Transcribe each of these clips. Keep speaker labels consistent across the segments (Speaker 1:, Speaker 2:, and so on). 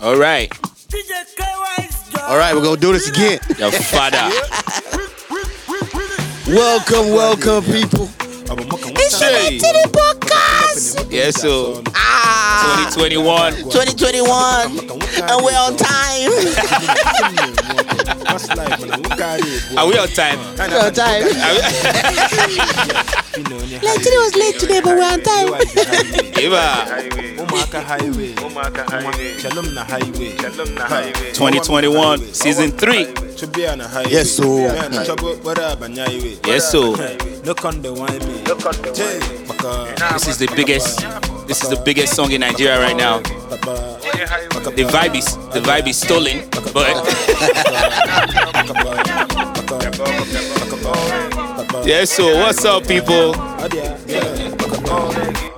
Speaker 1: All right.
Speaker 2: All right, we're gonna do this again.
Speaker 1: Yo, fada.
Speaker 2: Welcome, welcome, people.
Speaker 3: It's the
Speaker 1: Hey.
Speaker 3: Titty Podcast
Speaker 1: Yes, so
Speaker 3: ah,
Speaker 1: 2021.
Speaker 3: 2021 and we're on time Ah.
Speaker 1: Are we on time?
Speaker 3: we're on time like Titty was late today but we're on time
Speaker 1: Eva.
Speaker 4: Umaka Highway. Shalom na Highway.
Speaker 1: 2021, season three.
Speaker 4: To be on a highway.
Speaker 2: Yes, so.
Speaker 4: Yeah, no trouble, what up, on highway?
Speaker 1: Yes, so.
Speaker 4: Look on the wine me. Look on the wine. Baka.
Speaker 1: This is the biggest. This is the biggest song in Nigeria right now.
Speaker 4: Baba.
Speaker 1: The vibe is the vibe is stolen, but yes. So what's up, people?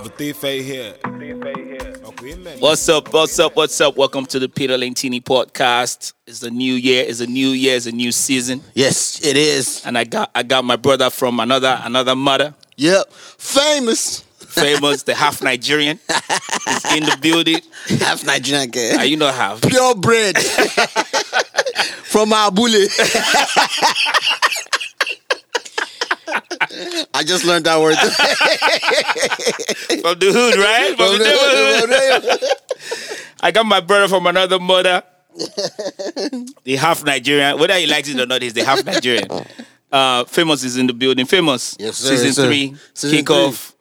Speaker 4: But they fight here. Okay, man.
Speaker 1: What's up? What's up? What's up? Welcome to the Peter Lentini podcast. It's the new year. It's a new year. It's a new season.
Speaker 2: Yes, it is.
Speaker 1: And I got I got my brother from another another mother,
Speaker 2: Yep, famous.
Speaker 1: famous, the half Nigerian, is in the building.
Speaker 2: Half Nigerian
Speaker 1: Are
Speaker 2: kid.
Speaker 1: you not half?
Speaker 2: Pure bread from Abule. I just learned that word.
Speaker 1: From the hood, right? From the neighborhood. I got my brother from another mother. the half Nigerian, whether he likes it or not, he's the half Nigerian. Uh, famous is in the building. Famous,
Speaker 2: Yes, sir,
Speaker 1: season
Speaker 2: yes, sir.
Speaker 1: three,
Speaker 2: Season
Speaker 1: kick off.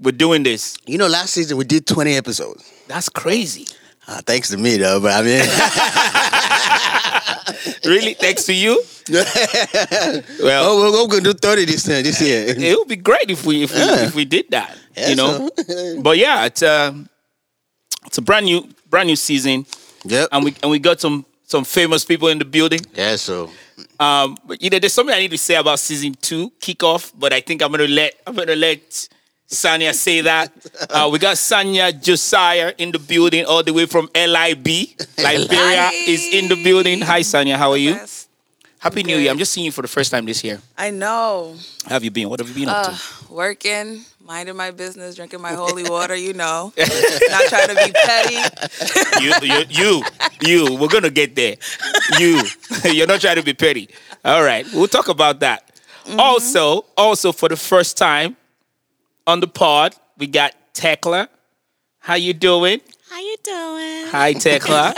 Speaker 1: We're doing this.
Speaker 2: you know, last season we did 20 episodes.
Speaker 1: That's crazy.
Speaker 2: Uh, thanks to me though, but I mean,
Speaker 1: Really, thanks to you. Well,
Speaker 2: oh, we're, we're gonna do 30 this time this year.
Speaker 1: it would be great if we if we,
Speaker 2: Yeah.
Speaker 1: if we did that.
Speaker 2: Yeah,
Speaker 1: you know,
Speaker 2: so-
Speaker 1: but yeah, it's uh, it's a brand new brand new season,
Speaker 2: Yep.
Speaker 1: and we and we got some some famous people in the building.
Speaker 2: yeah, so
Speaker 1: Um, but, you know, there's something I need to say about season two kickoff, but I think I'm gonna let I'm gonna let Sanya say that. Uh, we got Sanya Josiah in the building, all the way from LIB. Liberia is in the building. Hi, Sanya. How are you?
Speaker 5: Yes,
Speaker 1: Happy New
Speaker 5: good.
Speaker 1: Year. I'm just seeing you for the first time this year.
Speaker 5: I know.
Speaker 1: How have you been? What have you been up to?
Speaker 5: Working, minding my business, drinking my holy water, you know. Not trying to be petty.
Speaker 1: you, you, you, you. We're gonna get there. You, you're not trying to be petty. All right, we'll talk about that. Also, also for the first time on the pod, we got Tekla. How you doing?
Speaker 6: How you doing?
Speaker 1: Hi, Tekla.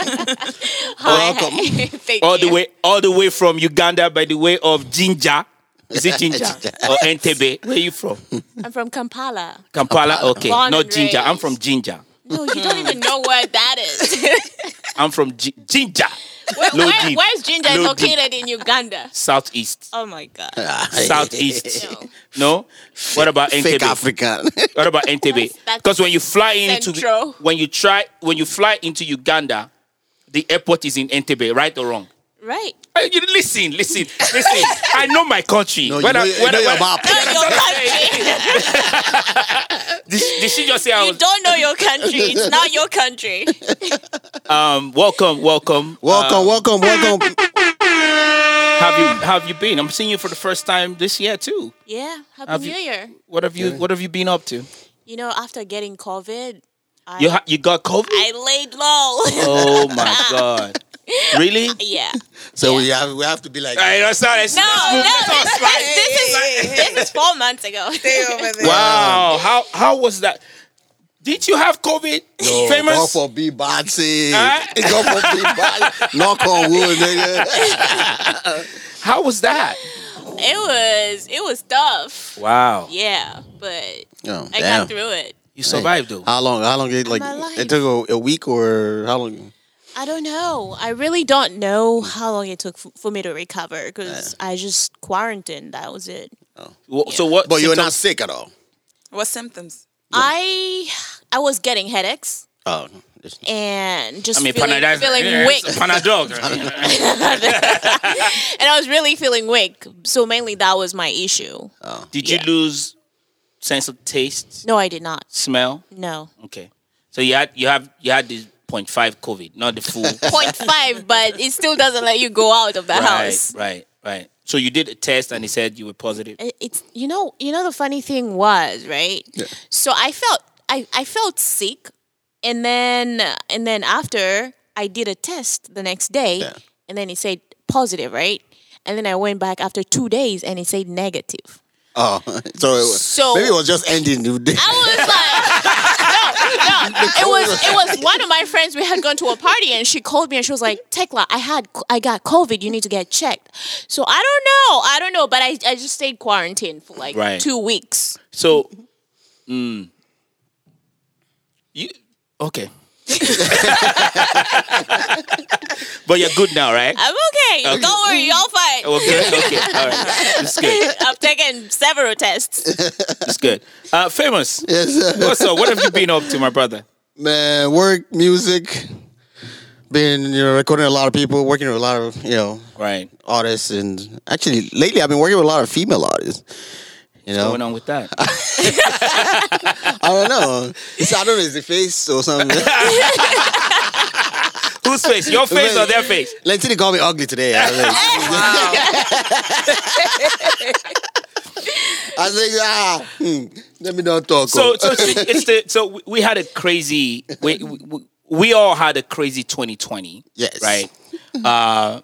Speaker 2: welcome.
Speaker 6: Thank
Speaker 1: all
Speaker 6: you.
Speaker 1: the way, all the way from Uganda by the way of Jinja. Is it Jinja or Entebbe? Where you from?
Speaker 6: I'm from Kampala.
Speaker 1: Kampala. Okay,
Speaker 6: Born
Speaker 1: not
Speaker 6: and
Speaker 1: Jinja. I'm
Speaker 6: raised.
Speaker 1: from Jinja.
Speaker 6: No, you don't even know what that is.
Speaker 1: I'm from Ji- Jinja,
Speaker 6: Wait,
Speaker 1: Low
Speaker 6: where,
Speaker 1: deep.
Speaker 6: where's Ginger is
Speaker 1: Low deep.
Speaker 6: located in Uganda?
Speaker 1: southeast,
Speaker 6: Oh my god.
Speaker 1: southeast.
Speaker 6: No.
Speaker 1: No. What about
Speaker 2: Fake
Speaker 1: Entebbe?
Speaker 2: African.
Speaker 1: What about Entebbe?
Speaker 6: That's- that's
Speaker 1: Because when you fly into
Speaker 6: central.
Speaker 1: when you try when you fly into Uganda, the airport is in Entebbe, right or wrong?
Speaker 6: Right.
Speaker 1: Hey, you- listen, listen, listen. I know my country.
Speaker 2: No, you
Speaker 1: When
Speaker 2: know,
Speaker 1: I-
Speaker 2: you
Speaker 1: when
Speaker 2: know
Speaker 1: I-
Speaker 2: your
Speaker 1: when-
Speaker 2: map.
Speaker 6: Not your country.
Speaker 1: Did, she- did she just say I
Speaker 6: You
Speaker 1: was,
Speaker 6: don't know your country. It's not your country.
Speaker 1: um welcome, welcome.
Speaker 2: Welcome, welcome, welcome.
Speaker 1: Uh, have you have you been? I'm seeing you for the first time this year too.
Speaker 6: Yeah. Happy
Speaker 1: Have
Speaker 6: New
Speaker 1: you-
Speaker 6: Year.
Speaker 1: What have you what have you been up to?
Speaker 6: You know, after getting COVID, I,
Speaker 1: You ha- you got COVID?
Speaker 6: I laid low.
Speaker 1: oh my god. Really?
Speaker 6: yeah.
Speaker 2: So we have we have to be like
Speaker 1: I know, sorry.
Speaker 6: No, no, this, this, is, this is four months ago.
Speaker 5: Stay over there.
Speaker 1: Wow, how how was that? Did you have COVID?
Speaker 2: Yo, Go
Speaker 1: Famous.
Speaker 2: for B Batsy.
Speaker 1: Huh?
Speaker 2: Go for B Batsy. Knock on wood, nigga.
Speaker 1: How was that?
Speaker 6: It was it was tough.
Speaker 1: Wow,
Speaker 6: Yeah, but
Speaker 2: Oh,
Speaker 6: I
Speaker 2: damn.
Speaker 6: got through it.
Speaker 1: you survived though.
Speaker 2: How long? How long? It like
Speaker 6: my life.
Speaker 2: it took a, a week or how long?
Speaker 6: I don't know. I really don't know how long it took f- for me to recover because I just quarantined. That was it.
Speaker 1: Wha- So what?
Speaker 2: But you were not
Speaker 1: symptoms-
Speaker 2: sick at all.
Speaker 5: What symptoms?
Speaker 6: I I was getting headaches
Speaker 2: Oh,
Speaker 6: and
Speaker 1: I
Speaker 6: just
Speaker 1: mean,
Speaker 6: feeling,
Speaker 1: Panadol.
Speaker 6: feeling
Speaker 1: yeah,
Speaker 6: weak,
Speaker 1: Panadol.
Speaker 6: and I was really feeling weak. So mainly that was my issue.
Speaker 1: Did you
Speaker 6: Yeah.
Speaker 1: lose sense of taste,
Speaker 6: No, I did not.
Speaker 1: smell?
Speaker 6: No,
Speaker 1: Okay. So you had you have you had this 0.5 COVID, not the full.
Speaker 6: point five, but it still doesn't let you go out of the
Speaker 1: right,
Speaker 6: house.
Speaker 1: right, right. So you did a test and they said you were positive.
Speaker 6: it- it's you know you know the funny thing was right so i felt i i felt sick and then and then after I did a test the next day,
Speaker 2: Yeah.
Speaker 6: and then it said positive, right? And then I went back after two days, and it said negative.
Speaker 2: Oh, so, it was,
Speaker 6: So-
Speaker 2: maybe it was just ending. the day.
Speaker 6: I was like, no, no. It was it was one of my friends. We had gone to a party, and she called me, and she was like, "Tekla, I had I got COVID. You need to get checked." So I don't know, I don't know, but I, I just stayed quarantined for like
Speaker 1: Right.
Speaker 6: two weeks.
Speaker 1: So, mm, you okay? but you're good now, right?
Speaker 6: I'm okay. Don't worry, y'all fine.
Speaker 1: Well, good. Okay, all right. It's good.
Speaker 6: I've taken several tests.
Speaker 1: It's good. Uh, famous.
Speaker 2: Yes, sir.
Speaker 1: What's up? What have you been up to, my brother?
Speaker 2: Man, work, music, been you know recording a lot of people, working with a lot of you know
Speaker 1: Right.
Speaker 2: artists, and actually lately I've been working with a lot of female artists. You know,
Speaker 1: Going on with that?
Speaker 2: I don't know. It's, I don't know. Is the face or something?
Speaker 1: Whose face? Your face or their face?
Speaker 2: Lentini called me ugly today. I was like, I was like, ah, hmm, let me not talk.
Speaker 1: So,
Speaker 2: oh."
Speaker 1: so it's, the- it's the so we- we had a crazy. We, we we all had a crazy 2020.
Speaker 2: Yes.
Speaker 1: Right. Uh,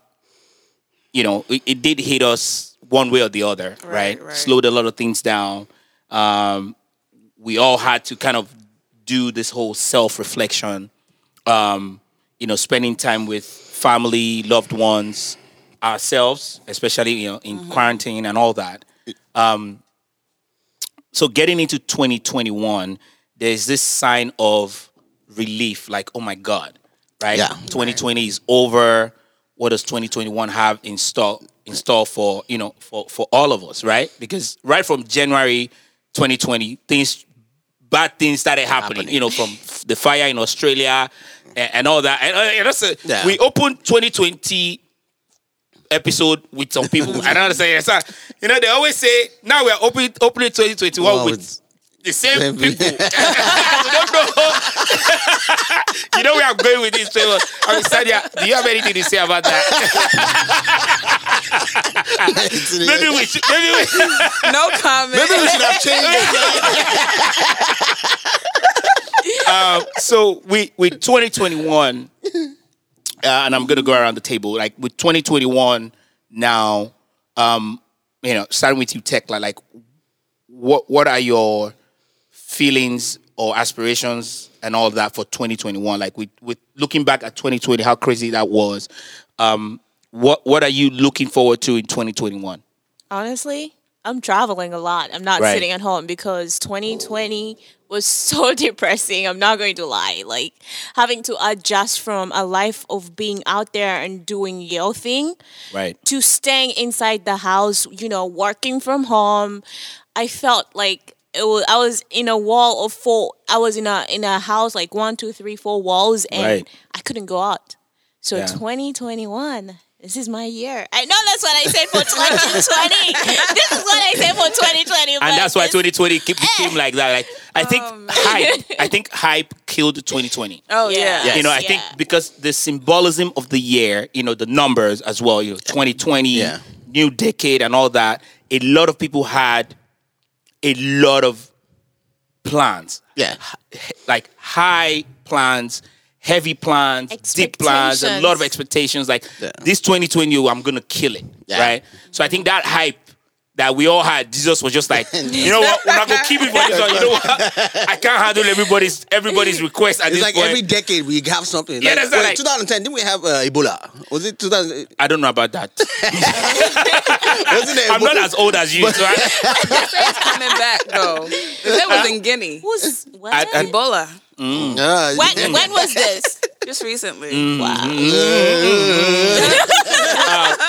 Speaker 1: you know, it, it did hit us one way or the other. Right,
Speaker 5: Right, right.
Speaker 1: Slowed a lot of things down. Um, we all had to kind of do this whole self reflection. Um, you know, spending time with family, loved ones, ourselves, especially you know in quarantine and all that Um, so getting into 2021 there's this sign of relief like oh my god right
Speaker 2: Yeah.
Speaker 1: 2020 is over what does 2021 have in store in store for you know for for all of us right because right from january 2020 things bad things started happening, you know from f- the fire in australia and, and all that and, uh, and also,
Speaker 2: Yeah.
Speaker 1: we opened 2020 episode with some people. I don't understand. Yes, sir. You know, they always say now we're opening opening 2021
Speaker 2: Wow,
Speaker 1: with
Speaker 2: it's-
Speaker 1: the same,
Speaker 2: same
Speaker 1: people. we don't know. you know where I'm going with this. So, I'm Sadia, do you have anything to say about that?
Speaker 2: Lentini,
Speaker 1: maybe we should, maybe we,
Speaker 5: No comment.
Speaker 2: maybe we should have changed it.
Speaker 1: so we with 2021 uh, and i'm gonna go around the table like with 2021 now um you know starting with you tekla like what what are your feelings or aspirations and all that for 2021 like with with looking back at 2020 how crazy that was um what what are you looking forward to in 2021
Speaker 6: Honestly, I'm traveling a lot. I'm not
Speaker 1: Right.
Speaker 6: sitting at home because 2020 was so depressing. I'm not going to lie. Like having to adjust from a life of being out there and doing your thing
Speaker 1: right
Speaker 6: to staying inside the house, you know, working from home. I felt like it was, I was in a wall of four. I was in a in a house like one, two, three, four walls, and
Speaker 1: Right.
Speaker 6: I couldn't go out. So
Speaker 1: Yeah.
Speaker 6: 2021. This is my year. I know that's what I said for 2020. this is what I said for 2020. but
Speaker 1: and that's why
Speaker 6: this-
Speaker 1: 2020 keep- became like that like i think hype i think hype killed 2020
Speaker 5: Oh yeah.
Speaker 6: Yeah.
Speaker 1: you know, I
Speaker 6: Yes,
Speaker 1: think
Speaker 6: yeah.
Speaker 1: because the symbolism of the year, you know, the numbers as well, you know, 2020,
Speaker 2: Yeah.
Speaker 1: new decade, and all that, a lot of people had a lot of plans,
Speaker 2: Yeah.
Speaker 1: like high plans, heavy plans, deep plans, a lot of expectations. Like
Speaker 2: Yeah.
Speaker 1: this 2020, I'm gonna kill it,
Speaker 2: Yeah.
Speaker 1: right? So I think that hype. That we all had, Jesus was just like, you know what? We're not gonna keep it for this one. You know what? I can't handle everybody's everybody's request at
Speaker 2: It's
Speaker 1: this
Speaker 2: like
Speaker 1: point.
Speaker 2: every decade we have something.
Speaker 1: Yeah,
Speaker 2: like,
Speaker 1: that's not
Speaker 2: wait,
Speaker 1: like-
Speaker 2: 2010, didn't we have uh, Ebola? Was it 2000? Wasn't
Speaker 1: I don't know about that.
Speaker 2: it
Speaker 1: I'm not
Speaker 2: Ebola?
Speaker 1: as old as you, so I,
Speaker 5: It's coming back though. That was in Guinea.
Speaker 6: Who's- what?
Speaker 1: I- I-
Speaker 5: Ebola.
Speaker 2: Mm, Yeah,
Speaker 6: when, when was this?
Speaker 5: Just recently.
Speaker 6: Wow.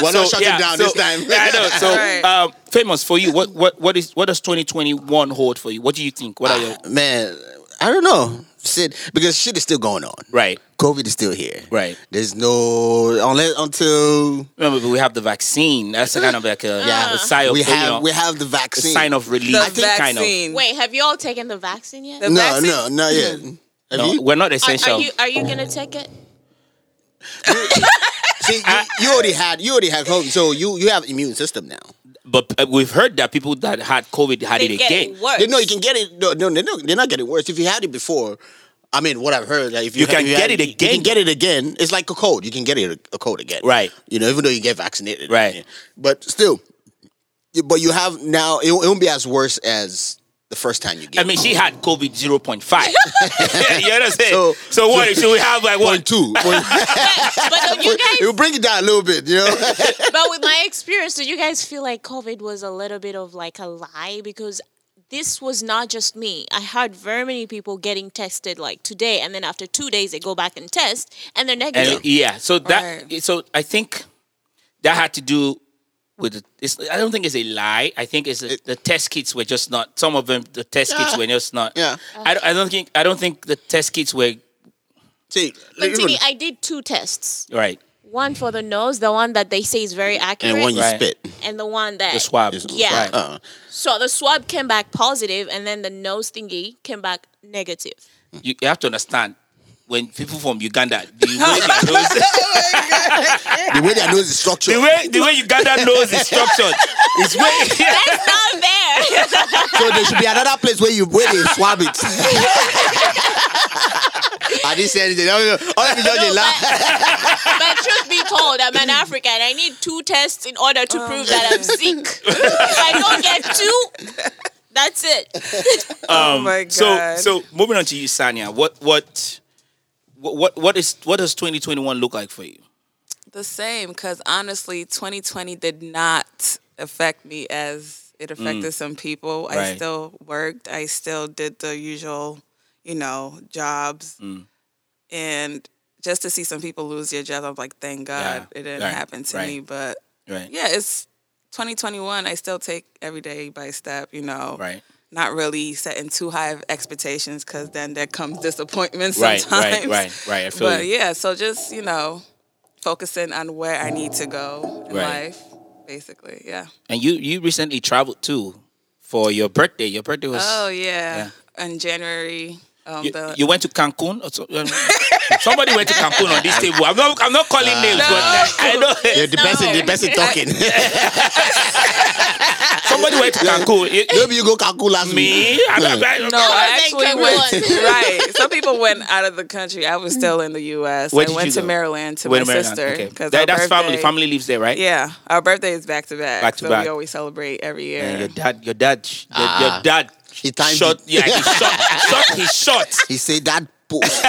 Speaker 2: We're
Speaker 1: so,
Speaker 2: not shutting
Speaker 1: yeah,
Speaker 2: down
Speaker 1: so-
Speaker 2: this time.
Speaker 1: Yeah, I know. So,
Speaker 5: Right.
Speaker 1: um, famous for you. What what what is what does 2021 hold for you? What do you think? What are your
Speaker 2: Man, I don't know. Shit, because shit is still going on.
Speaker 1: right?
Speaker 2: COVID is still here.
Speaker 1: Right.
Speaker 2: There's no unless until
Speaker 1: Remember, we have the vaccine. That's a kind of like a,
Speaker 2: Uh-huh.
Speaker 1: yeah. a sign of
Speaker 2: we
Speaker 1: you know,
Speaker 2: have we have the
Speaker 1: a
Speaker 2: vaccine.
Speaker 1: sign of relief.
Speaker 5: The
Speaker 1: kind of.
Speaker 5: vaccine.
Speaker 6: Wait, have you all taken the vaccine yet?
Speaker 5: The
Speaker 6: Are-
Speaker 2: no,
Speaker 5: vaccine.
Speaker 2: no, not yet. Have
Speaker 1: No,
Speaker 2: you?
Speaker 1: we're not
Speaker 6: Are,
Speaker 1: essential.
Speaker 6: you are you gonna take it?
Speaker 2: See, you, you already had you already had COVID, so you you have immune system now.
Speaker 1: but uh, we've heard that people that had COVID had
Speaker 6: They
Speaker 1: it
Speaker 6: get
Speaker 1: again.
Speaker 6: worse.
Speaker 2: They know you can get it. No, no, they know, they're not getting worse. If you had it before, I mean, what I've heard, like if you,
Speaker 1: You can
Speaker 2: you
Speaker 1: get it
Speaker 2: you
Speaker 1: again.
Speaker 2: can get it again. It's like a cold. You can get it a cold again,
Speaker 1: Right.
Speaker 2: You know, even though you get vaccinated,
Speaker 1: Right.
Speaker 2: But still, you- but you have now. It, won't- it won't be as worse as the first time you get.
Speaker 1: I mean, she had COVID 0.5. you understand? So,
Speaker 2: So-
Speaker 1: so what? should we have like
Speaker 2: point
Speaker 1: what?
Speaker 2: two. Point-
Speaker 6: But don't you
Speaker 2: it
Speaker 6: guys,
Speaker 2: will bring it down a little bit, you know.
Speaker 6: but with my experience, do you guys feel like COVID was a little bit of like a lie? Because this was not just me. I heard very many people getting tested like today, and then after two days, they go back and test, and they're negative.
Speaker 1: And yeah, so that
Speaker 5: Right.
Speaker 1: so I think that had to do with the- it's, I don't think it's a lie. I think it's a, the test kits were just not some of them. The test kits were just not.
Speaker 2: Yeah.
Speaker 1: I, don't- I don't think I don't think the test kits were
Speaker 2: See,
Speaker 6: but
Speaker 2: even-
Speaker 6: Tini, I did two tests.
Speaker 1: right.
Speaker 6: One for the nose, the one that they say is very accurate,
Speaker 2: and when you
Speaker 1: Right.
Speaker 2: spit,
Speaker 6: and the one that
Speaker 1: The swab.
Speaker 6: Yeah.
Speaker 1: Right.
Speaker 2: uh,
Speaker 6: So the swab came back positive, and then the nose thingy came back negative.
Speaker 1: you, you have to understand when people from Uganda, the way their nose,
Speaker 2: the way their nose is structured,
Speaker 1: the way, the way Uganda knows is structured, is way
Speaker 6: That's not there.
Speaker 2: so there should be another place where you where they swab it. I didn't say anything. All of you just
Speaker 6: No,
Speaker 2: they laugh.
Speaker 6: but, but truth be told, I'm an African. I need two tests in order to prove that I'm sick. if I don't get two, that's it.
Speaker 5: oh my god.
Speaker 1: So, so moving on to you, Sanya. What, what, what, what- what is what does 2021 look like for you?
Speaker 5: the same because honestly 2020 did not affect me as it affected some people i
Speaker 1: Mm. Right.
Speaker 5: still worked i still did the usual you know jobs
Speaker 1: Mm.
Speaker 5: and just to see some people lose their jobs i'm like thank god
Speaker 1: Yeah.
Speaker 5: it didn't
Speaker 1: Right.
Speaker 5: happen to
Speaker 1: Right.
Speaker 5: me but
Speaker 1: Right.
Speaker 5: yeah it's 2021 i still take every day by step you know
Speaker 1: Right.
Speaker 5: not really setting too high of expectations because then there comes disappointment
Speaker 1: Right,
Speaker 5: sometimes
Speaker 1: right, right, right. I feel
Speaker 5: but
Speaker 1: you.
Speaker 5: yeah, so just you know, focusing on where I need to go in
Speaker 1: Right.
Speaker 5: life, basically. Yeah.
Speaker 1: And you you recently traveled too for your birthday. Your birthday was
Speaker 5: Oh yeah. In January, um,
Speaker 1: you,
Speaker 5: the
Speaker 1: you went to Cancun. Or so, um, somebody went to Cancun on this table. I'm not I'm not calling names, but I know
Speaker 2: Yeah, the best in the best in talking.
Speaker 1: somebody went to Cancun. You-
Speaker 2: Maybe you go Cancun last
Speaker 1: me?
Speaker 2: week. Hmm.
Speaker 1: I'm not-
Speaker 5: no, I actually
Speaker 6: Cancun.
Speaker 5: went right. Some people went out of the country. I was still in the U.S.
Speaker 1: Where
Speaker 5: I
Speaker 1: did
Speaker 5: went
Speaker 1: you
Speaker 5: to
Speaker 1: go?
Speaker 5: Maryland to
Speaker 1: Wait
Speaker 5: my
Speaker 1: a minute.
Speaker 5: sister
Speaker 1: Okay.
Speaker 5: because
Speaker 1: That- that's family. Family lives there, right?
Speaker 5: Yeah, our birthday is back to back,
Speaker 1: Back to
Speaker 5: so
Speaker 1: back.
Speaker 5: we always celebrate every year.
Speaker 1: And your dad, your dad, sh- your, your dad.
Speaker 2: He timed
Speaker 1: shot,
Speaker 2: it.
Speaker 1: yeah, Ah. he shot, shot, he shot
Speaker 2: He said that post.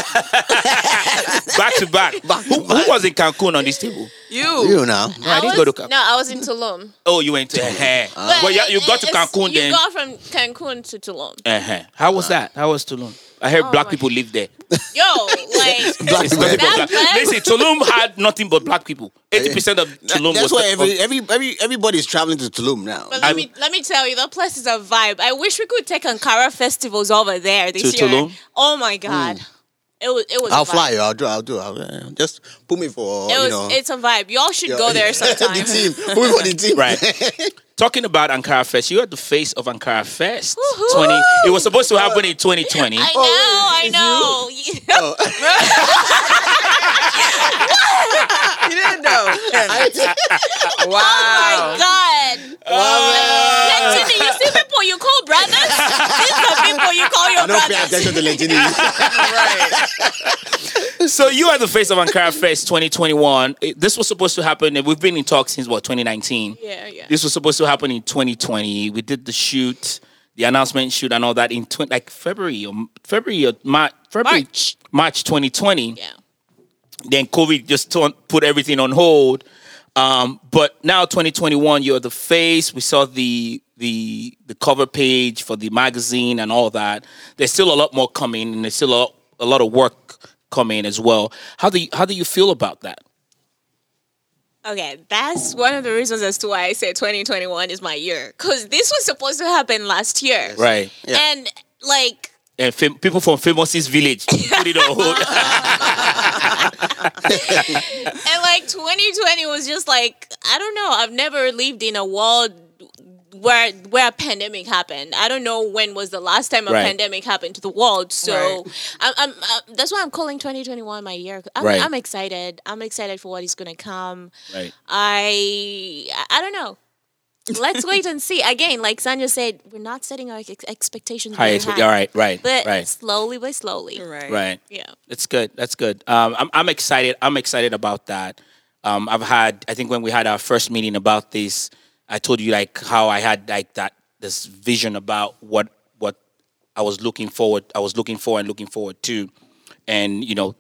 Speaker 1: back to back. who, who was in Cancun on this table?
Speaker 5: You,
Speaker 2: you know.
Speaker 1: I didn't go
Speaker 6: was,
Speaker 1: to Cancun.
Speaker 6: No, I was in Tulum.
Speaker 1: Oh, you went to. Uh-huh.
Speaker 6: But
Speaker 1: Well, yeah, you got to
Speaker 6: it's-
Speaker 1: Cancun
Speaker 6: you
Speaker 1: then.
Speaker 6: got from Cancun to Tulum.
Speaker 1: Uh-huh. How was that? How was Tulum? I heard black
Speaker 6: Oh my-
Speaker 1: people live there.
Speaker 6: Yo, like
Speaker 2: Black people.
Speaker 6: That
Speaker 1: Black-
Speaker 6: black-
Speaker 1: Listen, Tulum had nothing but black people. Eighty percent of Tulum was.
Speaker 2: That's
Speaker 1: Oh,
Speaker 2: why every, every every everybody's traveling to Tulum now.
Speaker 6: But let me let me tell you, that place is a vibe. I wish we could take Ankara festivals over there this
Speaker 1: To
Speaker 6: year.
Speaker 1: Tulum? Hmm.
Speaker 6: Oh my god, it was it was. a
Speaker 2: I'll
Speaker 6: vibe.
Speaker 2: fly you. I'll do. I'll do. I'll, uh, just put me for
Speaker 6: It
Speaker 2: you
Speaker 6: was
Speaker 2: know.
Speaker 6: it's a vibe. Y'all should
Speaker 2: your-
Speaker 6: go there sometime.
Speaker 2: the team. Put me for the team.
Speaker 1: Right. Talking about Ankara Fest, you are the face of Ankara Fest.
Speaker 6: Woohoo!
Speaker 1: Twenty. It was supposed to happen in 2020.
Speaker 6: I know, I know.
Speaker 5: you didn't know. Oh wow.
Speaker 6: oh my god. Like, Timmy, you see people you call brothers? These are people you call
Speaker 2: I
Speaker 6: your
Speaker 2: don't pay
Speaker 6: brothers.
Speaker 2: attention to Lentini.
Speaker 5: Right.
Speaker 1: So you are the face of Ankara Fest 2021. It- This was supposed to happen, and we've been in talks since what 2019.
Speaker 6: Yeah, yeah.
Speaker 1: This was supposed to happen in 2020. We did the shoot, the announcement shoot, and all that in twen- like February or February or March, February,
Speaker 6: March.
Speaker 1: March 2020.
Speaker 6: Yeah.
Speaker 1: Then COVID just ton- put everything on hold. Um, but now 2021, you're the face. We saw the the the cover page for the magazine and all that. There's still a lot more coming, and there's still a lot, a lot of work coming as well. How do you, how do you feel about that?
Speaker 6: Okay, that's one of the reasons as to why I say 2021 is my year. Because this was supposed to happen last year.
Speaker 1: Right.
Speaker 6: And, like,
Speaker 1: And fam- people from Famous's village put it on hold.
Speaker 6: and like 2020 was just like i don't know i've never lived in a world where where a pandemic happened i don't know when was the last time a
Speaker 1: Right.
Speaker 6: pandemic happened to the world so I'm, I'm, i that's why i'm calling 2021 my year I'm,
Speaker 1: Right.
Speaker 6: I'm excited i'm excited for what is going to come
Speaker 1: Right.
Speaker 6: i i don't know let's wait and see. Again, like Sanya said, we're not setting our ex- expectations.
Speaker 1: High
Speaker 6: very
Speaker 1: expect- all right, right,
Speaker 6: But
Speaker 1: right.
Speaker 6: slowly by slowly.
Speaker 5: Right.
Speaker 1: Right.
Speaker 6: Yeah.
Speaker 1: That's good. That's good. Um, I'm, I'm excited. I'm excited about that. Um, I've had, I think when we had our first meeting about this, I told you like how I had like that, this vision about what, what I was looking forward, I was looking for and looking forward to. And, you know,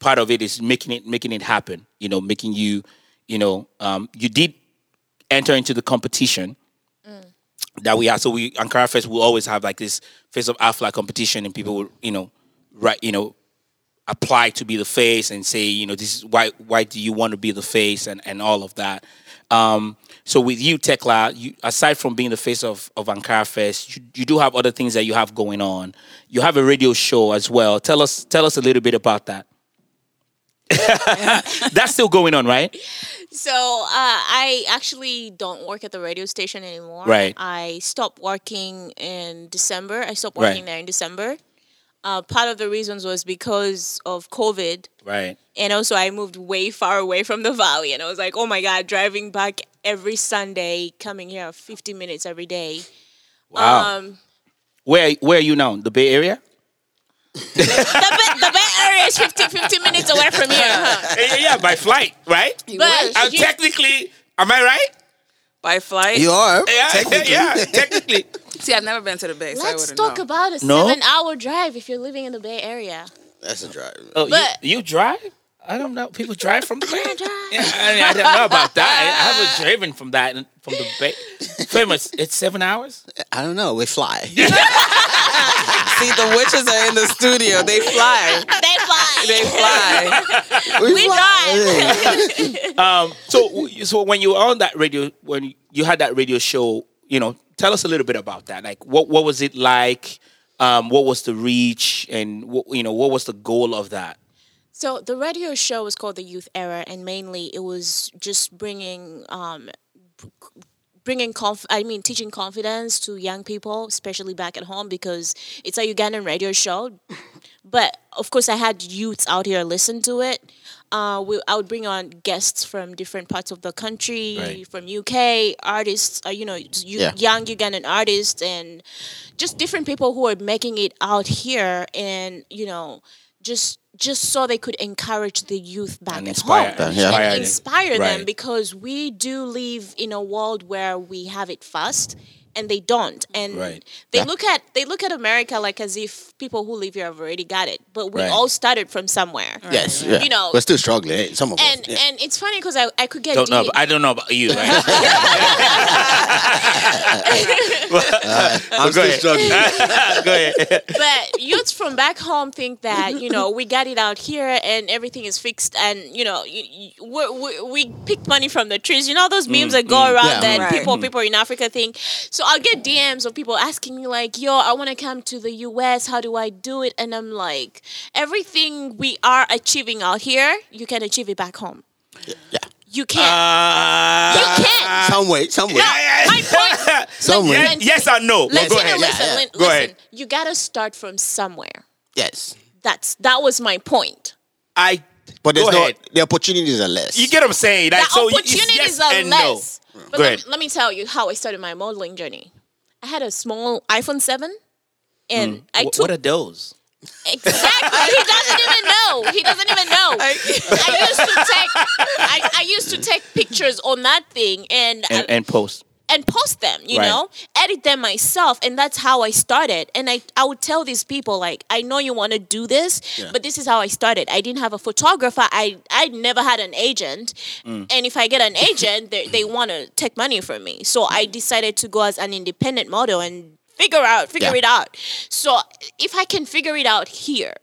Speaker 1: part of it is making it, making it happen, you know, making you, you know, um, you did enter into the competition that we have. So we Ankara Fest will always have like this face of Afla competition, and people will you know, right, you know, apply to be the face and say you know this is why why do you want to be the face and and all of that. Um, so with you, Tekla, you, aside from being the face of of Ankara Fest, you, you do have other things that you have going on. You have a radio show as well. Tell us tell us a little bit about that. That's still going on, right?
Speaker 6: So uh, I actually don't work at the radio station anymore.
Speaker 1: Right.
Speaker 6: I stopped working in December. I stopped
Speaker 1: Right.
Speaker 6: working there in December. Uh, part of the reasons was because of COVID,
Speaker 1: Right.
Speaker 6: and also I moved way far away from the valley, and I was like, oh my god, driving back every Sunday, coming here 50 minutes every day.
Speaker 1: Wow.
Speaker 6: Um,
Speaker 1: where where are you now? The Bay Area?
Speaker 6: the, Bay, the Bay Area is 50, 50 minutes away from here. huh?
Speaker 1: yeah, yeah, yeah, by flight, right?
Speaker 6: But
Speaker 1: I'm
Speaker 6: you-
Speaker 1: Uh, technically, am I right?
Speaker 5: By flight.
Speaker 2: You are.
Speaker 1: Yeah, technically. yeah, technically.
Speaker 5: See, I've never been to the Bay, so I
Speaker 6: let's
Speaker 5: wouldn't
Speaker 6: talk
Speaker 5: know.
Speaker 6: about a
Speaker 1: No?
Speaker 6: seven-hour drive if you're living in the Bay Area.
Speaker 2: That's a drive.
Speaker 1: Oh,
Speaker 6: But-
Speaker 1: you, you drive? I don't know. People drive from the
Speaker 6: I
Speaker 1: bay.
Speaker 6: drive.
Speaker 1: Yeah, I, mean, I don't know about that. I, I haven't driven from that from the bay. Famous. It's seven hours.
Speaker 2: I don't know. We fly.
Speaker 5: See, the witches are in the studio. They fly.
Speaker 6: They fly.
Speaker 5: They fly.
Speaker 2: We,
Speaker 6: drive.
Speaker 2: Yeah.
Speaker 1: Um. So so when you were on that radio, when you had that radio show, you know, tell us a little bit about that. Like, what what was it like? Um, what was the reach, and what, you know, what was the goal of that?
Speaker 6: So the radio show was called the Youth Era, and mainly it was just bringing, um, b- bringing conf- I mean, teaching confidence to young people, especially back at home, because it's a Ugandan radio show. but of course, I had youths out here listen to it. Uh, we, I would bring on guests from different parts of the country,
Speaker 1: Right.
Speaker 6: from UK artists, uh, you know, you,
Speaker 2: Yeah.
Speaker 6: young Ugandan artists, and just different people who are making it out here, and you know, just just so they could encourage the youth back
Speaker 1: And
Speaker 6: at
Speaker 1: inspire,
Speaker 6: home
Speaker 2: Yeah.
Speaker 1: inspire,
Speaker 6: and inspire them
Speaker 1: Right.
Speaker 6: because we do live in a world where we have it fast and they don't and
Speaker 1: Right.
Speaker 6: they look at they look at america like as if people who live here have already got it but we
Speaker 1: Right.
Speaker 6: all started from somewhere
Speaker 2: Yes. Yeah.
Speaker 6: You know-
Speaker 2: we're still struggling. eh, Some of
Speaker 6: and
Speaker 2: us. Yeah.
Speaker 6: and it's funny because I, I could get
Speaker 1: don't know.
Speaker 6: D-
Speaker 1: But I don't know about you. Right?
Speaker 2: I'm
Speaker 1: go
Speaker 2: still
Speaker 1: ahead.
Speaker 2: struggling.
Speaker 1: Go ahead.
Speaker 6: but youths from back home think that you know we got it out here and everything is fixed and you know you, you, we're, we we picked money from the trees. You know those
Speaker 1: Mm,
Speaker 6: memes that go around
Speaker 2: Yeah.
Speaker 6: that
Speaker 5: Right.
Speaker 1: Mm-hmm.
Speaker 6: people people in Africa think. So I'll get DMs of people asking me like, "Yo, I want to come to the U.S. How do I do it?" And I'm like, everything we are achieving out here, you can achieve it back home.
Speaker 2: yeah.
Speaker 6: You can't.
Speaker 1: Uh,
Speaker 6: you can't.
Speaker 2: Some way. Some way.
Speaker 6: My point.
Speaker 2: Some way.
Speaker 6: Yeah.
Speaker 1: yes or no? Well,
Speaker 6: Listen,
Speaker 1: go ahead.
Speaker 6: listen,
Speaker 2: Yeah, yeah.
Speaker 6: lin-
Speaker 1: Go
Speaker 6: listen.
Speaker 1: ahead.
Speaker 6: You gotta start from somewhere.
Speaker 2: Yes.
Speaker 6: That's that was my point.
Speaker 1: I.
Speaker 2: But there's
Speaker 1: go
Speaker 2: no.
Speaker 1: ahead.
Speaker 2: The opportunities are less.
Speaker 1: You get what I'm saying? Like,
Speaker 6: The
Speaker 1: so it's
Speaker 6: opportunities
Speaker 1: yes
Speaker 6: are
Speaker 1: and no.
Speaker 6: less.
Speaker 1: Go
Speaker 6: But let
Speaker 1: ahead.
Speaker 6: me, let me tell you how I started my modeling journey. I had a small iPhone seven, and
Speaker 1: Mm.
Speaker 6: I
Speaker 1: Wh-
Speaker 6: took
Speaker 1: what are those?
Speaker 6: exactly. he doesn't even know. He doesn't even know. I, used to take I, I used to take pictures on that thing and
Speaker 1: And, and post.
Speaker 6: and post them, you
Speaker 1: Right.
Speaker 6: know, edit them myself. And that's how I started. And I, I would tell these people, like, I know you want to do this, but this is how I started. I didn't have a photographer. I, I never had an agent.
Speaker 1: Mm.
Speaker 6: And if I get an agent, they, they want to take money from me. So I decided to go as an independent model and figure out, figure
Speaker 2: Yeah.
Speaker 6: it out. So if I can figure it out here,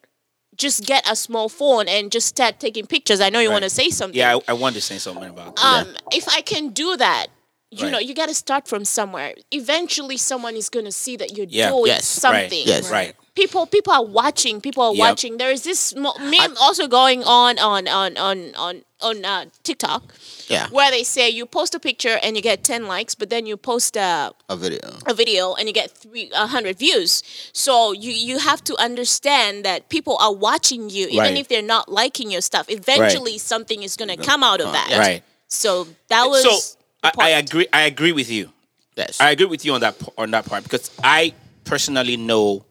Speaker 6: just get a small phone and just start taking pictures. I know you
Speaker 1: Right.
Speaker 6: want to say something
Speaker 1: Yeah, I, I wanted to say something about that.
Speaker 6: um, if I can do that, you
Speaker 1: Right.
Speaker 6: know, you got to start from somewhere. Eventually, someone is going to see that you're
Speaker 1: Yeah.
Speaker 6: doing
Speaker 2: Yes.
Speaker 1: Right.
Speaker 6: something.
Speaker 2: Yes.
Speaker 1: Right.
Speaker 6: People, people are watching. People are
Speaker 1: Yep.
Speaker 6: watching. There is this mo- meme also going on on on on on on uh, TikTok
Speaker 2: Yeah.
Speaker 6: where they say you post a picture and you get ten likes, but then you post a
Speaker 2: A video.
Speaker 6: a video and you get three a hundred views. So you you have to understand that people are watching you, even
Speaker 1: Right.
Speaker 6: if they're not liking your stuff. Eventually, something is going to come out of that.
Speaker 1: Right.
Speaker 6: So that was
Speaker 1: So I,
Speaker 6: the
Speaker 1: I
Speaker 6: point.
Speaker 1: agree. I agree with you.
Speaker 2: Yes.
Speaker 1: I agree with you on that p- on that part because I personally know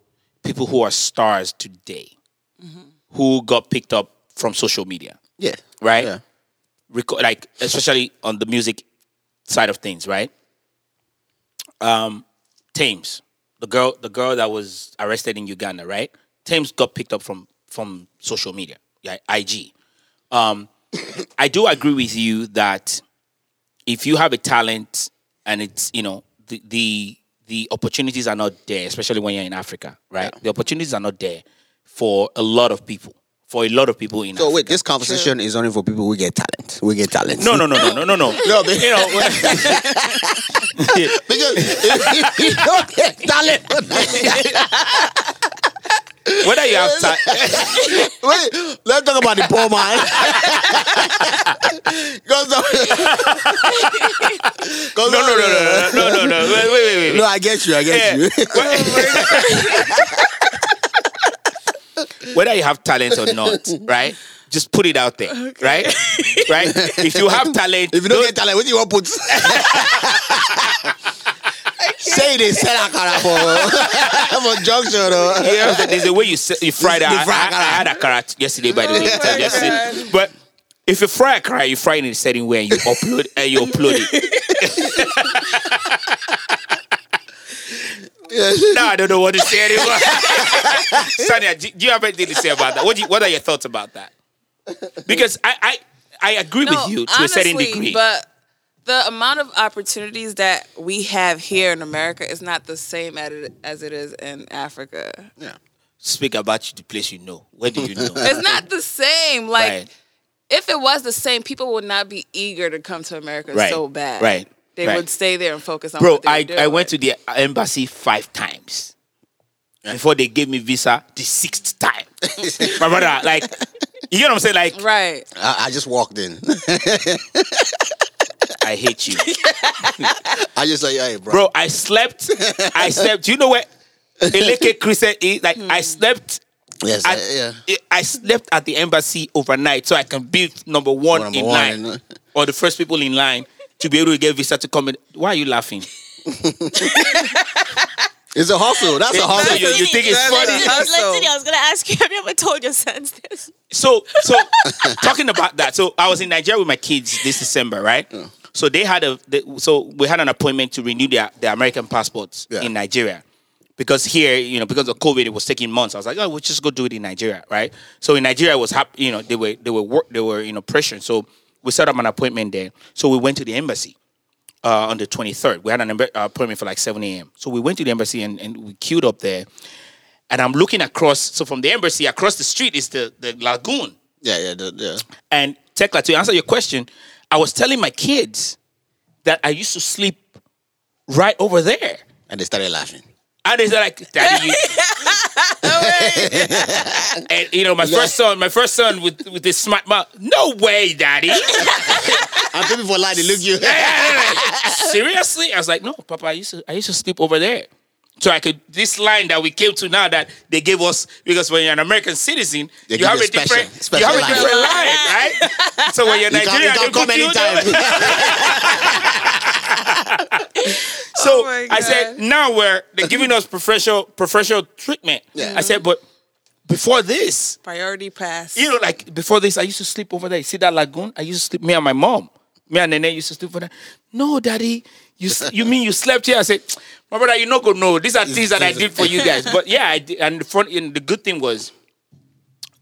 Speaker 1: people who are stars today
Speaker 6: Mm-hmm.
Speaker 1: who got picked up from social media,
Speaker 2: yeah.
Speaker 1: right?
Speaker 2: Yeah.
Speaker 1: Reco- like especially on the music side of things, right? Um, Thames, the girl, the girl that was arrested in Uganda, right? Thames got picked up from from social media, yeah, IG. Um, I do agree with you that if you have a talent and it's you know the the, the opportunities are not there, especially when you're in Africa, right? The opportunities are not there for a lot of people. For a lot of people in
Speaker 2: So wait,
Speaker 1: Africa.
Speaker 2: this conversation is only for people who get talent. We get talent.
Speaker 1: No, no, no, no, no, no, no.
Speaker 2: No, but-
Speaker 1: you know, when-
Speaker 2: because if you don't get talent.
Speaker 1: whether you have time,
Speaker 2: Wait, let's talk about the poor man. Because
Speaker 1: no, no, no, no, no, no, no, no. Wait, wait, wait, wait.
Speaker 2: I get you. I get
Speaker 1: Yeah.
Speaker 2: you.
Speaker 1: whether you have talent or not, right? Just put it out there, right? Right? If you have talent,
Speaker 2: If you don't get talent, what do you want put? Say they sell akara for for junction though.
Speaker 1: there's, a, there's a way you, se- you fry that.
Speaker 2: You
Speaker 1: I,
Speaker 2: fry
Speaker 1: I, I had a carrot yesterday, by the way. yesterday. But if you fry a carrot, you fry it in a certain way and you upload and you upload it. no, I don't know what to say anymore. Sanya, do, do you have anything to say about that? What, do you, what are your thoughts about that? Because I, I, I agree with you to a certain
Speaker 5: honestly,
Speaker 1: degree.
Speaker 5: But the amount of opportunities that we have here in America is not the same at it, as it is in Africa.
Speaker 1: Speak about you, the place you know. Where do you know?
Speaker 5: It's not the same. Like
Speaker 1: Right.
Speaker 5: if it was the same, people would not be eager to come to America
Speaker 1: Right.
Speaker 5: so bad.
Speaker 1: Right.
Speaker 5: They
Speaker 1: Right.
Speaker 5: would stay there and focus on.
Speaker 1: bro
Speaker 5: what they were
Speaker 1: I,
Speaker 5: doing.
Speaker 1: I went to the embassy five times before they gave me visa the sixth time my brother like you know what i'm saying like
Speaker 5: Right.
Speaker 2: I, I just walked in.
Speaker 1: i hate you
Speaker 2: I just like, hey, bro.
Speaker 1: bro i slept i slept you know where Eleke Christian is like I slept
Speaker 2: yes,
Speaker 1: at,
Speaker 2: I, Hmm. Uh, yeah.
Speaker 1: I slept at the embassy overnight so I can be number one
Speaker 2: Number
Speaker 1: in
Speaker 2: one
Speaker 1: line
Speaker 2: in-
Speaker 1: or the first people in line to be able to get visa to come in. Why are you laughing?
Speaker 2: It's a hustle. That's a
Speaker 1: So
Speaker 2: hustle.
Speaker 1: you, you think it's funny?
Speaker 6: Listen, I was gonna ask you, have you ever told your sons this?
Speaker 1: so so talking about that so i was in nigeria with my kids this december right so they had a they, so we had an appointment to renew their, their american passports
Speaker 2: Yeah.
Speaker 1: in nigeria because here you know because of covid it was taking months i was like oh we'll just go do it in nigeria right so in nigeria it was hap- you know they were they were work they were you know pressuring so we set up an appointment there so we went to the embassy uh, on the 23rd we had an embe- uh, appointment for like 7 a.m so we went to the embassy and, and we queued up there and i'm looking across so from the embassy across the street is the, the lagoon
Speaker 2: Yeah, yeah, the- yeah.
Speaker 1: and Tekla, to answer your question, I was telling my kids that I used to sleep right over there.
Speaker 2: And they started laughing.
Speaker 1: And they're like, Daddy, you. and you know, my first son, my first son with with this smart mouth, no way, Daddy.
Speaker 2: I'm people for lying. They look you.
Speaker 1: Seriously? I was like, no, Papa, I used to I used to sleep over there. So I could this line that we came to now that they gave us because when you're an American citizen,
Speaker 2: They
Speaker 1: you
Speaker 2: give
Speaker 1: have a
Speaker 2: you a special-
Speaker 1: different
Speaker 2: special
Speaker 1: you have
Speaker 2: line.
Speaker 1: a different line, right? So when you're
Speaker 2: You can,
Speaker 1: Nigerian,
Speaker 2: you can
Speaker 1: they
Speaker 2: come
Speaker 1: put you there.
Speaker 2: anytime.
Speaker 1: So
Speaker 5: my
Speaker 1: I said, now we're they're giving us professional professional treatment.
Speaker 2: Yeah.
Speaker 1: I said, but before this,
Speaker 5: Priority pass.
Speaker 1: you know, like before this, I used to sleep over there. You see that lagoon? I used to sleep. Me and my mom, me and Nene used to sleep over there. No, daddy, you s- you mean you slept here? I said, my brother, you no go no. These are things that I did for you guys. But yeah, I did, and the front and the good thing was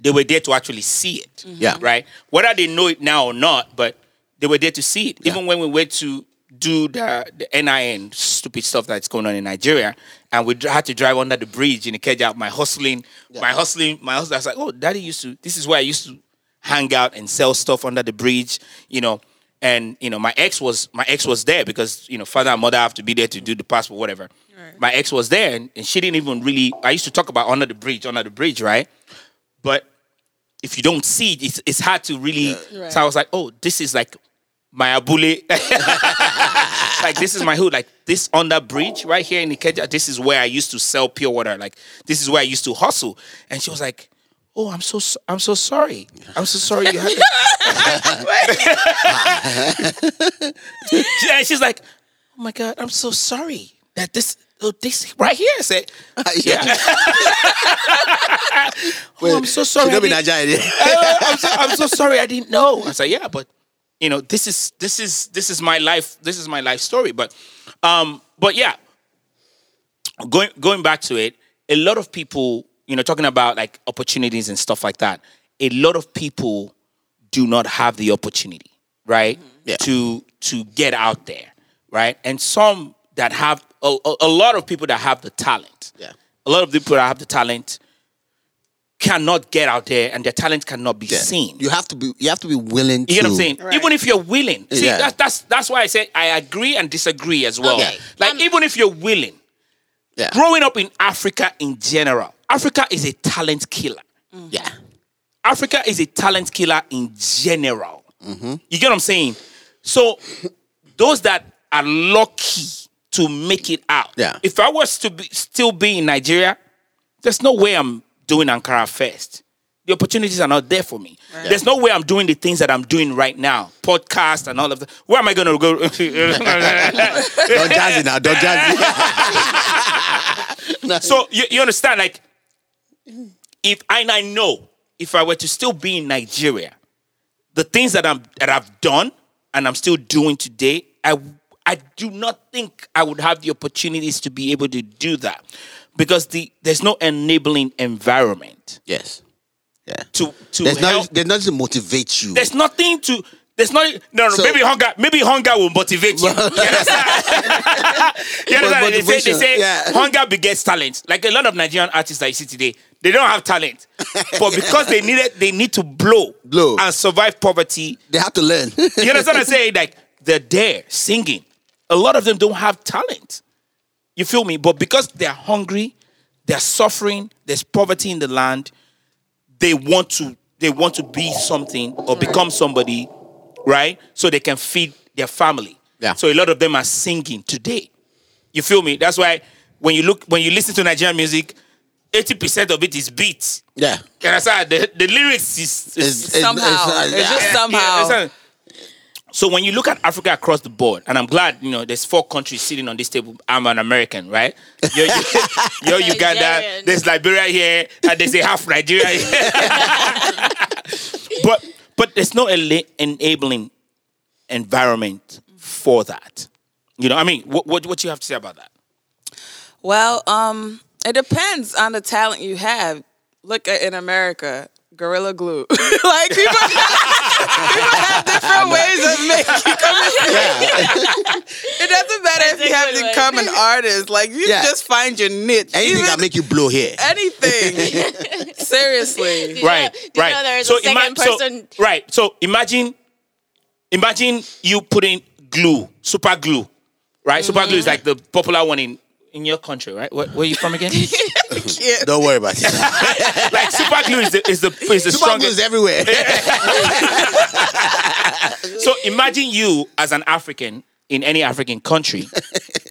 Speaker 1: they were there to actually see it.
Speaker 2: Yeah.
Speaker 1: Right. Whether they know it now or not, but they were there to see it. Even when we went to do the, the NIN stupid stuff that's going on in Nigeria, and we dr- had to drive under the bridge in the Ikeja, my hustling, my hustling, my hustling. I was like, oh, daddy used to, this is where I used to hang out and sell stuff under the bridge, you know. And you know, my ex was my ex was there because you know father and mother have to be there to do the passport, whatever. My ex was there, and, and she didn't even really. I used to talk about under the bridge, under the bridge, right? But if you don't see it, it's, it's hard to really. So I was like, oh, this is like my abule. like this is my hood. Like this on that bridge right here in Ikeja, this is where I used to sell pure water. Like this is where I used to hustle. And she was like, oh, I'm so so- I'm so sorry. I'm so sorry. You had-" Yeah, and she's like. oh my God, I'm so sorry that this, oh, this right here I said,
Speaker 2: yeah.
Speaker 1: oh, I'm so sorry. I
Speaker 2: Should be
Speaker 1: didn't-
Speaker 2: Nigerian.
Speaker 1: I- I'm, so, I'm so sorry I didn't know. I said, yeah, but you know, this is this is this is my life. This is my life story. But um, but yeah, going going back to it, a lot of people, you know, talking about like opportunities and stuff like that. A lot of people do not have the opportunity, right, to to get out there, right, and some that have a, a, a lot of people that have the talent.
Speaker 2: Yeah.
Speaker 1: a lot of people that have the talent cannot get out there and their talent cannot be seen.
Speaker 2: You have to be. You have to be willing.
Speaker 1: You
Speaker 2: to,
Speaker 1: get what I'm saying?
Speaker 5: Right.
Speaker 1: Even if you're willing. See,
Speaker 2: Yeah.
Speaker 1: that's, that's that's why I said I agree and disagree as well.
Speaker 6: Okay.
Speaker 1: Like
Speaker 6: Um,
Speaker 1: even if you're willing,
Speaker 2: Yeah.
Speaker 1: growing up in Africa in general, Africa is a talent killer.
Speaker 2: Yeah.
Speaker 1: Africa is a talent killer in general. You get what I'm saying? So those that are lucky to make it out.
Speaker 2: Yeah.
Speaker 1: If I was to be, still be in Nigeria, there's no way I'm doing Ankara Fest. The opportunities are not there for me. There's no way I'm doing the things that I'm doing right now, podcast and all of that. Where am I going to go?
Speaker 2: Don't judge it now. Don't judge it.
Speaker 1: So you, you understand, like, if and I know if I were to still be in Nigeria, the things that I'm that I've done and I'm still doing today, I I do not think I would have the opportunities to be able to do that because the there's no enabling environment
Speaker 2: yes. Yeah.
Speaker 1: to to
Speaker 2: There's
Speaker 1: help.
Speaker 2: not. There's nothing to motivate you.
Speaker 1: there's nothing to. There's not no, no
Speaker 2: So-
Speaker 1: maybe hunger maybe hunger will motivate you. you understand? You understand? They say, they
Speaker 2: motivation,
Speaker 1: say
Speaker 2: yeah.
Speaker 1: hunger begets talent. Like a lot of Nigerian artists that you see today, they don't have talent, but because they needed they need to blow,
Speaker 2: Blow.
Speaker 1: and survive poverty.
Speaker 2: They have to learn.
Speaker 1: You understand what I'm saying? Like they're there singing. A lot of them don't have talent. You feel me? But because they're hungry, they're suffering. There's poverty in the land. They want to. They want to be something or become somebody, right? So they can feed their family.
Speaker 2: Yeah.
Speaker 1: So a lot of them are singing today. You feel me? That's why when you look when you listen to Nigerian music, eighty percent of it is beats.
Speaker 2: yeah.
Speaker 1: You understand? The, the lyrics is, is
Speaker 2: It's- it's-
Speaker 5: Somehow.
Speaker 2: it's- uh,
Speaker 5: It's just
Speaker 2: yeah.
Speaker 1: yeah,
Speaker 5: somehow.
Speaker 1: understand? so when you look at Africa across the board, and I'm glad you know there's four countries sitting on this table. I'm an American, right? You're, you're Uganda.
Speaker 6: Nigerian.
Speaker 1: There's Liberia here, and there's a half Nigeria. Here. but but there's no ela- enabling environment for that. You know, I mean, what what what you have to say about that?
Speaker 5: Well, um, it depends on the talent you have. Look at in America, Gorilla Glue. like people, people have different ways of making. It doesn't matter if you
Speaker 6: a
Speaker 5: have
Speaker 6: good way.
Speaker 5: become an artist. Like you
Speaker 2: Yeah.
Speaker 5: just find your niche.
Speaker 2: Anything
Speaker 5: Even Eh,
Speaker 2: that make you blow here.
Speaker 5: anything. Seriously.
Speaker 6: Did you know- did you know there is a
Speaker 1: ima-
Speaker 6: second person?
Speaker 1: So, right. So imagine, imagine you putting glue, super glue, right? Super
Speaker 6: Mm-hmm.
Speaker 1: glue is like the popular one in in your country, right? Where, where you from again?
Speaker 2: Don't worry about it.
Speaker 1: like super glue is the is the is the
Speaker 2: Super glue
Speaker 1: strongest.
Speaker 2: is everywhere.
Speaker 1: So imagine you as an African in any African country,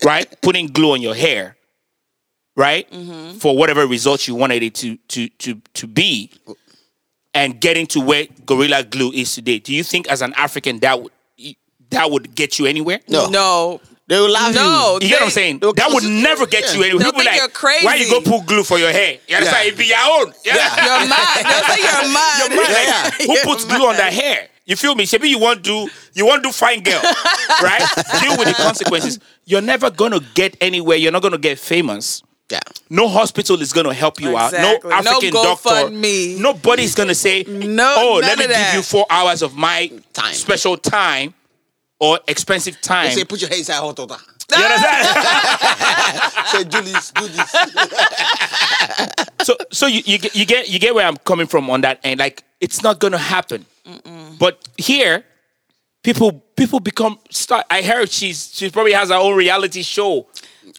Speaker 1: right? Putting glue on your hair, right?
Speaker 5: Mm-hmm.
Speaker 1: For whatever result you wanted it to to to to be, and getting to where Gorilla Glue is today. Do you think as an African that would that would get you anywhere?
Speaker 2: No.
Speaker 5: No.
Speaker 2: They will laugh
Speaker 5: No.
Speaker 1: You get what I'm saying?
Speaker 2: They'll-
Speaker 1: That would never get you anywhere.
Speaker 5: They'll
Speaker 1: People
Speaker 5: think
Speaker 1: like,
Speaker 5: you're crazy.
Speaker 1: why you go put glue for your hair? You understand?
Speaker 2: Yeah.
Speaker 1: It be your own. Yeah.
Speaker 5: Your mind. Don't say your mind.
Speaker 1: Right, like,
Speaker 2: Yeah.
Speaker 1: Who puts glue on their hair? You feel me? Maybe you want to you want to find girl, right? Deal with the consequences. You're never gonna get anywhere. You're not gonna get famous.
Speaker 2: you. Yeah.
Speaker 1: No hospital is gonna help you out.
Speaker 5: Exactly.
Speaker 1: No
Speaker 5: No
Speaker 1: African doctor.
Speaker 5: GoFundMe.
Speaker 1: Nobody's gonna say,
Speaker 5: No,
Speaker 1: Oh,
Speaker 5: none
Speaker 1: let me
Speaker 5: of
Speaker 1: give
Speaker 5: that."
Speaker 1: you four hours of my
Speaker 2: Time.
Speaker 1: special time or expensive time.
Speaker 2: Say, put your hands inside hot water.
Speaker 1: You
Speaker 5: Ah!
Speaker 1: understand?
Speaker 2: Say, do this, do this.
Speaker 1: so so you, you get you get you get where I'm coming from on that end. Like it's not gonna happen. But here, people people become start. I heard she's she probably has her own reality show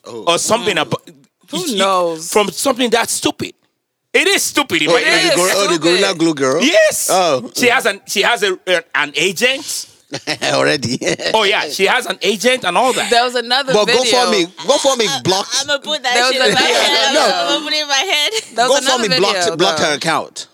Speaker 1: or something. About,
Speaker 5: Mm. Who knows?
Speaker 1: from something that's stupid. It is stupid. in my
Speaker 5: It
Speaker 1: opinion.
Speaker 5: is.
Speaker 2: the gorilla, oh, the gorilla
Speaker 5: stupid.
Speaker 2: glue girl.
Speaker 1: Yes.
Speaker 2: Oh.
Speaker 1: She has an she has a, an agent.
Speaker 2: Already.
Speaker 1: Oh yeah, she has an agent and all that.
Speaker 5: There was another
Speaker 2: But
Speaker 5: video.
Speaker 2: go for me. Go for me. Blocked.
Speaker 6: I'm gonna put that
Speaker 5: There was
Speaker 6: shit in my
Speaker 5: another-
Speaker 6: head.
Speaker 2: No.
Speaker 6: I'm gonna put it in my head.
Speaker 5: There was
Speaker 2: Go for
Speaker 5: another
Speaker 2: me.
Speaker 5: video.
Speaker 2: Blocked. Blocked
Speaker 5: though.
Speaker 2: her account.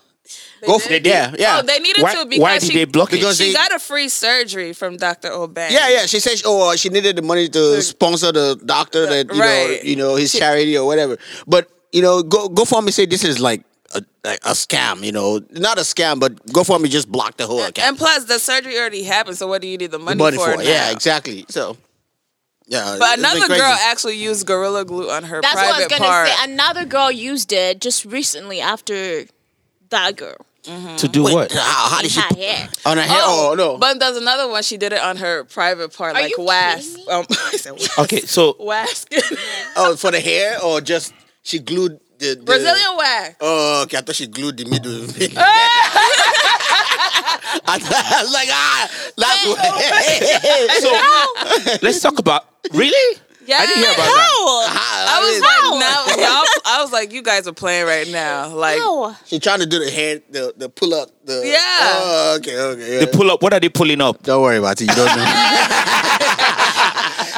Speaker 2: Go for
Speaker 5: did?
Speaker 2: it. Yeah, yeah.
Speaker 5: Oh, they needed
Speaker 1: Why-
Speaker 5: to because
Speaker 1: why did
Speaker 5: she,
Speaker 1: they block it?
Speaker 2: Because
Speaker 5: she
Speaker 2: they-
Speaker 5: got a free surgery from Dr. Obang.
Speaker 2: Yeah, yeah. She said, she, oh, uh, she needed the money to sponsor the doctor that you
Speaker 5: Right.
Speaker 2: know, you know, his charity or whatever. But you know, go GoFundMe say this is like a, a, a scam. You know, not a scam, but GoFundMe just blocked the whole
Speaker 5: And
Speaker 2: account.
Speaker 5: plus, the surgery already happened, so what do you need the money,
Speaker 2: money
Speaker 5: for?
Speaker 2: for it. yeah,
Speaker 5: now?
Speaker 2: exactly. So, yeah. it's
Speaker 5: But
Speaker 2: been
Speaker 5: another
Speaker 2: crazy.
Speaker 5: girl actually used Gorilla Glue on her
Speaker 6: That's what I was
Speaker 5: private
Speaker 6: gonna
Speaker 5: part.
Speaker 6: say. Another girl used it just recently after that girl.
Speaker 5: Mm.
Speaker 7: To do what?
Speaker 2: How, how did she
Speaker 6: Her hair.
Speaker 2: on her hair? Oh, no.
Speaker 5: But there's another one. She did it on her private part,
Speaker 6: Are
Speaker 5: like
Speaker 6: you kidding
Speaker 5: wax.
Speaker 6: me?
Speaker 5: Um, I said wax.
Speaker 7: Okay, so
Speaker 5: wax.
Speaker 2: oh, for the hair or just she glued the, the
Speaker 5: Brazilian wax.
Speaker 2: Oh, okay. I thought she glued the middle. I thought, I was like, ah, that's
Speaker 5: oh,
Speaker 2: what.
Speaker 1: So let's talk about really.
Speaker 5: Yeah.
Speaker 1: I didn't hear about that.
Speaker 6: Oh,
Speaker 5: I was like,
Speaker 6: How?
Speaker 5: no, y'all, I was like, you guys are playing right now. Like,
Speaker 6: no.
Speaker 2: She trying to do the hand, the, the pull up, the
Speaker 5: Yeah.
Speaker 2: Oh, okay, okay.
Speaker 1: They
Speaker 2: yeah.
Speaker 1: pull up. What are they pulling up?
Speaker 2: Don't worry about it. You don't know.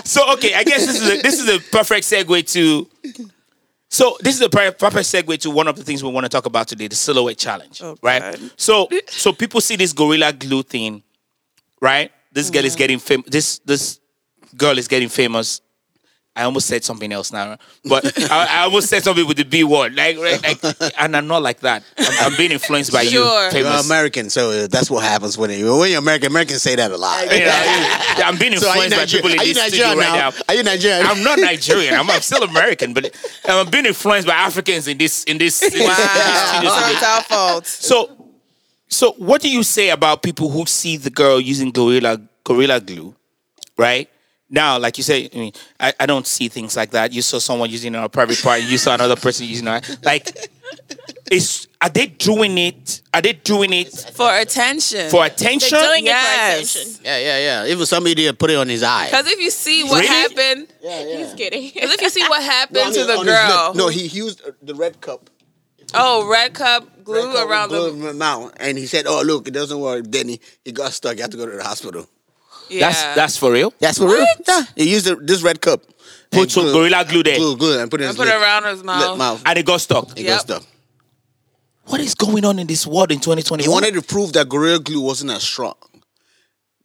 Speaker 1: So okay, I guess this is a, this is a perfect segue to. So this is a per- perfect segue to one of the things we want to talk about today: the silhouette challenge, right?
Speaker 5: Oh, God.
Speaker 1: So so people see this gorilla glue thing, right? This girl
Speaker 5: Mm.
Speaker 1: is getting famous. This this girl is getting famous. I almost said something else now, but I, I almost said something with the B word, like, right, like and I'm not like that. I'm, I'm being influenced by
Speaker 5: Sure.
Speaker 1: you, famous.
Speaker 2: American, so uh, that's what happens when you when you're American. Americans say that a lot.
Speaker 1: You know, I'm being
Speaker 2: So are you
Speaker 1: influenced by people
Speaker 2: Nigerian?
Speaker 1: in
Speaker 2: Are you
Speaker 1: this studio
Speaker 2: Nigerian
Speaker 1: right
Speaker 2: now?
Speaker 1: now.
Speaker 2: Are you Nigerian?
Speaker 1: I'm not Nigerian. I'm, I'm still American, but um, I'm being influenced by Africans in this in this. in this- in this- in
Speaker 5: so
Speaker 1: this-
Speaker 5: it's our fault.
Speaker 1: so, so what do you say about people who see the girl using gorilla gorilla glue, right? Now, like you say, I mean, I, I don't see things like that. You saw someone using it on a private part, and you saw another person using it. Like, is are they doing it? Are they doing it
Speaker 5: For attention.
Speaker 1: for attention?
Speaker 6: They're doing
Speaker 5: Yes.
Speaker 6: it for attention.
Speaker 2: Yeah, yeah, yeah. Even some idiot put it on his eye.
Speaker 5: Because if you see what
Speaker 1: Really?
Speaker 5: happened,
Speaker 6: He's kidding.
Speaker 5: because if you see what happened
Speaker 2: No, I mean,
Speaker 5: to the
Speaker 2: on his lip.
Speaker 5: girl,
Speaker 2: No, he used uh, the red cup.
Speaker 5: oh, red cup glue
Speaker 2: Red cup
Speaker 5: around
Speaker 2: blew
Speaker 5: the.
Speaker 2: him mouth, and he said, "Oh, look, it doesn't work." Then he, he got stuck. He had to go to the hospital.
Speaker 5: Yeah.
Speaker 1: That's that's for real.
Speaker 2: That's for real. Yeah, he used the, this red cup.
Speaker 1: Put some gorilla glue there,
Speaker 2: Glue, glue, and put it in
Speaker 5: I
Speaker 2: his
Speaker 5: put it
Speaker 2: lip-
Speaker 5: around his
Speaker 2: lip
Speaker 5: mouth.
Speaker 2: mouth.
Speaker 1: and it got stuck.
Speaker 2: He
Speaker 5: Yep.
Speaker 2: got stuck.
Speaker 1: What is going on in this world in 2021?
Speaker 2: He wanted to prove that Gorilla Glue wasn't as strong.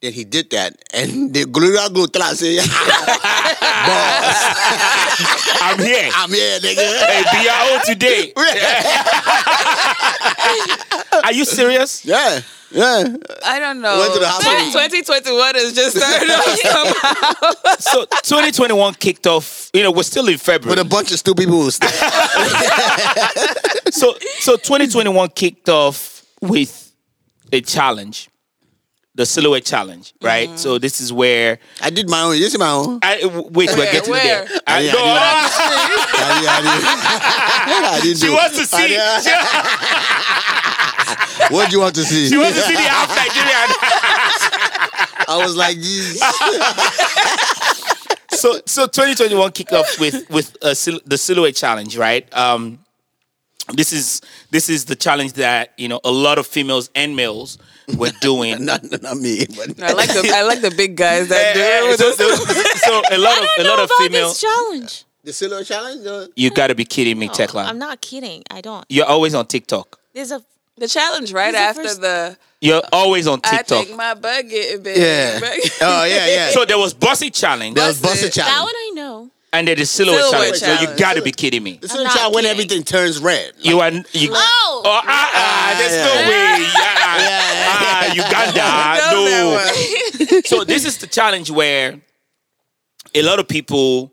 Speaker 2: Then he did that, and the Gorilla Glue tell us, say, "Boss,
Speaker 1: I'm here.
Speaker 2: I'm here, nigga."
Speaker 1: Hey, BRO today. Are you serious?
Speaker 2: yeah, yeah.
Speaker 5: I don't know.
Speaker 2: Went to the hospital.
Speaker 5: 2021 is just starting up
Speaker 1: So
Speaker 5: somehow.
Speaker 1: 2021 kicked off. You know, we're still in
Speaker 2: But
Speaker 1: February.
Speaker 2: a bunch of stupid people. Was
Speaker 1: So so 2021 kicked off with a challenge, the silhouette challenge, right? So this is where
Speaker 2: I did my own. This is my own.
Speaker 1: I wait, we're
Speaker 5: Where?
Speaker 1: getting
Speaker 5: Where?
Speaker 1: there. I uh,
Speaker 2: Yeah,
Speaker 1: know.
Speaker 2: I did, I did. I did
Speaker 1: She
Speaker 2: do.
Speaker 1: wants to see.
Speaker 2: I
Speaker 1: She,
Speaker 2: did-
Speaker 1: she
Speaker 2: What do you want to see?
Speaker 1: wants to see the half Nigerian.
Speaker 2: I was like, "Jeez."
Speaker 1: so so 2021 kicked off with with a, sil- the silhouette challenge, right? Um, this is this is the challenge that you know a lot of females and males were doing.
Speaker 2: not, not me. But
Speaker 5: I like the I like the big guys that do
Speaker 1: Eh,
Speaker 5: it
Speaker 1: eh,
Speaker 5: with
Speaker 1: so,
Speaker 5: us.
Speaker 1: so, so a lot of
Speaker 6: I
Speaker 1: a
Speaker 6: don't know
Speaker 1: lot of
Speaker 6: about
Speaker 1: female.
Speaker 6: this challenge. Oh,
Speaker 2: the solo challenge. uh,
Speaker 1: You gotta be kidding me, Tekla.
Speaker 6: I'm not kidding. I don't.
Speaker 1: You're always on TikTok.
Speaker 6: There's a
Speaker 5: The challenge right
Speaker 6: This is the
Speaker 5: after
Speaker 6: first-
Speaker 5: the
Speaker 1: You're always on
Speaker 5: I
Speaker 1: TikTok.
Speaker 5: think my butt getting big.
Speaker 2: Yeah. Oh yeah, yeah.
Speaker 1: So there was bossy challenge
Speaker 2: that was
Speaker 5: Bust
Speaker 2: Buster
Speaker 5: it.
Speaker 6: that
Speaker 2: challenge.
Speaker 6: one I know.
Speaker 1: and then the silhouette,
Speaker 5: Silhouette
Speaker 1: challenge. So you
Speaker 5: challenge.
Speaker 1: gotta be kidding me.
Speaker 2: The solo
Speaker 6: not
Speaker 2: challenge when
Speaker 6: kidding.
Speaker 2: everything turns red.
Speaker 1: You are you.
Speaker 6: Oh,
Speaker 1: Oh, ah, ah, there's no way. Yeah. Ah, Uganda.
Speaker 5: Know that
Speaker 1: no.
Speaker 5: one.
Speaker 1: so this is the challenge where a lot of people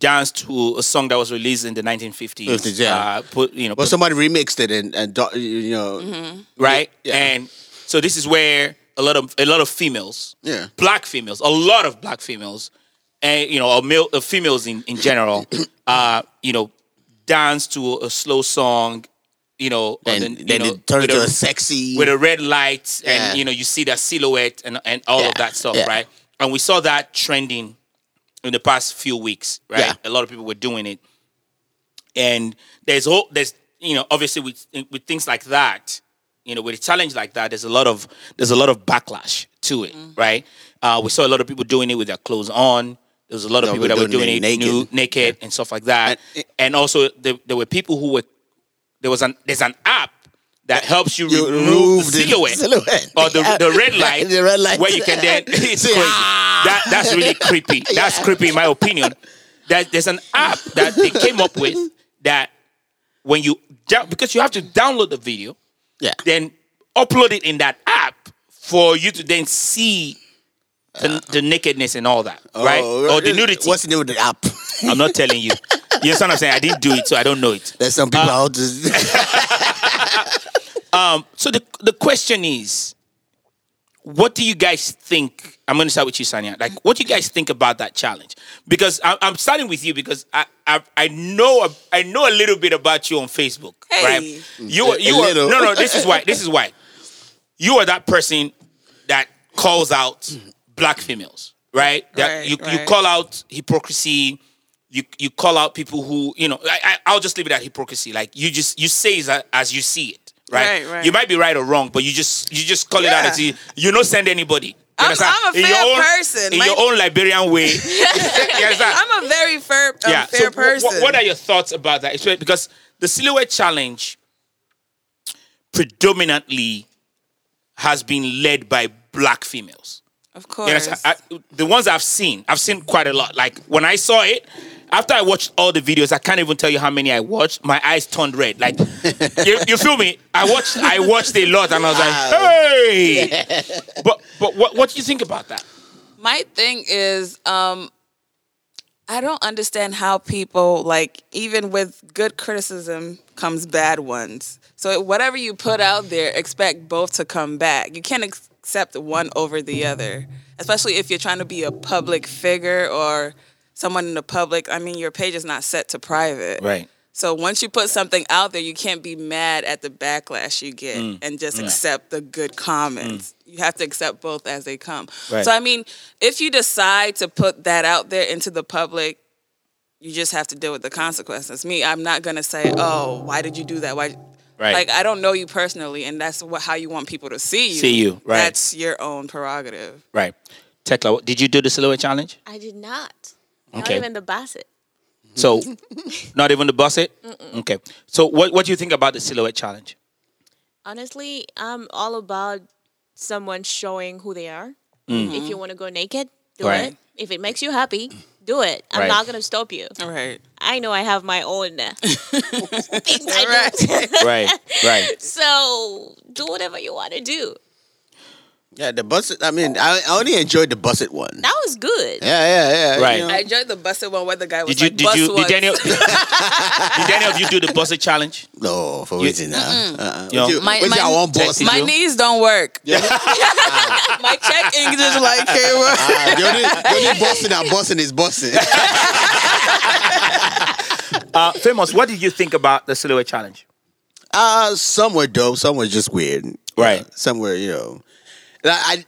Speaker 1: danced to a song that was released in the 1950s.
Speaker 2: Fifties, yeah.
Speaker 1: Uh, put you know,
Speaker 2: Well,
Speaker 1: put-
Speaker 2: somebody remixed it and, and do- you know,
Speaker 1: right?
Speaker 2: Yeah.
Speaker 1: And so this is where a lot of a lot of females,
Speaker 2: Yeah.
Speaker 1: black females, a lot of black females, and you know, or male, or females in in general, uh, you know, dance to a slow song, you know,
Speaker 2: and,
Speaker 1: and then, you
Speaker 2: then
Speaker 1: know,
Speaker 2: it turned
Speaker 1: with
Speaker 2: to a,
Speaker 1: a-
Speaker 2: sexy.
Speaker 1: with the red lights
Speaker 2: Yeah.
Speaker 1: and you know you see that silhouette and and all
Speaker 2: Yeah,
Speaker 1: of that stuff
Speaker 2: yeah.
Speaker 1: right and we saw that trending in the past few weeks right
Speaker 2: Yeah.
Speaker 1: a lot of people were doing it and there's whole there's you know obviously with with things like that you know with a challenge like that there's a lot of there's a lot of backlash to it
Speaker 2: Mm.
Speaker 1: right uh, we saw a lot of people doing it with their clothes on there was a lot of
Speaker 2: No,
Speaker 1: people
Speaker 2: we're
Speaker 1: that were
Speaker 2: doing
Speaker 1: doing
Speaker 2: it
Speaker 1: it naked,
Speaker 2: naked.
Speaker 1: naked and stuff like that
Speaker 2: And-
Speaker 1: and also there, there were people who were there was an there's an app that helps you
Speaker 2: You
Speaker 1: remove the
Speaker 2: remove the
Speaker 1: silhouette,
Speaker 2: silhouette.
Speaker 1: or the,
Speaker 2: Yeah.
Speaker 1: the red light,
Speaker 2: The red light.
Speaker 1: where you can then it's
Speaker 2: See,
Speaker 1: crazy.
Speaker 2: ah.
Speaker 1: That that's really creepy. That's creepy in my opinion. That there's an app that they came up with that when you down- because you have to download the video,
Speaker 2: Yeah.
Speaker 1: then upload it in that app for you to then see the, the nakedness and all that, right?
Speaker 2: Oh,
Speaker 1: Or the nudity.
Speaker 2: What's the name of the app?
Speaker 1: I'm not telling you. You understand what I'm saying? I didn't do it, so I don't know it.
Speaker 2: There's some people out there.
Speaker 1: So the the question is, what do you guys think? I'm going to start with you, Sanya. Like, what do you guys think about that challenge? Because I, I'm starting with you because I, I I know I know a little bit about you on Facebook,
Speaker 5: Hey. Mm.
Speaker 1: right? You were
Speaker 2: A-
Speaker 1: you
Speaker 2: a
Speaker 1: were no
Speaker 2: little.
Speaker 1: no. This is why this is why you are that person that calls out black females, right? That
Speaker 5: Right,
Speaker 1: you you
Speaker 5: right.
Speaker 1: call out hypocrisy. You, you call out people who you know. I, I I'll just leave it at hypocrisy. Like you just you say it as- as you see it, right?
Speaker 5: Right, right.
Speaker 1: You might be right or wrong, but you just you just call it out.
Speaker 5: Yeah.
Speaker 1: and see- You don't send anybody. You
Speaker 5: I'm-
Speaker 1: understand?
Speaker 5: I'm a
Speaker 1: in
Speaker 5: fair
Speaker 1: your own,
Speaker 5: person,
Speaker 1: In
Speaker 5: like-
Speaker 1: your own Liberian way. you understand?
Speaker 5: I'm a very fair, um,
Speaker 1: yeah.
Speaker 5: fair
Speaker 1: so wh- wh-
Speaker 5: person.
Speaker 1: what are your thoughts about that? Especially Because the silhouette challenge predominantly has been led by black females.
Speaker 5: of
Speaker 1: You
Speaker 5: course.
Speaker 1: understand? I, the ones I've seen, I've seen quite a lot. Like when I saw it, after I watched all the videos, I can't even tell you how many I watched. My eyes turned red. Like you, you feel me? I watched I watched a lot and I was like, hey. But but what what do you think about that?
Speaker 5: My thing is, um, I don't understand how people like even with good criticism comes bad ones. So whatever you put out there, expect both to come back. You can't ex- accept one over the other, especially if you're trying to be a public figure or someone in the public. I mean, your page is not set to private. So once you put something out there, you can't be mad at the backlash you get
Speaker 1: Mm.
Speaker 5: and just accept the good comments. You have to accept both as they come.
Speaker 1: Right.
Speaker 5: So I mean, if you decide to put that out there into the public, you just have to deal with the consequences. Me, I'm not gonna say, "Oh, why did you do that?" Why?
Speaker 1: Right.
Speaker 5: Like I don't know you personally, and that's what, how you want people to see you.
Speaker 1: See you, right.
Speaker 5: That's your own prerogative.
Speaker 1: Right. Tekla, did you do the silhouette challenge?
Speaker 6: I did not. Not
Speaker 1: Okay.
Speaker 6: even the basset.
Speaker 1: So not even the busset? Okay. So what, what do you think about the silhouette challenge?
Speaker 6: Honestly, I'm all about someone showing who they are. If you want to go naked, do
Speaker 1: Mm-hmm. Right.
Speaker 6: it. If it makes you happy, do it. I'm
Speaker 1: Right.
Speaker 6: not gonna stop you.
Speaker 5: All right.
Speaker 6: I know I have my own uh, things I
Speaker 5: Right.
Speaker 6: do.
Speaker 1: Right, right.
Speaker 6: So do whatever you want to do.
Speaker 2: yeah, the bus. I mean, I, I only enjoyed the busted one.
Speaker 6: That was good.
Speaker 2: Yeah, yeah, yeah.
Speaker 1: Right.
Speaker 2: you know.
Speaker 5: I enjoyed the busted one where the guy was
Speaker 1: Did you
Speaker 5: like,
Speaker 1: did
Speaker 5: "Bus
Speaker 1: you did
Speaker 5: once."
Speaker 1: Daniel did any of you do the busset challenge?
Speaker 2: no, for waiting now. Uh-uh.
Speaker 1: You know,
Speaker 2: Wait till-
Speaker 5: my-
Speaker 2: wait till
Speaker 5: my-
Speaker 2: I want boss.
Speaker 1: Did
Speaker 5: My
Speaker 1: you?
Speaker 5: knees don't work. My check ink just like came up.
Speaker 2: Ah, the only, the only busting that busting is busting.
Speaker 1: Uh, famous, what did you think about the silhouette challenge?
Speaker 2: Uh, some were dope, some were just weird.
Speaker 1: Right.
Speaker 2: Uh, some were, you know. And I, I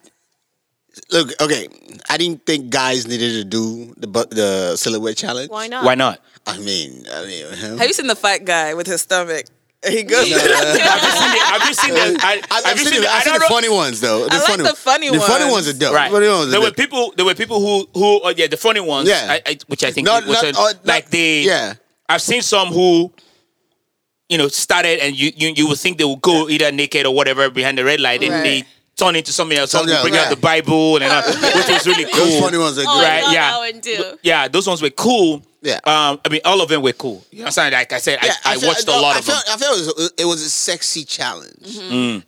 Speaker 2: look okay. I didn't think guys needed to do the bu- the silhouette challenge.
Speaker 6: Why not?
Speaker 1: Why not?
Speaker 2: I mean, I mean, huh?
Speaker 5: Have you seen the fat guy with his stomach? He goes.
Speaker 1: have you seen the? I,
Speaker 2: I,
Speaker 1: have
Speaker 2: I've
Speaker 1: you
Speaker 2: seen,
Speaker 1: seen the?
Speaker 2: the, I've
Speaker 1: I
Speaker 2: seen
Speaker 1: don't know.
Speaker 2: the funny ones though. The
Speaker 5: I like
Speaker 2: funny
Speaker 5: the
Speaker 2: ones.
Speaker 5: funny
Speaker 2: The funny
Speaker 5: ones.
Speaker 2: ones are dope.
Speaker 1: Right.
Speaker 2: The funny ones are
Speaker 1: There were
Speaker 2: dope.
Speaker 1: people. There were people who who. Oh yeah, the funny ones.
Speaker 2: Yeah.
Speaker 1: I, I, which I think
Speaker 2: Not-
Speaker 1: was
Speaker 2: not-
Speaker 1: a-
Speaker 2: oh, not-
Speaker 1: like they.
Speaker 2: yeah.
Speaker 1: I've seen some who. You know, started and you you, you would think they would go either naked or whatever behind the red light, and
Speaker 5: Right.
Speaker 1: they turn into something else. Some
Speaker 2: Something
Speaker 1: would bring
Speaker 2: else,
Speaker 1: out
Speaker 2: yeah.
Speaker 1: the Bible and all, which was really cool.
Speaker 2: Those funny ones are
Speaker 6: Oh,
Speaker 2: good.
Speaker 1: Right,
Speaker 6: I love
Speaker 1: yeah.
Speaker 6: that one too.
Speaker 1: Yeah, those ones were cool.
Speaker 2: Yeah.
Speaker 1: Um, I mean, all of them were cool. You know what I'm saying? Like I said,
Speaker 2: Yeah,
Speaker 1: I, I,
Speaker 2: feel-
Speaker 1: watched a
Speaker 2: no,
Speaker 1: lot
Speaker 2: I
Speaker 1: of
Speaker 2: felt, uh,
Speaker 1: them. Mm.
Speaker 2: I felt it was, it was a sexy challenge,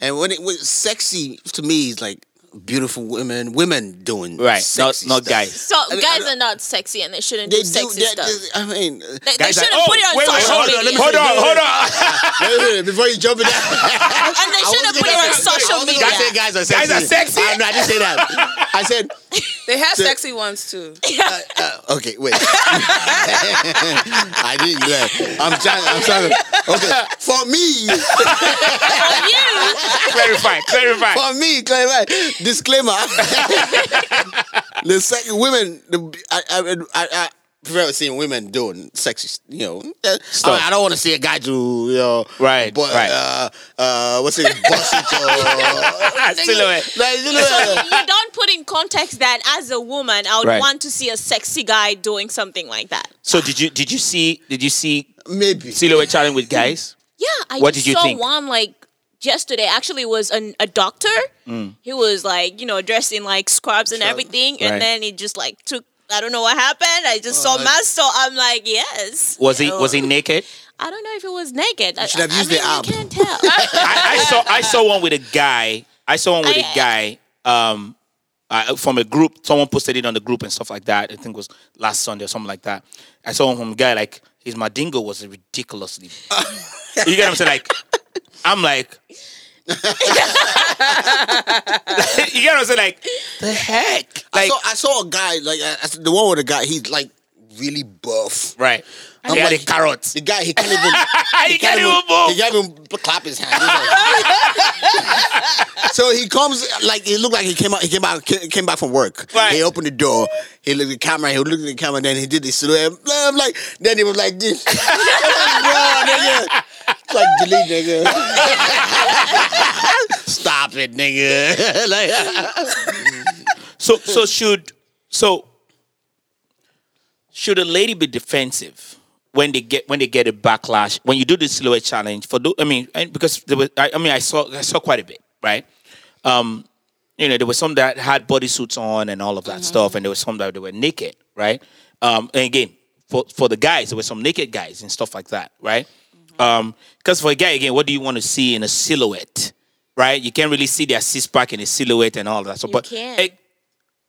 Speaker 2: and when it was sexy to me, is like beautiful women, women doing
Speaker 1: Right. Not,
Speaker 2: sexy
Speaker 1: not
Speaker 2: stuff.
Speaker 1: guys.
Speaker 6: So
Speaker 2: mean,
Speaker 6: guys
Speaker 2: I-
Speaker 6: are not sexy and they shouldn't
Speaker 2: They
Speaker 6: do
Speaker 2: do
Speaker 6: sexy
Speaker 2: that-
Speaker 6: stuff.
Speaker 2: that- I mean, uh,
Speaker 6: They, they
Speaker 1: Guys
Speaker 6: shouldn't
Speaker 1: like, oh,
Speaker 6: put it on
Speaker 1: wait, wait,
Speaker 6: social
Speaker 1: hold on, let me
Speaker 6: media.
Speaker 1: hold on, hold on.
Speaker 2: wait a minute, before you jump in that,
Speaker 6: and they shouldn't put it on social media.
Speaker 2: I said guys are sexy.
Speaker 1: Guys are sexy?
Speaker 2: I, no, I didn't say that. I said,
Speaker 5: They have sexy ones too.
Speaker 2: uh, okay, wait. I didn't. Yeah. I'm trying. I'm sorry. Okay, for me,
Speaker 1: Uh, clarify, clarify.
Speaker 2: for me, clarify. Disclaimer. the sex, women, the, I, I, I, I prefer seeing women doing sexy, you know. Uh,
Speaker 1: Stuff.
Speaker 2: I, I don't want to see a guy do, you know.
Speaker 1: Right,
Speaker 2: But,
Speaker 1: right.
Speaker 2: Uh, uh, what's it? Bust it or,
Speaker 1: Ah, Silhouette.
Speaker 2: like, you know,
Speaker 6: you don't put in context that as a woman, I would
Speaker 1: Right.
Speaker 6: want to see a sexy guy doing something like that.
Speaker 1: So did you did you see did you see
Speaker 2: maybe.
Speaker 1: silhouette challenge with guys?
Speaker 6: Yeah, I
Speaker 1: What
Speaker 6: just
Speaker 1: did you
Speaker 6: saw
Speaker 1: think?
Speaker 6: one like yesterday actually it was an, a doctor.
Speaker 1: Mm.
Speaker 6: He was like, you know, dressed in like scrubs and everything, and
Speaker 1: Right.
Speaker 6: then he just like took. I don't know what happened. I just saw mask, so I'm like, yes.
Speaker 1: Was he was he naked?
Speaker 6: I don't know if it was naked. I,
Speaker 2: should have
Speaker 6: I
Speaker 2: used
Speaker 6: mean,
Speaker 2: the
Speaker 6: you
Speaker 2: app.
Speaker 6: can't tell.
Speaker 1: I, I saw I saw one with a guy. I saw one with a guy um, uh, from a group. Someone posted it on the group and stuff like that. I think it was last Sunday or something like that. I saw one from a guy like his madingo was ridiculously. you get what I'm saying? Like I'm like. you get what I'm saying? Like the heck?
Speaker 2: I
Speaker 1: Like
Speaker 2: saw, I saw a guy like I, I, the one with the guy. He's like really buff.
Speaker 1: right?
Speaker 2: I'm
Speaker 1: He had
Speaker 2: like-
Speaker 1: a carrot.
Speaker 2: The guy he can't even.
Speaker 1: He can't even
Speaker 2: He
Speaker 1: move.
Speaker 2: can't even clap his hands. He's like- so he comes like it looked like he came out. He came out. Came back from work.
Speaker 1: Right.
Speaker 2: He opened the door. He looked at the camera. He looked at the camera. Then he did the silhouette. Blah, I'm like. Then he was like this. Bro, nigga. It's like delete, nigga. Stop it, nigga. like, uh,
Speaker 1: So so should so should a lady be defensive when they get when they get a backlash when you do the silhouette challenge for tho- I mean and because there was I, I mean I saw I saw quite a bit right um you know there were some that had bodysuits on and all of that stuff and there were some that they were naked right um and again for for the guys there were some naked guys and stuff like that right um because for a guy again what do you want to see in a silhouette right you can't really see their six pack in a silhouette and all that so but
Speaker 6: can't.
Speaker 1: eh,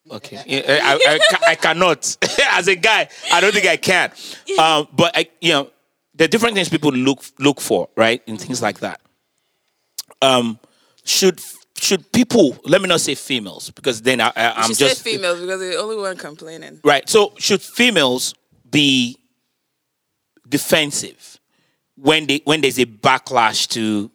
Speaker 1: Okay, Yeah, I, I- I ca- I cannot as a guy. I don't think I can. Um, but I, you know, there are different things people look look for, right, and things like that. Um, should should people? Let me not say females because then I, I, I'm
Speaker 5: she
Speaker 1: just
Speaker 5: said females because they're the only one complaining.
Speaker 1: Right. So should females be defensive when they when there's a backlash to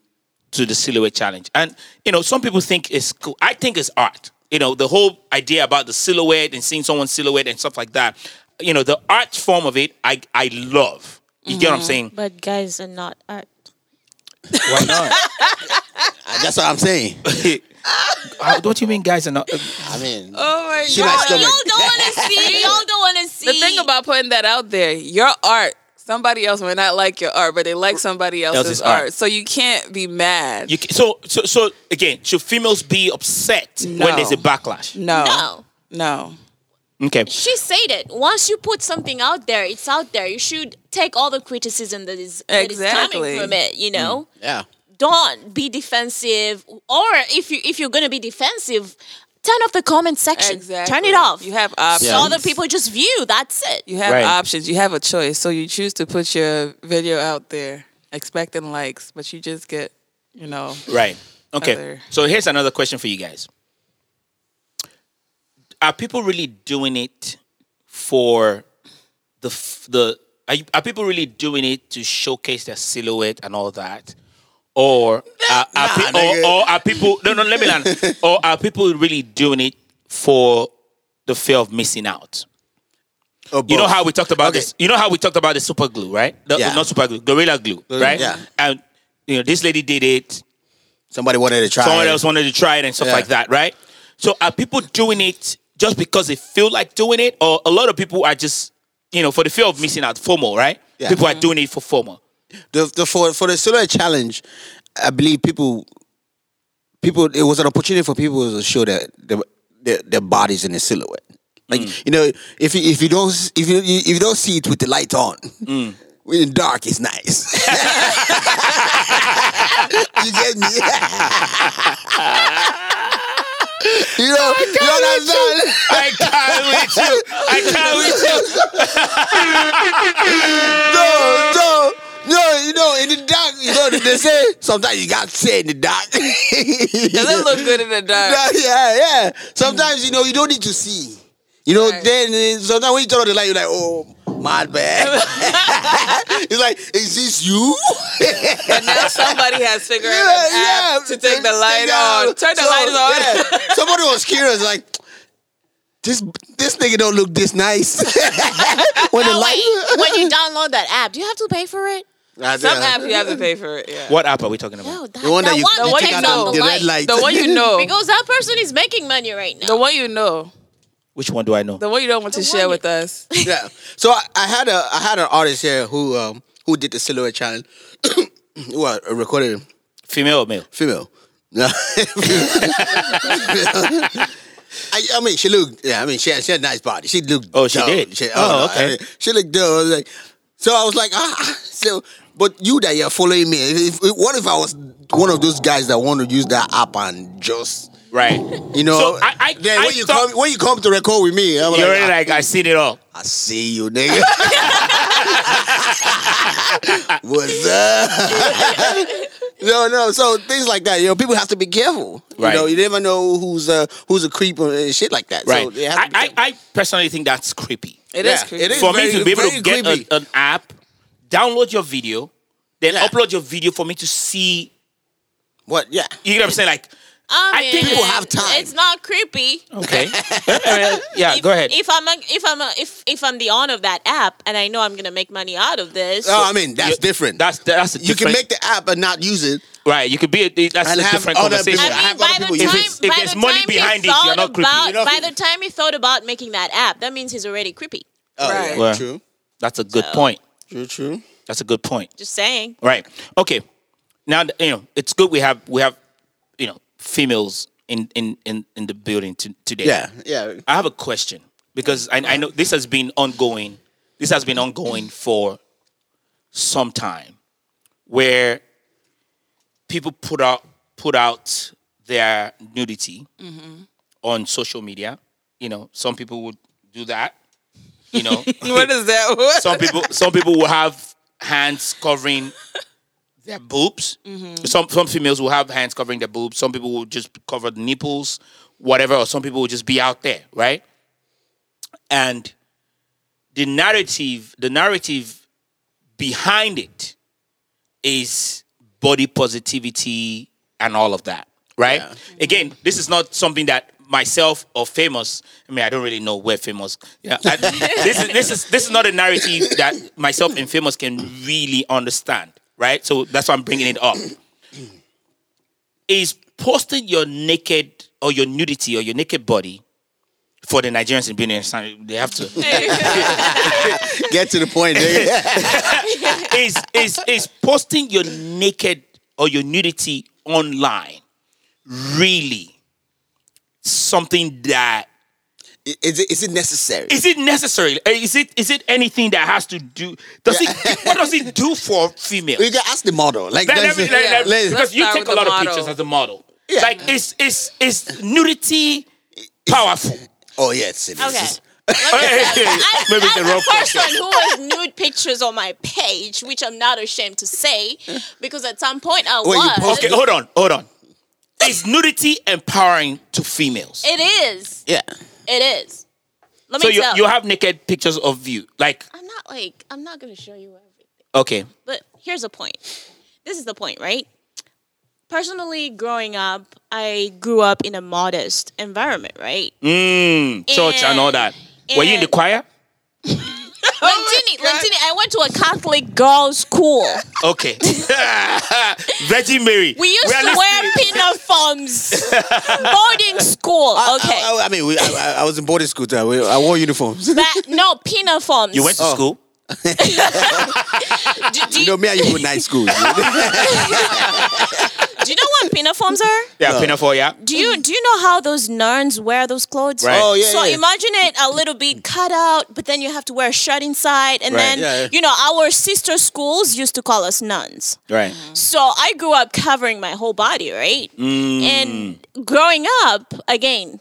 Speaker 1: to the silhouette challenge? And you know, some people think it's cool. I think it's art. You know, the whole idea about the silhouette and seeing someone's silhouette and stuff like that. You know, the art form of it, I I love. You get what I'm saying?
Speaker 6: but guys are not art.
Speaker 1: Why not?
Speaker 2: that's what I'm saying.
Speaker 1: How, what do you mean, guys? Are not? uh,
Speaker 2: I mean,
Speaker 5: Oh my
Speaker 2: She
Speaker 5: god!
Speaker 2: likes
Speaker 6: Y'all
Speaker 2: stomach.
Speaker 6: don't want to see. Y'all don't want to see.
Speaker 5: The thing about putting that out there, your art. Somebody else may not like your art, but they like somebody else's
Speaker 1: Else's art.
Speaker 5: art. So you can't be mad.
Speaker 1: You, ca- so so so again, should females be upset when there's a
Speaker 5: No.
Speaker 1: backlash?
Speaker 5: no,
Speaker 6: no.
Speaker 5: no.
Speaker 1: Okay.
Speaker 6: She said it. Once you put something out there, it's out there. You should take all the criticism that is that is
Speaker 5: Exactly. Mm.
Speaker 6: coming from it. You know,
Speaker 2: yeah.
Speaker 6: don't be defensive. Or if you if you're gonna be defensive, turn off the comment section.
Speaker 5: Exactly.
Speaker 6: Turn it off.
Speaker 5: You have options.
Speaker 6: so other people just view. That's it.
Speaker 5: You have
Speaker 1: Right.
Speaker 5: options. You have a choice. So you choose to put your video out there, expecting likes, but you just get, you know,
Speaker 1: Right. Okay.
Speaker 5: Other-
Speaker 1: So here's another question for you guys. Are people really doing it for the f- the are, you, are people really doing it to showcase their silhouette and all that? Or are, are pe- or,
Speaker 2: nigga.
Speaker 1: or are people no no let me learn. or are people really doing it for the fear of missing out? You know how we talked about
Speaker 2: Okay.
Speaker 1: this. You know how we talked about the super glue, right? The-
Speaker 2: Yeah.
Speaker 1: Not super glue, gorilla glue, right?
Speaker 2: yeah.
Speaker 1: And you know this lady did it
Speaker 2: somebody wanted to try.
Speaker 1: someone
Speaker 2: it.
Speaker 1: else wanted to try it and stuff
Speaker 2: Yeah.
Speaker 1: like that, right? So are people doing it just because they feel like doing it, or a lot of people are just, you know, for the fear of missing out, FOMO, right?
Speaker 2: Yeah.
Speaker 1: People are doing it for FOMO.
Speaker 2: the, the for for the silhouette challenge, I believe people people it was an opportunity for people to show that their their, their bodies in the silhouette. Like you know, if you, if you don't s- if you if you don't see it with the light on. When it's dark, it's nice. you get me? you know, you understand?
Speaker 1: I can't with you. I can't with you.
Speaker 2: No, no, no, you know, in the dark, you know, they say sometimes you got to say in the dark.
Speaker 5: does it look good in the dark?
Speaker 2: Yeah, yeah, yeah. Sometimes you know you don't need to see. You know,
Speaker 5: Right.
Speaker 2: then uh, sometimes when you turn on the light, you're like, oh, my bad. it's like, is this you?
Speaker 5: But now somebody has figured out
Speaker 2: Yeah,
Speaker 5: an app to take the light
Speaker 2: out.
Speaker 5: on. Turn the
Speaker 2: So,
Speaker 5: light on.
Speaker 2: yeah, somebody was curious, like, this this nigga don't look this nice. when the
Speaker 6: Oh,
Speaker 2: light,
Speaker 6: wait, when you download that app, do you have to pay for it?
Speaker 5: Some app you have to pay for it. Yeah.
Speaker 1: What app are we talking about?
Speaker 6: No, that,
Speaker 2: The one that, you,
Speaker 6: one
Speaker 2: you
Speaker 5: one
Speaker 2: take
Speaker 5: you
Speaker 2: out
Speaker 5: know.
Speaker 2: the, the red light.
Speaker 5: The one you know.
Speaker 6: Because that person is making money right now.
Speaker 5: The one you know.
Speaker 1: Which one do I know?
Speaker 5: The one you don't want to
Speaker 6: The
Speaker 5: share
Speaker 6: one
Speaker 5: with us.
Speaker 2: yeah. So I, I had a I had an artist here who um who did the silhouette challenge, who I uh, recorded
Speaker 1: Female or male?
Speaker 2: female. No. I, I mean, she looked. Yeah, I mean, she had, she had a nice body. She looked.
Speaker 1: Oh, she
Speaker 2: dope.
Speaker 1: did?
Speaker 2: She,
Speaker 1: Oh,
Speaker 2: no, I
Speaker 1: okay.
Speaker 2: mean, she looked dope. I was like, so I was like, ah. So, but you that you're following me. If, if, what if I was one of those guys that want to use that app and just,
Speaker 1: Right.
Speaker 2: you know?
Speaker 1: So I- I-
Speaker 2: then
Speaker 1: I
Speaker 2: when you
Speaker 1: thought-
Speaker 2: come when you come to record with me,
Speaker 1: You're
Speaker 2: I'm like, ah,
Speaker 1: already
Speaker 2: I,
Speaker 1: like, I've seen it all.
Speaker 2: I see you, nigga. What's up? no, no. So things like that, you know, people have to be careful.
Speaker 1: Right.
Speaker 2: You know, you never know who's a who's a creep and shit like that.
Speaker 1: Right.
Speaker 2: So they have
Speaker 1: I,
Speaker 2: to be
Speaker 1: I,
Speaker 2: careful.
Speaker 1: I personally think that's creepy.
Speaker 5: It is
Speaker 2: Yeah,
Speaker 5: creepy.
Speaker 2: it is.
Speaker 1: for
Speaker 2: very-
Speaker 1: me to be able
Speaker 2: very
Speaker 1: to get
Speaker 2: creepy.
Speaker 1: a, an app, download your video, then
Speaker 2: Yeah.
Speaker 1: upload your video for me to see.
Speaker 2: what? Yeah.
Speaker 1: You know what I'm saying? Like,
Speaker 6: I,
Speaker 1: I think
Speaker 6: mean,
Speaker 1: people
Speaker 2: have time.
Speaker 6: It's not creepy.
Speaker 1: okay, yeah,
Speaker 6: if,
Speaker 1: go ahead.
Speaker 6: If I'm a, if I'm a, if if I'm the owner of that app and I know I'm gonna make money out of this,
Speaker 1: Ah,
Speaker 2: No, Oh, I mean that's
Speaker 1: You-
Speaker 2: different.
Speaker 1: That's that's a
Speaker 2: you
Speaker 1: different,
Speaker 2: can make the app and not use it.
Speaker 1: right. You could be a, that's a
Speaker 2: And have
Speaker 1: different
Speaker 2: other
Speaker 1: conversation.
Speaker 2: people-
Speaker 6: I mean,
Speaker 2: have
Speaker 6: by
Speaker 2: other
Speaker 6: the
Speaker 2: people use
Speaker 6: time,
Speaker 1: it. If it's- if
Speaker 6: by
Speaker 1: there's
Speaker 6: the
Speaker 1: money
Speaker 6: time
Speaker 1: behind it,
Speaker 6: he
Speaker 1: you're
Speaker 6: thought
Speaker 1: not creepy.
Speaker 6: about,
Speaker 1: You're not
Speaker 6: by the time he thought about making that app, that means he's already creepy.
Speaker 2: Oh,
Speaker 5: Right.
Speaker 2: yeah,
Speaker 1: Well.
Speaker 2: True.
Speaker 1: That's a good point.
Speaker 2: True. True.
Speaker 1: That's a good point.
Speaker 6: Just saying.
Speaker 1: Right. Okay. Now th- you know it's good we have we have you know females in in in, in the building to, today.
Speaker 2: Yeah. Yeah.
Speaker 1: I have a question because I, I know this has been ongoing. This has been ongoing for some time, where people put out put out their nudity on social media. You know, some people would do that. You know,
Speaker 5: What is that? What?
Speaker 1: some people some people will have hands covering their boobs. Some some females will have hands covering their boobs. Some people will just cover the nipples, whatever, or some people will just be out there, right? And the narrative, the narrative behind it is body positivity and all of that, right? Again, this is not something that myself or famous. I mean, I don't really know where famous. Yeah, I- this is this is this is not a narrative that myself and famous can really understand, right? So that's why I'm bringing it up. Is posting your naked or your nudity or your naked body for the Nigerians in Benin, they have to.
Speaker 2: Get to the point, nigga.
Speaker 1: is is is posting your naked or your nudity online really something that
Speaker 2: is it is it necessary?
Speaker 1: is it necessary? Uh, Is it is it anything that has to do? Does it what does it do for females?
Speaker 2: we can ask the model. Like,
Speaker 1: Let- let
Speaker 2: that's
Speaker 1: me-
Speaker 2: it.
Speaker 1: let- let-
Speaker 2: Let's-
Speaker 1: because you
Speaker 5: start
Speaker 1: take a
Speaker 5: with
Speaker 1: lot
Speaker 5: the
Speaker 1: of
Speaker 5: model.
Speaker 1: pictures as a model.
Speaker 2: Yeah.
Speaker 1: Like is is is nudity powerful?
Speaker 2: oh yes, it is.
Speaker 6: Okay.
Speaker 1: Hey, Maybe it's the wrong question.
Speaker 6: person who has nude pictures on my page, which I'm not ashamed to say, because at some point I
Speaker 2: Wait, you
Speaker 6: was.
Speaker 2: posted-
Speaker 1: Okay, hold on, hold on. Is nudity empowering to females?
Speaker 6: It is.
Speaker 2: Yeah.
Speaker 6: It is. Let
Speaker 1: So
Speaker 6: me
Speaker 1: you,
Speaker 6: tell
Speaker 1: you have naked pictures of you. Like,
Speaker 6: I'm not like I'm not gonna show you everything.
Speaker 1: okay.
Speaker 6: But here's the point. This is the point, right? Personally, growing up, I grew up in a modest environment, right?
Speaker 1: Mm, church and all that. Were you in the
Speaker 6: and-
Speaker 1: choir?
Speaker 6: Lentini, Lentini, I went to a Catholic girls' school.
Speaker 1: Okay. Virgin Mary.
Speaker 6: We used
Speaker 1: are
Speaker 6: to wear uniforms. Boarding school. Okay.
Speaker 2: Oh, I, I- I mean, we, I, I- I was in boarding school. Too. We- I wore uniforms.
Speaker 6: Ba- no, uniforms.
Speaker 1: You went
Speaker 2: Oh.
Speaker 1: to school?
Speaker 6: Do, do,
Speaker 2: You know, me and you were night school.
Speaker 6: do you know what uniforms are?
Speaker 1: Yeah, pinafore, yeah.
Speaker 6: Do you do you know how those nuns wear those clothes?
Speaker 1: Right. Oh,
Speaker 2: yeah,
Speaker 6: So
Speaker 2: yeah.
Speaker 6: imagine it a little bit cut out, but then you have to wear a shirt inside, and
Speaker 1: Right.
Speaker 6: then
Speaker 2: Yeah, yeah.
Speaker 6: you know our sister schools used to call us nuns.
Speaker 1: Right.
Speaker 6: So I grew up covering my whole body, right?
Speaker 1: Mm.
Speaker 6: And growing up, again,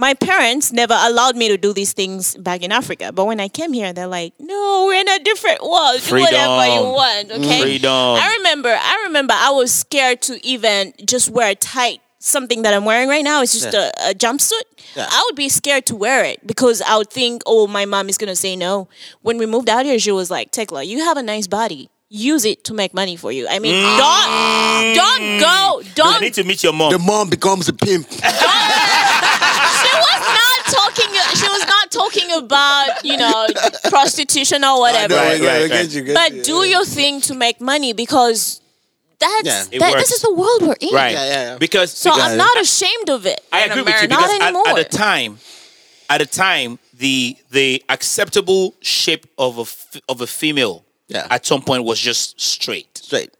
Speaker 6: my parents never allowed me to do these things back in Africa. But when I came here, they're like, "No, we're in a different world. Do Whatever
Speaker 1: Freedom.
Speaker 6: you
Speaker 1: Mm.
Speaker 6: want, okay?"
Speaker 1: Freedom.
Speaker 6: I remember, I remember, I was scared to even just wear tight. Something that I'm wearing right now is just a, a jumpsuit. I would be scared to wear it because I would think, "Oh, my mom is gonna say no." When we moved out here, she was like, "Tekla, you have a nice body. Use it to make money for you. I mean,
Speaker 1: Mm.
Speaker 6: don't, don't go,
Speaker 1: I
Speaker 6: don't
Speaker 1: need to meet your mom.
Speaker 2: the mom becomes a pimp.
Speaker 6: she was not talking. She was not talking about you know prostitution or whatever.
Speaker 1: Right,
Speaker 2: I get-
Speaker 1: right,
Speaker 2: I get
Speaker 1: right.
Speaker 2: you, get you.
Speaker 6: But do your thing to make money because that's
Speaker 2: Yeah.
Speaker 1: It
Speaker 6: that,
Speaker 1: works.
Speaker 6: this is the world we're in.
Speaker 1: right.
Speaker 2: Yeah, yeah, yeah.
Speaker 1: Because
Speaker 6: So
Speaker 1: because-
Speaker 6: I'm not ashamed of it.
Speaker 1: I agree with you because
Speaker 5: America.
Speaker 1: at,
Speaker 6: Not
Speaker 1: at
Speaker 6: anymore.
Speaker 1: the time, at the time, the the acceptable shape of a f- of a female
Speaker 2: Yeah.
Speaker 1: at some point was just straight.
Speaker 2: Straight.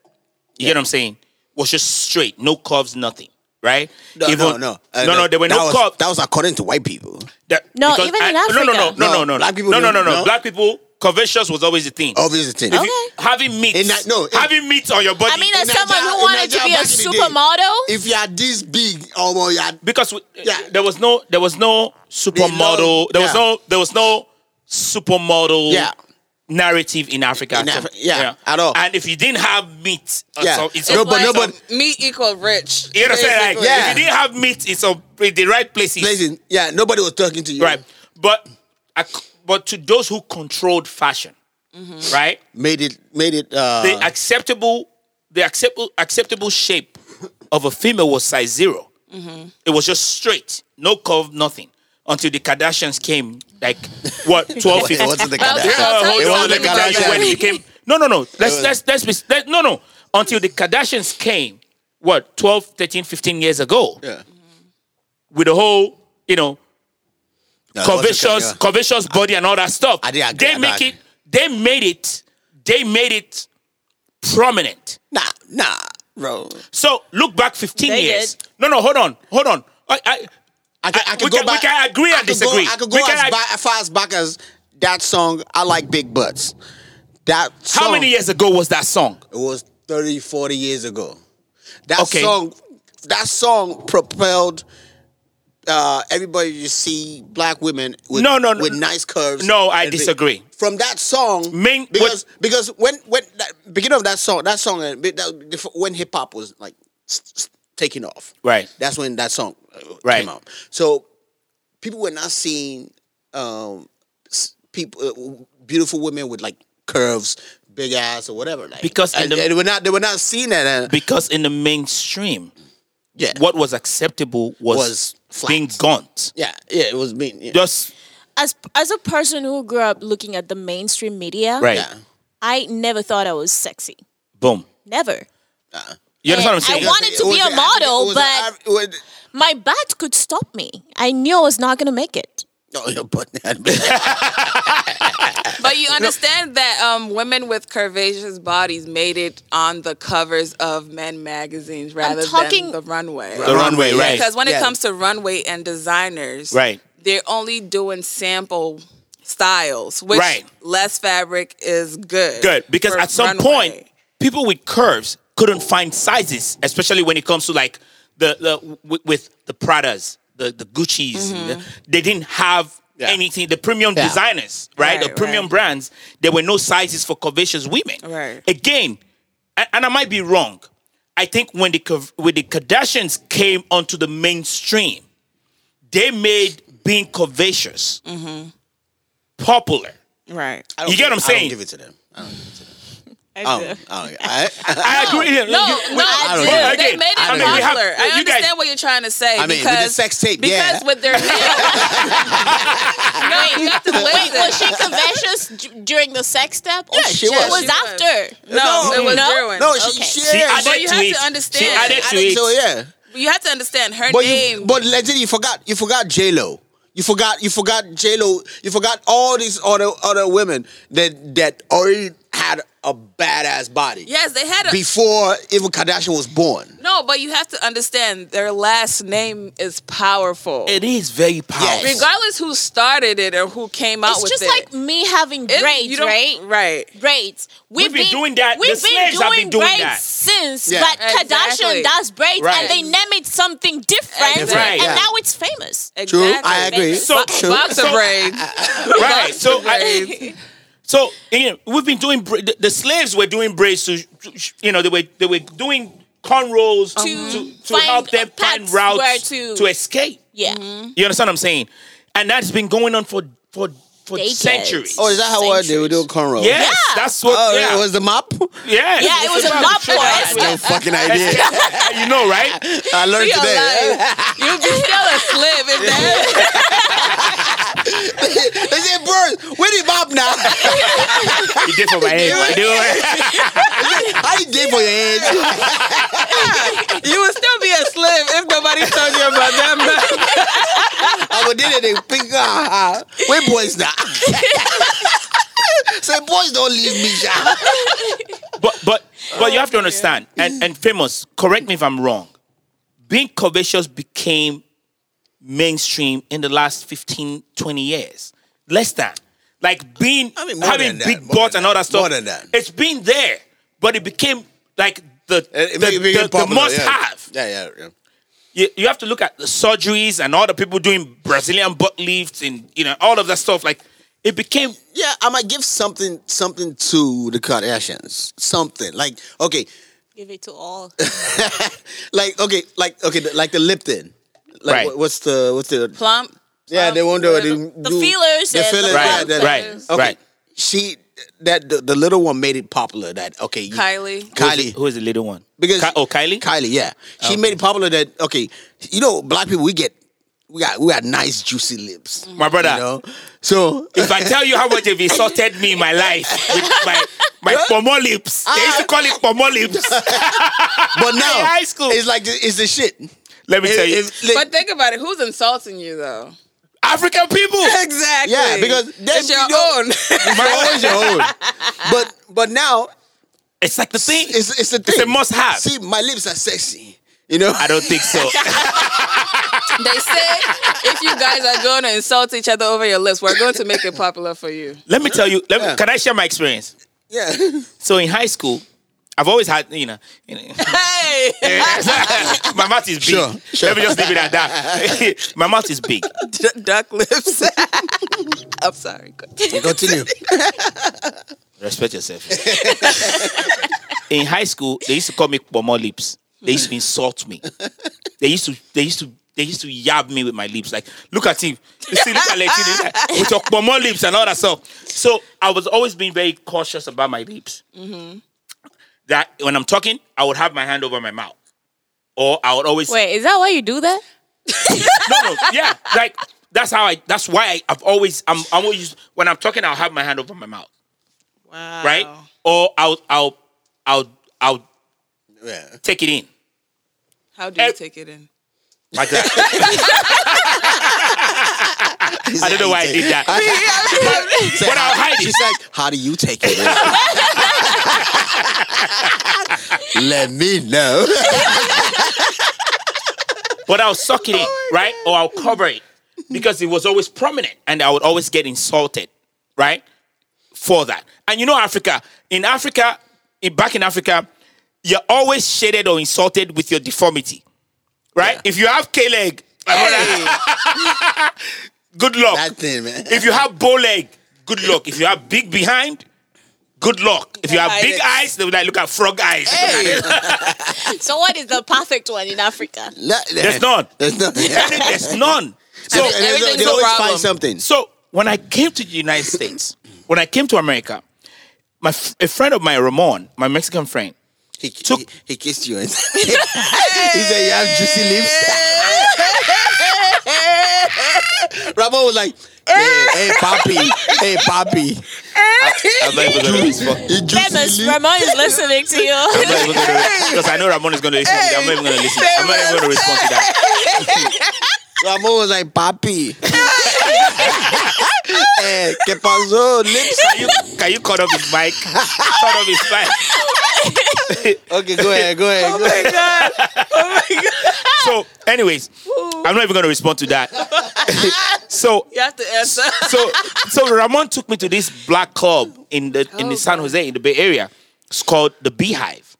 Speaker 1: You get what I'm saying? was just straight, no curves, nothing. Right?
Speaker 2: No,
Speaker 1: Even-
Speaker 2: no, no, Uh,
Speaker 1: no, no. There were
Speaker 2: that
Speaker 1: no
Speaker 2: was,
Speaker 1: curves.
Speaker 2: That was according to white people.
Speaker 1: That-
Speaker 6: No,
Speaker 1: because
Speaker 6: even in
Speaker 1: No, no, no,
Speaker 6: Africa.
Speaker 1: no, no,
Speaker 2: No,
Speaker 1: no.
Speaker 2: black people
Speaker 1: No, no, no,
Speaker 2: don't-
Speaker 1: no.
Speaker 2: no?
Speaker 1: Black people, curvaceous was always the thing.
Speaker 2: Obviously, the thing.
Speaker 1: If you- Having meat,
Speaker 2: In that- no, in-
Speaker 1: having meat on your body.
Speaker 6: I mean,
Speaker 2: In
Speaker 6: as someone
Speaker 2: Nigeria-
Speaker 6: who
Speaker 2: in
Speaker 6: wanted to be
Speaker 2: Nigeria
Speaker 6: a
Speaker 2: back in the day,
Speaker 6: supermodel,
Speaker 2: If you are this big, oh well, you are
Speaker 1: because we, eh,
Speaker 2: Yeah.
Speaker 1: there was no there was no supermodel
Speaker 2: They
Speaker 1: there
Speaker 2: know-
Speaker 1: was no there was no supermodel
Speaker 2: Yeah.
Speaker 1: narrative in Africa,
Speaker 2: In
Speaker 1: at all.
Speaker 2: Afri- yeah, at all.
Speaker 1: and if you didn't have meat or
Speaker 2: Yeah.
Speaker 1: some- it's
Speaker 2: No,
Speaker 1: a-
Speaker 2: but
Speaker 5: like
Speaker 2: nobody-
Speaker 5: me equal rich.
Speaker 1: you understand like
Speaker 5: basically.
Speaker 2: Yeah.
Speaker 1: if you didn't have meat it's some in the right places
Speaker 2: blazing. Yeah, nobody was talking to you.
Speaker 1: right but ac- but to those who controlled fashion
Speaker 6: Mm-hmm.
Speaker 1: right
Speaker 2: Made it. Made it. Uh,
Speaker 1: the acceptable the acceptable acceptable shape of a female was size 0
Speaker 2: Mm-hmm.
Speaker 1: It was just straight, no curve, nothing. Until the Kardashians came, like what twelve
Speaker 2: it
Speaker 1: fifty.
Speaker 2: wasn't the
Speaker 5: Well,
Speaker 2: Kardashians.
Speaker 5: yeah, I'll tell
Speaker 1: hold
Speaker 5: you
Speaker 1: on, let
Speaker 5: something
Speaker 1: me tell you
Speaker 5: about
Speaker 1: when
Speaker 5: that.
Speaker 1: it became. No, no, no. Let's let's let's be let, no no. Until the Kardashians came, what 12, 13, 15 years ago,
Speaker 2: Yeah.
Speaker 1: with the whole you know
Speaker 2: No, it wasn't
Speaker 1: curvaceous
Speaker 2: Kardashians.
Speaker 1: curvaceous body and all that stuff.
Speaker 2: I didn't agree
Speaker 1: they
Speaker 2: with
Speaker 1: make
Speaker 2: that.
Speaker 1: it. They made it. They made it prominent.
Speaker 2: Nah, nah, bro.
Speaker 1: So look back 15
Speaker 5: They
Speaker 1: years.
Speaker 5: did.
Speaker 1: No, no, hold on, hold on. I, I,
Speaker 2: I can, I can
Speaker 1: we
Speaker 2: go
Speaker 1: can- we
Speaker 2: back.
Speaker 1: can agree
Speaker 2: I
Speaker 1: and
Speaker 2: could go-
Speaker 1: disagree.
Speaker 2: I could
Speaker 1: We
Speaker 2: go
Speaker 1: can
Speaker 2: as,
Speaker 1: ag-
Speaker 2: ba- as far as back as that song. I like big butts. That song,
Speaker 1: how many years ago was that song?
Speaker 2: It was 30, 40 years ago. That
Speaker 1: Okay.
Speaker 2: song, that song propelled uh, everybody to see black women with,
Speaker 1: No, no, no.
Speaker 2: with nice curves.
Speaker 1: No, I
Speaker 2: and big-
Speaker 1: disagree.
Speaker 2: From that song,
Speaker 1: Main- what-
Speaker 2: because because when when that, beginning of that song, that song uh, be- that, before- when hip hop was like s- s- taking off,
Speaker 1: Right.
Speaker 2: That's when that song uh,
Speaker 1: Right.
Speaker 2: came out. So people were not seeing um, s- people, uh, beautiful women with like curves, big ass or whatever. Like
Speaker 1: Because in
Speaker 2: and,
Speaker 1: the-
Speaker 2: and they were not they were not seeing that. uh,
Speaker 1: Because in the mainstream,
Speaker 2: yeah,
Speaker 1: what was acceptable was,
Speaker 2: Was flat.
Speaker 1: being gaunt.
Speaker 2: Yeah, yeah, it was mean. Yeah.
Speaker 1: Just
Speaker 6: as as a person who grew up looking at the mainstream media,
Speaker 1: right,
Speaker 2: yeah.
Speaker 6: I never thought I was sexy.
Speaker 1: boom.
Speaker 6: Never.
Speaker 1: You understand
Speaker 6: And
Speaker 1: what I'm
Speaker 6: I
Speaker 1: saying?
Speaker 6: wanted to
Speaker 2: It was
Speaker 6: be a
Speaker 2: an average-
Speaker 6: model,
Speaker 2: it was an
Speaker 6: but-
Speaker 2: average- it was-
Speaker 6: My butt could stop me. I knew I was not going to make it.
Speaker 2: no, your butt. yeah,
Speaker 5: But you understand that um, women with curvaceous bodies made it on the covers of men magazines rather
Speaker 6: talking-
Speaker 5: than the runway.
Speaker 1: the runway,
Speaker 2: Yeah,
Speaker 1: right?
Speaker 5: Because when
Speaker 2: Yeah.
Speaker 5: it comes to runway and designers,
Speaker 1: Right.
Speaker 5: they're only doing sample styles, which
Speaker 1: Right.
Speaker 5: less fabric is good.
Speaker 1: Good. Because
Speaker 5: for
Speaker 1: at some
Speaker 5: runway.
Speaker 1: point, people with curves couldn't find sizes, especially when it comes to like the, the with, with the Pradas, the, the Gucci's. the- they didn't have
Speaker 2: Yeah.
Speaker 1: anything. The premium designers, right? the
Speaker 5: Right,
Speaker 1: premium
Speaker 5: right.
Speaker 1: brands, there were no sizes for curvaceous women.
Speaker 5: Right.
Speaker 1: Again, and, and I might be wrong. I think when the curv- when the Kardashians came onto the mainstream, they made being curvaceous popular.
Speaker 5: right?
Speaker 1: You get what I'm
Speaker 2: I don't
Speaker 1: saying?
Speaker 2: give it to them. I don't give it to them. I don't, I don't, I,
Speaker 1: I agree. No,
Speaker 5: No, no,
Speaker 2: I don't
Speaker 5: they-
Speaker 2: know.
Speaker 5: they made it
Speaker 2: I mean,
Speaker 5: popular.
Speaker 2: we
Speaker 1: have-
Speaker 5: I
Speaker 1: you guys-
Speaker 5: understand what you're trying to say.
Speaker 2: I mean, with the
Speaker 5: because,
Speaker 2: sex tape, yeah.
Speaker 5: Because with their nails. no, you have to
Speaker 6: Wait,
Speaker 5: listen.
Speaker 6: was she conventions d- during the sex step? Or
Speaker 2: Yeah, she was.
Speaker 6: It was
Speaker 2: She
Speaker 5: was.
Speaker 6: after.
Speaker 5: no, it was
Speaker 6: No?
Speaker 5: Derwin.
Speaker 2: no, she,
Speaker 6: Okay.
Speaker 2: she,
Speaker 1: She
Speaker 2: yeah,
Speaker 1: added
Speaker 5: But you
Speaker 1: to
Speaker 5: have
Speaker 1: it.
Speaker 5: to understand.
Speaker 1: She
Speaker 5: I
Speaker 1: added
Speaker 2: I
Speaker 1: to
Speaker 2: think
Speaker 1: it.
Speaker 2: so, yeah.
Speaker 5: You have to understand her
Speaker 2: But
Speaker 5: name.
Speaker 2: you, but legend, you forgot, you forgot J Lo. You forgot, you forgot J Lo. You forgot all these other other women that that already had a badass body.
Speaker 5: yes, they had a
Speaker 2: Before even Kardashian was born.
Speaker 5: no. But you have to understand their last name is powerful.
Speaker 1: It is very powerful.
Speaker 2: Yes.
Speaker 5: Regardless who started it or who came out
Speaker 6: It's
Speaker 5: with
Speaker 6: just
Speaker 5: it.
Speaker 6: like me having
Speaker 5: It- you
Speaker 6: braids,
Speaker 5: don't-
Speaker 6: right?
Speaker 5: Right.
Speaker 6: braids. We've,
Speaker 1: been doing that.
Speaker 6: We've
Speaker 1: The
Speaker 6: been
Speaker 1: slaves
Speaker 6: doing,
Speaker 1: have been doing
Speaker 6: braids
Speaker 1: that.
Speaker 6: since,
Speaker 2: Yeah.
Speaker 6: but
Speaker 5: Exactly.
Speaker 6: Kardashian does braids,
Speaker 1: Right.
Speaker 6: and they name it something different,
Speaker 5: Different,
Speaker 6: and
Speaker 2: yeah.
Speaker 6: now it's famous.
Speaker 2: True,
Speaker 5: Exactly.
Speaker 2: I agree.
Speaker 1: So-
Speaker 2: True.
Speaker 5: Boxer
Speaker 1: So-
Speaker 5: braids.
Speaker 1: right. So
Speaker 5: braids.
Speaker 1: I, so you know, we've been doing bra- the, the slaves were doing braids to you know they were they were doing cornrows to to, to
Speaker 6: find
Speaker 1: help them find
Speaker 6: paths where
Speaker 1: routes
Speaker 6: to- Mm-hmm.
Speaker 1: to, escape.
Speaker 6: Yeah.
Speaker 1: You understand what I'm saying? And that's been going on for for for
Speaker 6: Decades.
Speaker 1: centuries.
Speaker 2: Oh, is that how uh, they were doing cornrows?
Speaker 1: yes,
Speaker 6: yeah.
Speaker 1: that's what.
Speaker 2: Oh,
Speaker 1: yeah.
Speaker 2: it was the mop.
Speaker 1: yeah,
Speaker 6: Yeah, it was a
Speaker 1: about-
Speaker 6: knob for us.
Speaker 2: no fucking idea.
Speaker 1: you know, right?
Speaker 2: I learned
Speaker 5: Be
Speaker 2: today.
Speaker 5: alive. You be still a slave in that.
Speaker 2: They said, "Bro, where the mop now?
Speaker 1: You did for my head. You did for my head.
Speaker 2: How you did for your age?
Speaker 5: You would still be a slave if nobody told you about that.
Speaker 2: I would did it. They pick. ah, ah. Where boys now? Say boys don't leave me. sha."
Speaker 1: But but But you have to understand, and, and famous, correct me if I'm wrong, being covetous became mainstream in the last 15, 20 years. Less than. Like being,
Speaker 2: I mean, more
Speaker 1: having
Speaker 2: than that,
Speaker 1: big
Speaker 2: more
Speaker 1: butts
Speaker 2: than
Speaker 1: and all
Speaker 2: that,
Speaker 1: that stuff.
Speaker 2: more than that.
Speaker 1: It's been there, but it became like the,
Speaker 2: It- it
Speaker 1: Eh, the,
Speaker 2: make- it make it
Speaker 1: the- the
Speaker 2: popular,
Speaker 1: must
Speaker 2: yeah.
Speaker 1: have.
Speaker 2: Yeah, yeah, yeah.
Speaker 1: You, you have to look at the surgeries and all the people doing Brazilian butt lifts and, you know, all of that stuff. Like, it became
Speaker 2: Yeah, I might give something something to the Kardashians. Something. Like, okay,
Speaker 6: Give it to all.
Speaker 2: like okay, like okay, the- like the Lipton. Like
Speaker 1: Right.
Speaker 2: what- what's the what's the
Speaker 5: Plump.
Speaker 2: Yeah, they won't do it. They
Speaker 6: The
Speaker 2: do-
Speaker 6: feelers
Speaker 2: The
Speaker 6: and the
Speaker 2: feelers,
Speaker 1: Right,
Speaker 2: yeah, that-
Speaker 1: right,
Speaker 2: Okay.
Speaker 1: right.
Speaker 2: She that the, the little one made it popular that okay, you-
Speaker 5: Kylie.
Speaker 2: Kylie.
Speaker 1: Who is the little one?
Speaker 2: Because
Speaker 1: Ki- oh, Kylie?
Speaker 2: Kylie, yeah. She made it popular that okay, you know, black people we get we got we got nice juicy lips.
Speaker 1: My brother.
Speaker 2: You know? So
Speaker 1: If I tell you how much they've insulted me in my life with my my pomo lips, they used to call it pomo lips.
Speaker 2: but now
Speaker 1: high school.
Speaker 2: it's like it's the shit.
Speaker 1: Let me tell you,
Speaker 2: It's- it's-
Speaker 5: But think about it. Who's insulting you though?
Speaker 1: African people.
Speaker 5: Exactly.
Speaker 2: Yeah, because then
Speaker 5: it's your
Speaker 2: you know-
Speaker 5: own.
Speaker 2: It's always your own. Oh. But but now
Speaker 1: It's like the thing.
Speaker 2: it's it's a thing.
Speaker 1: a must-have.
Speaker 2: See, my lips are sexy. You know,
Speaker 1: I don't think so.
Speaker 5: they said if you guys are going to insult each other over your lips, we're going to make it popular for you.
Speaker 1: Let me tell you. Let me,
Speaker 2: Yeah.
Speaker 1: Can I share my experience?
Speaker 2: yeah.
Speaker 1: So in high school, I've always had you know. You know
Speaker 5: Hey,
Speaker 1: my mouth is big.
Speaker 2: Sure, sure.
Speaker 1: Let me just leave it at that. my mouth is big.
Speaker 5: D- duck lips. I'm sorry. Go-
Speaker 2: Continue.
Speaker 1: Respect yourself. in high school, they used to call me Pomo lips. They used to insult me. They used to they used to they used to yab me with my lips. Like, look at him. You see, look at Leti, look at- with your Pomo lips and all that stuff. So I was always being very cautious about my lips. That when I'm talking, I would have my hand over my mouth. Or I would always
Speaker 6: Wait, is that why you do that?
Speaker 1: no, no, yeah, like that's how I. That's why I, I've always. I'm, I'm always when I'm talking, I'll have my hand over my mouth. Wow. Right. Or I'll, I'll, I'll, I'll
Speaker 2: Yeah.
Speaker 1: take it in
Speaker 5: How do you
Speaker 1: Eh.
Speaker 5: take it in?
Speaker 1: like that. I don't know why I did that.
Speaker 2: Say,
Speaker 1: But I'll
Speaker 2: how-
Speaker 1: hide it.
Speaker 2: She's like, how do you take it? Let me know.
Speaker 1: but I'll suck it in, right? Or I'll cover it because it was always prominent and I would always get insulted, right? For that. And you know, Africa, in Africa, in, back in Africa, you're always shaded or insulted with your deformity, right? If you have K leg, good luck.
Speaker 2: that thing, man.
Speaker 1: if you have bow leg, good luck. If you have big behind, good luck. If you have
Speaker 5: Hide
Speaker 1: big
Speaker 5: it.
Speaker 1: eyes, they will like, look at frog eyes.
Speaker 6: So what is the perfect one in Africa?
Speaker 1: There's none.
Speaker 2: There's nothing. And
Speaker 1: There's none. So
Speaker 2: they- and they-
Speaker 5: Everything's
Speaker 2: they
Speaker 5: a
Speaker 2: always
Speaker 5: problem.
Speaker 2: find something.
Speaker 1: So when I came to the United States, when I came to America, my f- a friend of mine, Ramon, my Mexican friend,
Speaker 2: He,
Speaker 1: Took-
Speaker 2: he, he kissed you and he said, You have juicy lips. Ramon was like, Hey, hey, papi, hey, papi.
Speaker 1: I'm not even gonna respond
Speaker 2: You juicy
Speaker 6: Famous
Speaker 2: lips.
Speaker 6: Ramon is listening to you.
Speaker 1: because I know Ramon is gonna listen. to that. I'm not even gonna listen. I'm not even gonna respond to that.
Speaker 2: Ramon was like, Papi. hey, que paso, lips.
Speaker 1: Can you, can you cut off his mic? Cut off his mic.
Speaker 2: Okay, go ahead, go ahead.
Speaker 5: Oh
Speaker 2: go ahead.
Speaker 1: So, anyways, I'm not even gonna respond to that. so
Speaker 5: You have to answer.
Speaker 1: so so Ramon took me to this black club in the
Speaker 5: Oh,
Speaker 1: in the San Jose in the Bay Area. It's called the Beehive.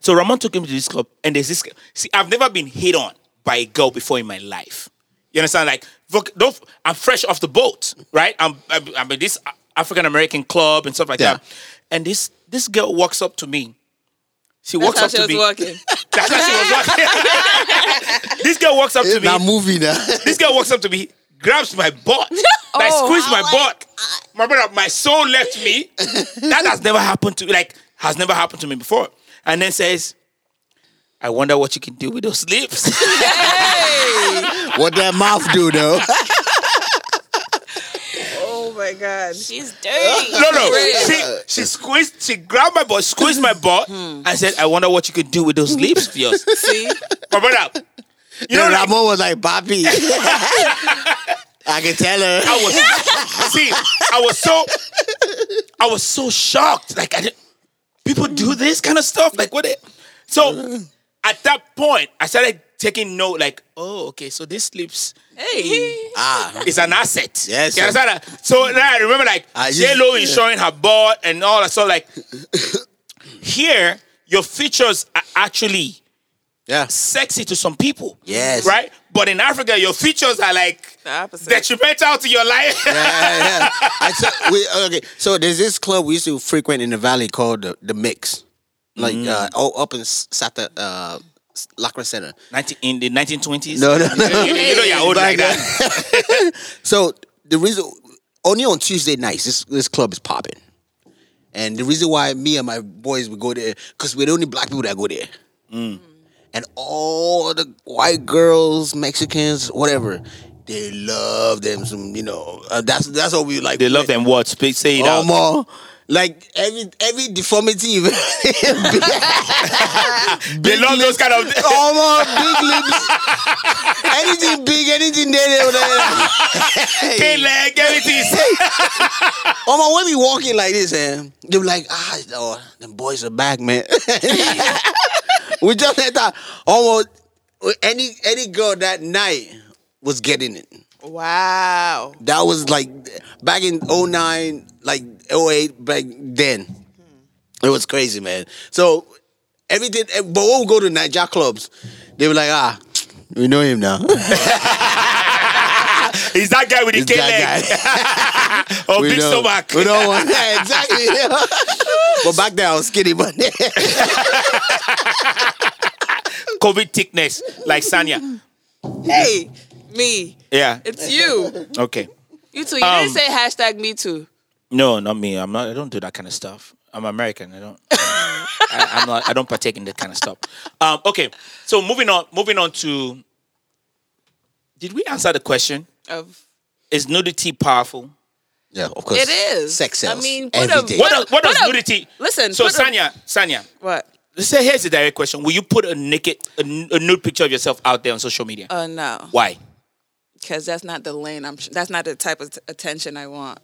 Speaker 1: So Ramon took him to this club, and there's this. See, I've never been hit on by a girl before in my life. You understand? Like, look, don't, I'm fresh off the boat, right? I'm I'm, I'm in this African American club and stuff like
Speaker 2: Yeah.
Speaker 1: that. And this this girl walks up to me. She
Speaker 5: That's
Speaker 1: walks
Speaker 5: how
Speaker 1: up
Speaker 5: she
Speaker 1: to
Speaker 5: was
Speaker 1: me.
Speaker 5: walking.
Speaker 1: That's how she was walking. this girl walks
Speaker 5: Oh
Speaker 1: up to me
Speaker 2: Now movie now.
Speaker 1: this girl walks up to me, grabs my butt, like
Speaker 5: Oh,
Speaker 1: squeeze my
Speaker 6: I-
Speaker 1: butt. My brother, my soul left me. that has never happened to like has never happened to me before. And then says, I wonder what you can do with those lips.
Speaker 2: What that mouth do though?
Speaker 5: Oh my god.
Speaker 6: She's dirty.
Speaker 1: no, no. She she squeezed, she grabbed my butt, squeezed my butt,
Speaker 6: Hmm.
Speaker 1: and said, I wonder what you can do with those lips of yours.
Speaker 5: See?
Speaker 1: My brother. You know,
Speaker 2: Then
Speaker 1: like,
Speaker 2: Ramon was like, Papi. I can tell her.
Speaker 1: I was see, I was so I was so shocked. Like I didn't people do this kind of stuff. Like what? It, so at that point, I started taking note. Like, oh, okay, so this slips
Speaker 5: Hey,
Speaker 2: Ah,
Speaker 1: is an asset.
Speaker 2: Yes,
Speaker 1: You
Speaker 2: sir.
Speaker 1: understand that? So now I remember like
Speaker 2: Ah, you-
Speaker 1: J Lo insuring her board and all that. So like here, your features are actually
Speaker 2: yeah.
Speaker 1: sexy to some people.
Speaker 2: Yes.
Speaker 1: Right? But in Africa, your features are like
Speaker 5: The opposite.
Speaker 1: detrimental to your life.
Speaker 2: yeah, yeah. I saw, we, okay, so there's this club we used to frequent in the valley called the, the Mix, like uh, all up in S- Sata, uh, S- Lacrosse Center.
Speaker 1: 19, in the 1920s.
Speaker 2: No, no, no.
Speaker 1: You, you know you're old like that.
Speaker 2: so the reason only on Tuesday nights this this club is popping, and the reason why me and my boys would go there because we're the only black people that go there, and all the white girls, Mexicans, whatever. They love them some, you know. Uh, that's that's what we like.
Speaker 1: They love them what? Speak, say it out.
Speaker 2: Omo, like every every deformity, big,
Speaker 1: They love those kind of
Speaker 2: Oh. Omo, big lips, anything big, anything there. they- they-
Speaker 1: K leg, everything.
Speaker 2: Omo, when we walking like this, eh, they be like, ah, oh, them boys are back, man. we just had that. Omo, any any girl that night was getting it.
Speaker 5: wow.
Speaker 2: That was like back in 09, like 08, back then. It was crazy, man. So everything, eh, but when we go to Niger clubs, they were like, ah, we know him now.
Speaker 1: He's that guy with the K leg
Speaker 2: that
Speaker 1: or
Speaker 2: We
Speaker 1: big
Speaker 2: know.
Speaker 1: stomach.
Speaker 2: We don't want that, exactly. but back then I was skinny, but
Speaker 1: COVID thickness, like Sanya.
Speaker 5: Hey, me.
Speaker 1: Yeah.
Speaker 5: It's you.
Speaker 1: Okay.
Speaker 5: You too. You
Speaker 1: Um,
Speaker 5: didn't say hashtag me too.
Speaker 1: No, not me. I'm not. I don't do that kind of stuff. I'm American. I don't. I, I'm not. I don't partake in that kind of stuff. Um, okay. So moving on. Moving on to. Did we answer the question?
Speaker 5: Of
Speaker 1: Is nudity powerful?
Speaker 2: yeah, of course.
Speaker 5: it is
Speaker 2: Sex sells.
Speaker 5: I mean, what
Speaker 2: every
Speaker 5: a-
Speaker 2: day.
Speaker 1: What, does what does
Speaker 5: what a-
Speaker 1: nudity?
Speaker 5: listen,
Speaker 1: So
Speaker 5: what a-
Speaker 1: Sanya, Sanya,
Speaker 5: what?
Speaker 1: so here's a direct question: Will you put a naked, a, n- a nude picture of yourself out there on social media?
Speaker 5: Oh no,
Speaker 1: Why?
Speaker 5: because that's not the lane. I'm. That's not the type of t- attention I want.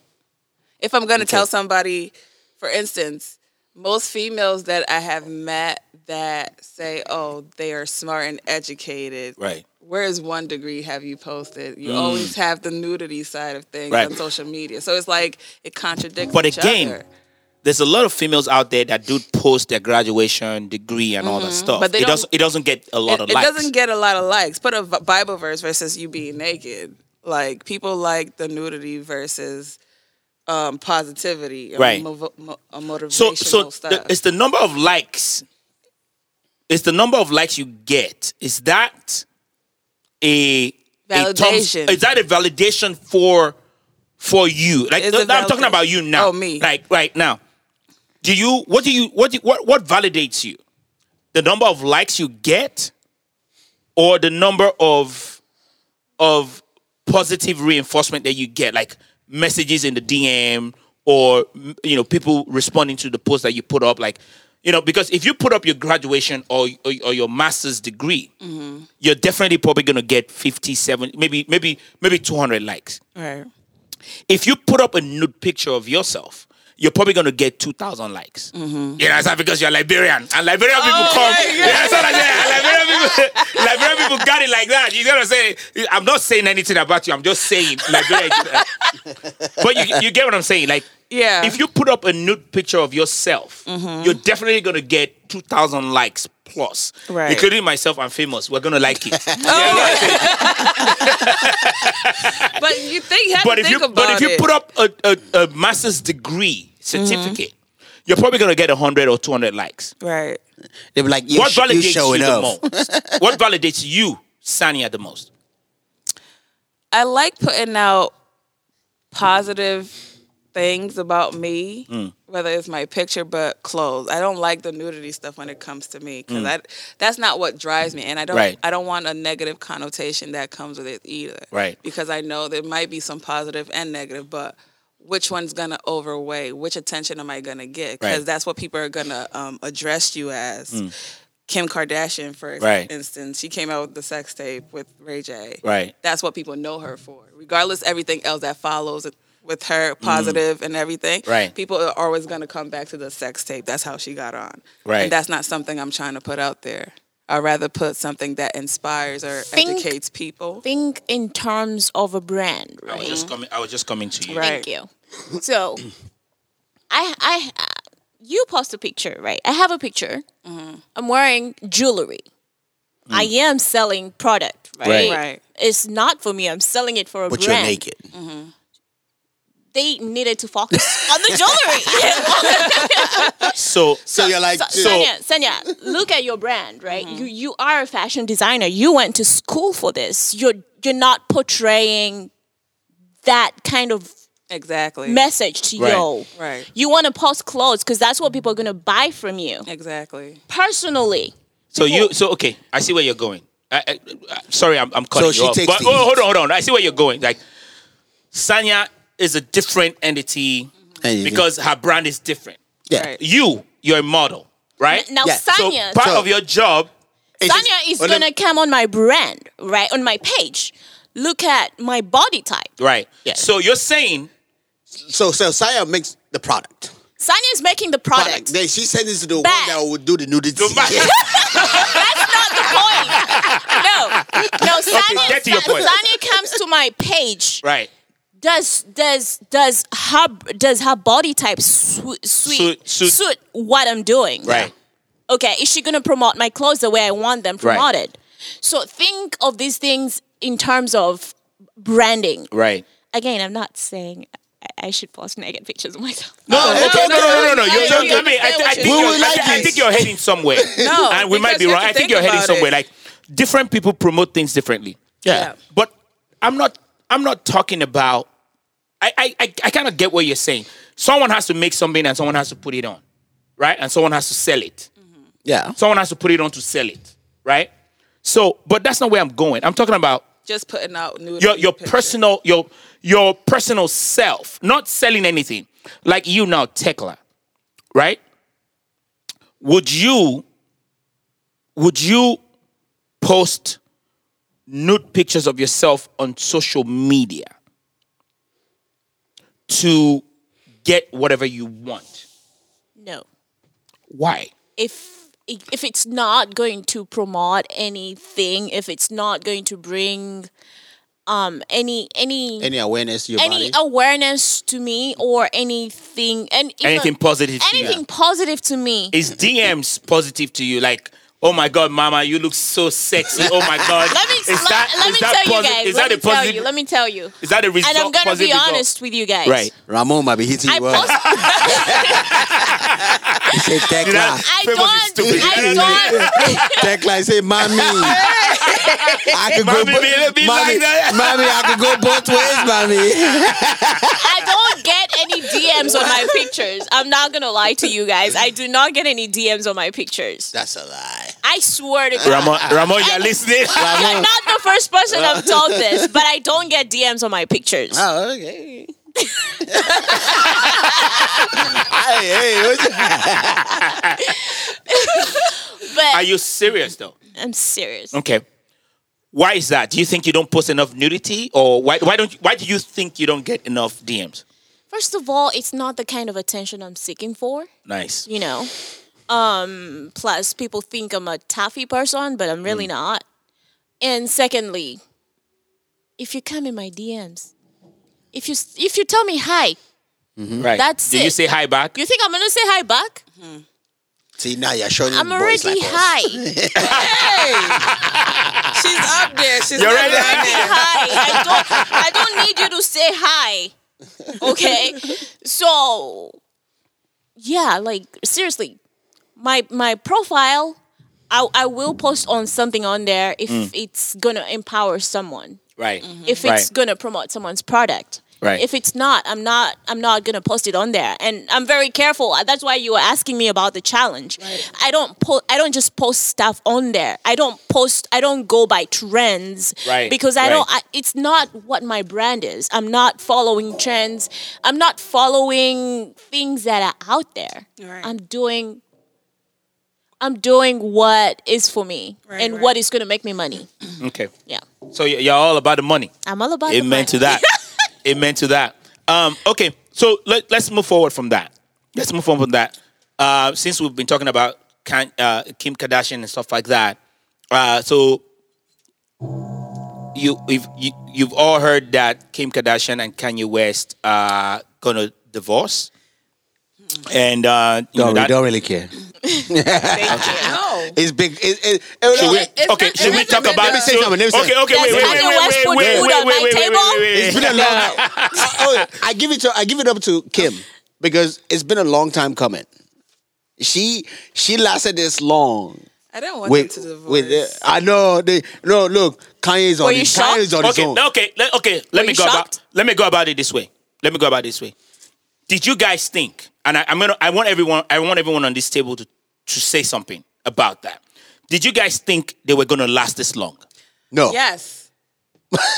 Speaker 5: If I'm gonna tell somebody, for instance, most females that I have met that say, "Oh, they are smart and educated,"
Speaker 1: Right. Mm.
Speaker 5: Where is one degree have you posted? You always have the nudity side of things
Speaker 1: Right.
Speaker 5: on social media, so it's like it contradicts.
Speaker 1: But
Speaker 5: each
Speaker 1: again,
Speaker 5: other.
Speaker 1: There's a lot of females out there that do post their graduation degree and all that stuff.
Speaker 5: Mm-hmm. But they
Speaker 1: it
Speaker 5: don't-
Speaker 1: doesn't. It doesn't get a lot
Speaker 5: it,
Speaker 1: of
Speaker 5: it
Speaker 1: likes.
Speaker 5: doesn't get a lot of likes. Put a v- Bible verse versus you being naked. Like people like the nudity versus um, positivity, or
Speaker 1: Right.
Speaker 5: motiv- mo- uh, motivational
Speaker 1: so so
Speaker 5: stuff.
Speaker 1: the- it's the number of likes it's the number of likes you get is that a a thumbs-
Speaker 5: Validation.
Speaker 1: is that a validation for for you like
Speaker 5: It's
Speaker 1: no,
Speaker 5: a
Speaker 1: no, i'm talking
Speaker 5: validation.
Speaker 1: about you now
Speaker 5: Oh, me.
Speaker 1: like right now do you what do you what do, what what validates you the number of likes you get or the number of of positive reinforcement that you get like messages in the dm or m- you know people responding to the post that you put up like you know because if you put up your graduation or or, or your master's degree
Speaker 5: Mm-hmm.
Speaker 1: you're definitely probably going to get 57 maybe maybe maybe 200 likes
Speaker 5: right.
Speaker 1: if you put up a nude picture of yourself, you're probably gonna get two thousand likes.
Speaker 5: Mm-hmm.
Speaker 1: You know, it's not because you're Liberian, and Liberian people
Speaker 5: Oh,
Speaker 1: come. You know, that's what I'm saying. And Liberian people, Liberian people got it like that. You know what I'm saying? I'm not saying anything about you. I'm just saying Liberian. but you, you get what I'm saying? Like,
Speaker 5: Yeah. Mm-hmm.
Speaker 1: if you put up a nude picture of yourself, you're definitely gonna get two thousand likes plus,
Speaker 5: Right.
Speaker 1: including myself. I'm famous. We're gonna like it.
Speaker 5: Oh. But you think, you have
Speaker 1: but
Speaker 5: to
Speaker 1: if you
Speaker 5: think about
Speaker 1: but if you
Speaker 5: it.
Speaker 1: put up a, a, a master's degree certificate, you're probably gonna get hundred or two hundred likes.
Speaker 5: right,
Speaker 2: They were like, you,
Speaker 1: what
Speaker 2: sh- you
Speaker 1: validates you
Speaker 2: showing
Speaker 1: the
Speaker 2: up.
Speaker 1: most? what validates you, Sania, the most?
Speaker 5: I like putting out positive things about me,
Speaker 1: Mm.
Speaker 5: whether it's my picture, but clothes. I don't like the nudity stuff when it comes to me because that's not what drives me, and I don't.
Speaker 1: Mm. Right.
Speaker 5: I don't want a negative connotation that comes with it either.
Speaker 1: Right.
Speaker 5: Because I know there might be some positive and negative, but which one's gonna overweigh? Which attention am I gonna get? Because
Speaker 1: Right. Mm.
Speaker 5: that's what people are gonna um, address you as. Kim Kardashian, for
Speaker 1: Right.
Speaker 5: instance, she came out with the sex tape with Ray J
Speaker 1: Right.
Speaker 5: that's what people know her for. Regardless, everything else that follows with her positive and everything
Speaker 1: Mm-hmm. Right.
Speaker 5: people are always going to come back to the sex tape that's how she got on
Speaker 1: Right.
Speaker 5: and that's not something i'm trying to put out there i'd rather put something that inspires or
Speaker 6: Think-
Speaker 5: educates people
Speaker 6: Think in terms of a brand,
Speaker 1: I
Speaker 6: right?
Speaker 1: was
Speaker 2: Mm.
Speaker 1: just coming. I was just coming to you.
Speaker 5: Right.
Speaker 6: Thank you. So, I, I, you post a picture, right? I have a picture.
Speaker 5: Mm-hmm.
Speaker 6: I'm wearing jewelry. I am selling product, right?
Speaker 1: Right.
Speaker 5: Mm. Right.
Speaker 6: It's not for me. I'm selling it for a
Speaker 2: But you're
Speaker 6: brand.
Speaker 2: naked.
Speaker 6: They needed to focus on the jewelry.
Speaker 1: So,
Speaker 2: So you're like,
Speaker 6: So, Sanya, Sanya, look at your brand, right?
Speaker 5: Mm-hmm.
Speaker 6: You you are a fashion designer. You went to school for this. You're you're not portraying that kind of
Speaker 5: exactly
Speaker 6: message to
Speaker 1: Right.
Speaker 6: yo.
Speaker 5: Right.
Speaker 6: You want to post clothes because that's what people are gonna buy from you
Speaker 5: exactly
Speaker 6: personally.
Speaker 1: so you. So okay. I see where you're going. I, I, I, sorry, I'm, I'm cutting
Speaker 2: So she
Speaker 1: you off.
Speaker 2: takes
Speaker 1: But
Speaker 2: the
Speaker 1: oh, hold
Speaker 2: heat.
Speaker 1: on, hold on. I see where you're going. Like, Sanya is a different entity
Speaker 2: And you-
Speaker 1: because her brand is different.
Speaker 2: yeah.
Speaker 5: Right.
Speaker 1: You, you're a model, right?
Speaker 6: Now
Speaker 2: Yeah, so
Speaker 1: so
Speaker 6: Sanya,
Speaker 1: part
Speaker 2: So-
Speaker 1: of your job
Speaker 2: It's just-
Speaker 6: Sanya is
Speaker 2: well,
Speaker 6: gonna
Speaker 2: let me-
Speaker 6: come on my brand, right? On my page. Look at my body type.
Speaker 1: Right. So you're saying
Speaker 2: So, so Saya makes the product.
Speaker 6: Sanya is making the
Speaker 2: Product.
Speaker 6: product.
Speaker 2: Then she sends it to the
Speaker 6: Back.
Speaker 2: one that will do the nudity.
Speaker 6: That's not the point. No, no. Sanya,
Speaker 1: get to your point.
Speaker 6: Sanya comes to my page.
Speaker 1: right.
Speaker 6: does does does her does her body type su- suit,
Speaker 1: Suit- suit.
Speaker 6: suit what I'm doing?
Speaker 1: Right.
Speaker 6: Okay, is she gonna promote my clothes the way I want them
Speaker 1: Right.
Speaker 6: promoted? So think of these things in terms of branding.
Speaker 1: Right.
Speaker 6: Again, I'm not saying I, I should post naked pictures of myself.
Speaker 1: No, no,
Speaker 2: okay,
Speaker 1: no, no, no, no, no. You're,
Speaker 5: no,
Speaker 1: you're- I
Speaker 5: no,
Speaker 1: mean, I,
Speaker 5: no,
Speaker 1: thi- I
Speaker 5: no,
Speaker 1: think
Speaker 2: no,
Speaker 1: you're,
Speaker 2: no,
Speaker 1: I, thi- I
Speaker 2: no,
Speaker 1: think you're heading somewhere.
Speaker 5: No,
Speaker 1: and we might
Speaker 5: because
Speaker 1: be
Speaker 5: you
Speaker 1: wrong.
Speaker 5: have to
Speaker 1: I think
Speaker 5: think
Speaker 1: you're heading
Speaker 5: about
Speaker 1: somewhere.
Speaker 5: it.
Speaker 1: Like different people promote things differently.
Speaker 5: Yeah.
Speaker 1: But I'm not. I'm not talking about. I I I, I kind of get what you're saying. Someone has to make something and someone has to put it on, right? And someone has to sell it.
Speaker 2: yeah.
Speaker 1: Someone has to put it on to sell it, right? So, but that's not where I'm going. I'm talking about
Speaker 5: just putting out new
Speaker 1: your your personal your your personal self, not selling anything. Like you now, Tekla, right? Would you would you post nude pictures of yourself on social media to get whatever you want?
Speaker 6: No,
Speaker 1: Why?
Speaker 6: if if it's not going to promote anything, if it's not going to bring um any any
Speaker 2: Any awareness to your body?
Speaker 6: any awareness to me or anything and even-
Speaker 1: Anything positive to you?
Speaker 6: anything positive to me
Speaker 1: Is DMs positive to you? Like, oh my god, mama, you look so sexy. Oh my god.
Speaker 6: let me
Speaker 1: Is
Speaker 6: let,
Speaker 1: that-
Speaker 6: let
Speaker 1: is
Speaker 6: me
Speaker 1: that
Speaker 6: tell you
Speaker 1: posi-
Speaker 6: guys
Speaker 1: Is
Speaker 6: let
Speaker 1: that
Speaker 6: me
Speaker 1: a positive?
Speaker 6: tell you let me tell you
Speaker 1: Is that a result?
Speaker 6: and I'm gonna
Speaker 1: positive
Speaker 6: be
Speaker 1: result?
Speaker 6: honest with you guys
Speaker 1: Right.
Speaker 2: Ramon might be hitting
Speaker 6: I
Speaker 2: you up.
Speaker 6: post
Speaker 2: He said, Tekla.
Speaker 6: I
Speaker 1: Famous is
Speaker 6: don't
Speaker 1: stupid.
Speaker 6: I don't
Speaker 2: Tekla, he said, Mommy. I could go.
Speaker 1: Mommy,
Speaker 2: bo-
Speaker 1: be- be
Speaker 2: mommy,
Speaker 1: like that.
Speaker 2: mommy, I could go both ways, mommy.
Speaker 6: I don't get any DMs on my pictures I'm not gonna lie to you guys I do not get any DMs on my pictures
Speaker 2: That's a lie.
Speaker 6: I swear to God
Speaker 1: Ramon, Ramon, you're listening.
Speaker 6: You're not the first person I've told this, but I don't get DMs on my pictures.
Speaker 1: Ah.
Speaker 2: Oh, okay. hey, hey, what's
Speaker 1: Are
Speaker 6: But
Speaker 1: you serious though?
Speaker 6: I'm serious.
Speaker 1: Okay. Why is that? Do you think you don't post enough nudity, or why? Why don't? You, why do you think you don't get enough DMs?
Speaker 6: First of all, it's not the kind of attention I'm seeking for,
Speaker 1: Nice.
Speaker 6: you know. Um, plus, people think I'm a taffy person, but I'm
Speaker 2: Mm.
Speaker 6: really not. And secondly, if you come in my DMs, if you if you tell me hi,
Speaker 1: Right.
Speaker 6: That's
Speaker 1: Did you
Speaker 6: it.
Speaker 1: say hi back?
Speaker 6: you think I'm gonna say hi back?
Speaker 2: See, now you're showing
Speaker 6: I'm
Speaker 2: boys
Speaker 6: already
Speaker 2: like us.
Speaker 6: hi.
Speaker 5: she's up there she's
Speaker 1: You're
Speaker 5: up
Speaker 1: ready?
Speaker 5: there.
Speaker 6: hi. I don't I don't need you to say hi. Okay? So yeah, like seriously, my my profile I, I will post on something on there if
Speaker 2: Mm.
Speaker 6: it's gonna empower someone.
Speaker 1: Right.
Speaker 6: If it's
Speaker 1: Right.
Speaker 6: gonna promote someone's product.
Speaker 1: Right.
Speaker 6: If it's not, I'm not I'm not gonna post it on there. And I'm very careful. Uh, That's why you were asking me about the challenge. I don't po- I don't just post stuff on there. I don't post I don't go by trends.
Speaker 1: Right,
Speaker 6: Because I don't
Speaker 1: right.
Speaker 6: I, it's not what my brand is. I'm not following trends. I'm not following things that are out there.
Speaker 5: Right.
Speaker 6: I'm doing I'm doing what is for me
Speaker 5: Right,
Speaker 6: and
Speaker 5: right.
Speaker 6: what is going to make me money.
Speaker 1: Okay.
Speaker 6: Yeah.
Speaker 1: So y- you're all about the money.
Speaker 6: I'm all about the
Speaker 1: Amen
Speaker 6: money.
Speaker 1: to that. Amen to that. Um, okay, so let, let's move forward from that. Let's move on from that. Uh, since we've been talking about Kan- uh, Kim Kardashian and stuff like that, uh, so you, if you you've all heard that Kim Kardashian and Kanye West are gonna divorce, and uh, you know
Speaker 2: Don't,
Speaker 1: that-
Speaker 2: don't really care.
Speaker 5: No.
Speaker 2: It's big. It, it, it,
Speaker 1: Should we,
Speaker 2: it,
Speaker 5: It's
Speaker 1: okay,
Speaker 5: not-
Speaker 1: should
Speaker 5: it
Speaker 1: we
Speaker 5: hasn't
Speaker 1: talk
Speaker 5: been
Speaker 1: about
Speaker 5: done. Let me
Speaker 2: say something, let me
Speaker 1: Okay,
Speaker 2: say-
Speaker 1: okay, wait,
Speaker 6: Does
Speaker 1: wait,
Speaker 6: Kanye West
Speaker 1: wait, wait,
Speaker 6: put
Speaker 1: wait,
Speaker 6: food
Speaker 1: wait,
Speaker 6: on my
Speaker 1: wait, wait, wait,
Speaker 6: table?
Speaker 1: wait, wait,
Speaker 2: has been a long. I, I- I give it to I give it up to Kim because it's been a long time coming. She she lasted this long.
Speaker 5: I don't want
Speaker 2: With,
Speaker 5: them to divorce.
Speaker 2: with uh, I know they no look Kanye's on
Speaker 6: Were you
Speaker 2: his Kanye's
Speaker 6: shocked?
Speaker 2: on his
Speaker 1: okay,
Speaker 2: own.
Speaker 1: no, okay, let, okay. Let
Speaker 6: Were
Speaker 1: me
Speaker 6: you
Speaker 1: go about.
Speaker 6: shocked?
Speaker 1: Let me go about it this way. Let me go about it this way. Did you guys think? And I, I'm gonna. I want everyone. I want everyone on this table to to say something about that. Did you guys think they were gonna last this long?
Speaker 2: No.
Speaker 5: Yes.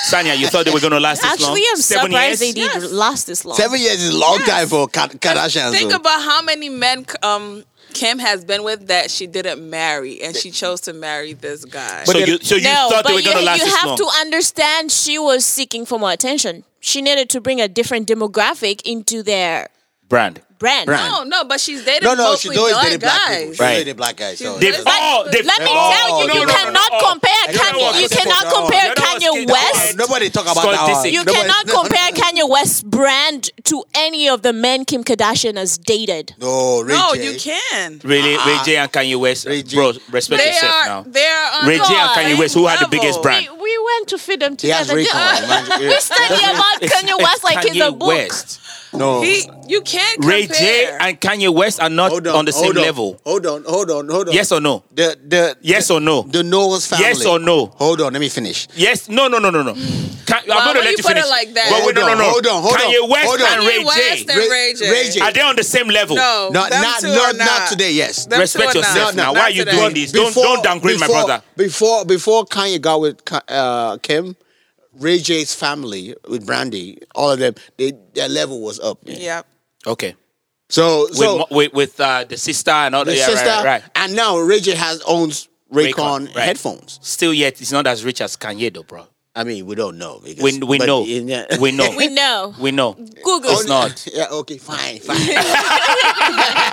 Speaker 1: Sanya, you thought they were gonna last this long?
Speaker 6: Actually, I'm
Speaker 1: Seven
Speaker 6: surprised
Speaker 1: years?
Speaker 6: they did
Speaker 5: Yes.
Speaker 6: last this long.
Speaker 2: Seven years is a long time for Ka- Kardashians.
Speaker 5: Think
Speaker 2: though.
Speaker 5: about how many men um, Kim has been with that she didn't marry, and she chose to marry this guy.
Speaker 1: So
Speaker 2: But
Speaker 1: you, so you
Speaker 6: no,
Speaker 1: thought
Speaker 6: but
Speaker 1: they
Speaker 6: you,
Speaker 1: were gonna last
Speaker 6: you
Speaker 1: this
Speaker 6: have
Speaker 1: long?
Speaker 6: to understand she was seeking for more attention. She needed to bring a different demographic into their
Speaker 1: Brand.
Speaker 6: brand.
Speaker 2: Brand.
Speaker 5: no, no, but she's dated
Speaker 2: no, no,
Speaker 5: mostly
Speaker 2: she's always
Speaker 5: black
Speaker 2: dated black people.
Speaker 5: guys.
Speaker 2: She's always
Speaker 1: Right.
Speaker 2: dated black guys. So
Speaker 5: She's-
Speaker 1: They've all. They've
Speaker 6: Let me
Speaker 1: all-
Speaker 6: tell you,
Speaker 2: no,
Speaker 6: you
Speaker 2: no, no,
Speaker 6: cannot
Speaker 1: no.
Speaker 6: compare
Speaker 1: You know
Speaker 6: Kanye.
Speaker 1: what?
Speaker 6: You
Speaker 1: Skip
Speaker 6: cannot
Speaker 2: that one.
Speaker 6: compare
Speaker 1: You know what?
Speaker 6: Kanye
Speaker 1: Skip that
Speaker 6: West.
Speaker 1: one.
Speaker 2: nobody talk about
Speaker 1: Scott
Speaker 2: that.
Speaker 1: Disick.
Speaker 2: one.
Speaker 6: You
Speaker 2: Nobody-
Speaker 6: cannot
Speaker 2: no,
Speaker 6: compare Kanye West's brand to any of the men Kim Kardashian has dated.
Speaker 2: No, Ray
Speaker 5: No,
Speaker 2: J.
Speaker 5: you can.
Speaker 1: Really, Ray J and Kanye West,
Speaker 2: Ray J.
Speaker 1: bro, respect
Speaker 5: They
Speaker 1: yourself
Speaker 5: are.
Speaker 1: now.
Speaker 5: They are. on
Speaker 1: Ray J
Speaker 5: the
Speaker 1: and Kanye
Speaker 5: same
Speaker 1: West, who had the biggest
Speaker 5: level.
Speaker 1: brand?
Speaker 6: we went to feed them
Speaker 2: He has Ray Khan, man.
Speaker 6: we study about Kanye West like he's a
Speaker 1: Kanye
Speaker 6: book.
Speaker 1: West.
Speaker 2: No.
Speaker 5: He, you can't compare.
Speaker 1: Ray J and Kanye West are not
Speaker 2: Hold on,
Speaker 1: on the same
Speaker 2: hold on,
Speaker 1: level.
Speaker 2: Hold on, hold on, hold on.
Speaker 1: Yes or no?
Speaker 2: The the
Speaker 1: Yes
Speaker 2: the,
Speaker 1: or no?
Speaker 2: The Noah's family.
Speaker 1: Yes or no?
Speaker 2: Hold on, let me finish.
Speaker 1: Yes, no, no, no, no, no. Can, I'm going
Speaker 5: when
Speaker 1: to let
Speaker 5: you
Speaker 1: you,
Speaker 5: put it
Speaker 1: finish.
Speaker 5: like that-
Speaker 1: Well, wait, no, no,
Speaker 2: Hold
Speaker 1: no.
Speaker 2: on, hold on, hold on,
Speaker 1: Kanye West
Speaker 2: hold on.
Speaker 1: and
Speaker 5: Kanye
Speaker 1: Ray
Speaker 5: West
Speaker 1: J.
Speaker 5: and Ray, J.
Speaker 2: Ray J.
Speaker 1: Are they on the same level?
Speaker 5: No,
Speaker 2: No,
Speaker 5: them
Speaker 2: not-
Speaker 5: two
Speaker 2: not-
Speaker 5: are
Speaker 2: not today, yes.
Speaker 5: Them
Speaker 1: Respect
Speaker 5: two are
Speaker 1: yourself
Speaker 5: not.
Speaker 1: now.
Speaker 5: Not
Speaker 1: Why are you
Speaker 5: today.
Speaker 1: doing this? Don't- don't downgrade my
Speaker 2: before-
Speaker 1: brother.
Speaker 2: Before before Kanye got with Ka- uh, Kim, Ray J's family with Brandy, all of them, they, their level was up. man.
Speaker 5: Yep.
Speaker 1: Okay.
Speaker 2: So
Speaker 1: With,
Speaker 2: so
Speaker 1: mo- with, with uh, the sister and all
Speaker 2: the
Speaker 1: that. Yeah,
Speaker 2: sister,
Speaker 1: right, right.
Speaker 2: and now Ray J has owns Raycon,
Speaker 1: Raycon, right.
Speaker 2: headphones.
Speaker 1: Still yet, it's not as rich as Kanye, though, bro.
Speaker 2: I mean, we don't know. Because,
Speaker 1: We, we,
Speaker 2: but
Speaker 1: know.
Speaker 2: in- yeah.
Speaker 1: we know.
Speaker 6: We know.
Speaker 1: We know.
Speaker 6: Google.
Speaker 1: It's not.
Speaker 2: Yeah, okay, fine, fine.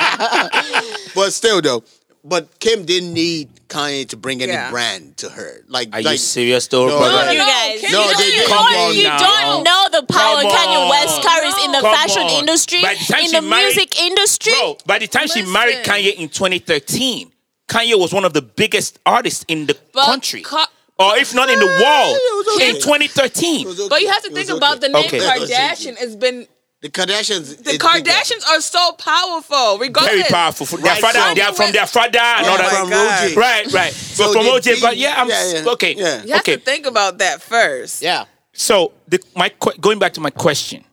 Speaker 2: but still, though, but Kim didn't need Kanye to bring any
Speaker 5: Yeah.
Speaker 2: brand to her. Like,
Speaker 1: Are you
Speaker 2: like-
Speaker 1: serious, though,
Speaker 2: No,
Speaker 1: brother?
Speaker 2: no,
Speaker 6: you
Speaker 2: no,
Speaker 6: guys.
Speaker 5: Kim,
Speaker 2: No,
Speaker 6: you
Speaker 2: they-
Speaker 6: don't-
Speaker 2: they-
Speaker 6: you
Speaker 2: come
Speaker 1: on
Speaker 6: don't, you
Speaker 1: now.
Speaker 6: don't know the power
Speaker 1: Come
Speaker 6: Kanye
Speaker 1: on.
Speaker 6: West carries in the
Speaker 1: Come
Speaker 6: fashion
Speaker 1: on.
Speaker 6: industry,
Speaker 1: By the time
Speaker 6: in
Speaker 1: she
Speaker 6: the
Speaker 1: married-
Speaker 6: music industry.
Speaker 1: Bro, by the time she
Speaker 5: Listen.
Speaker 1: married Kanye in 2013, Kanye was one of the biggest artists in the
Speaker 5: But
Speaker 1: country.
Speaker 5: Ka-
Speaker 1: or if not in the world,
Speaker 2: was
Speaker 1: in
Speaker 2: okay.
Speaker 1: 2013.
Speaker 5: But you have to
Speaker 2: It was
Speaker 5: think about the
Speaker 2: okay.
Speaker 5: name
Speaker 1: Okay.
Speaker 5: Kardashian. It's been
Speaker 2: the Kardashians.
Speaker 5: the Kardashians are so powerful. Regardless,
Speaker 1: Very powerful. Their
Speaker 2: Right,
Speaker 1: father,
Speaker 2: so-
Speaker 1: they are from their father and
Speaker 2: Yeah,
Speaker 1: all that.
Speaker 2: from OJ.
Speaker 1: Right, right. So,
Speaker 2: So
Speaker 1: from
Speaker 2: they
Speaker 1: OJ, but
Speaker 2: beat-
Speaker 1: yeah, I'm
Speaker 2: yeah, yeah.
Speaker 1: okay.
Speaker 2: Yeah.
Speaker 5: You have
Speaker 1: Okay.
Speaker 5: to think about that first.
Speaker 2: Yeah.
Speaker 1: So the, my que- going back to my question,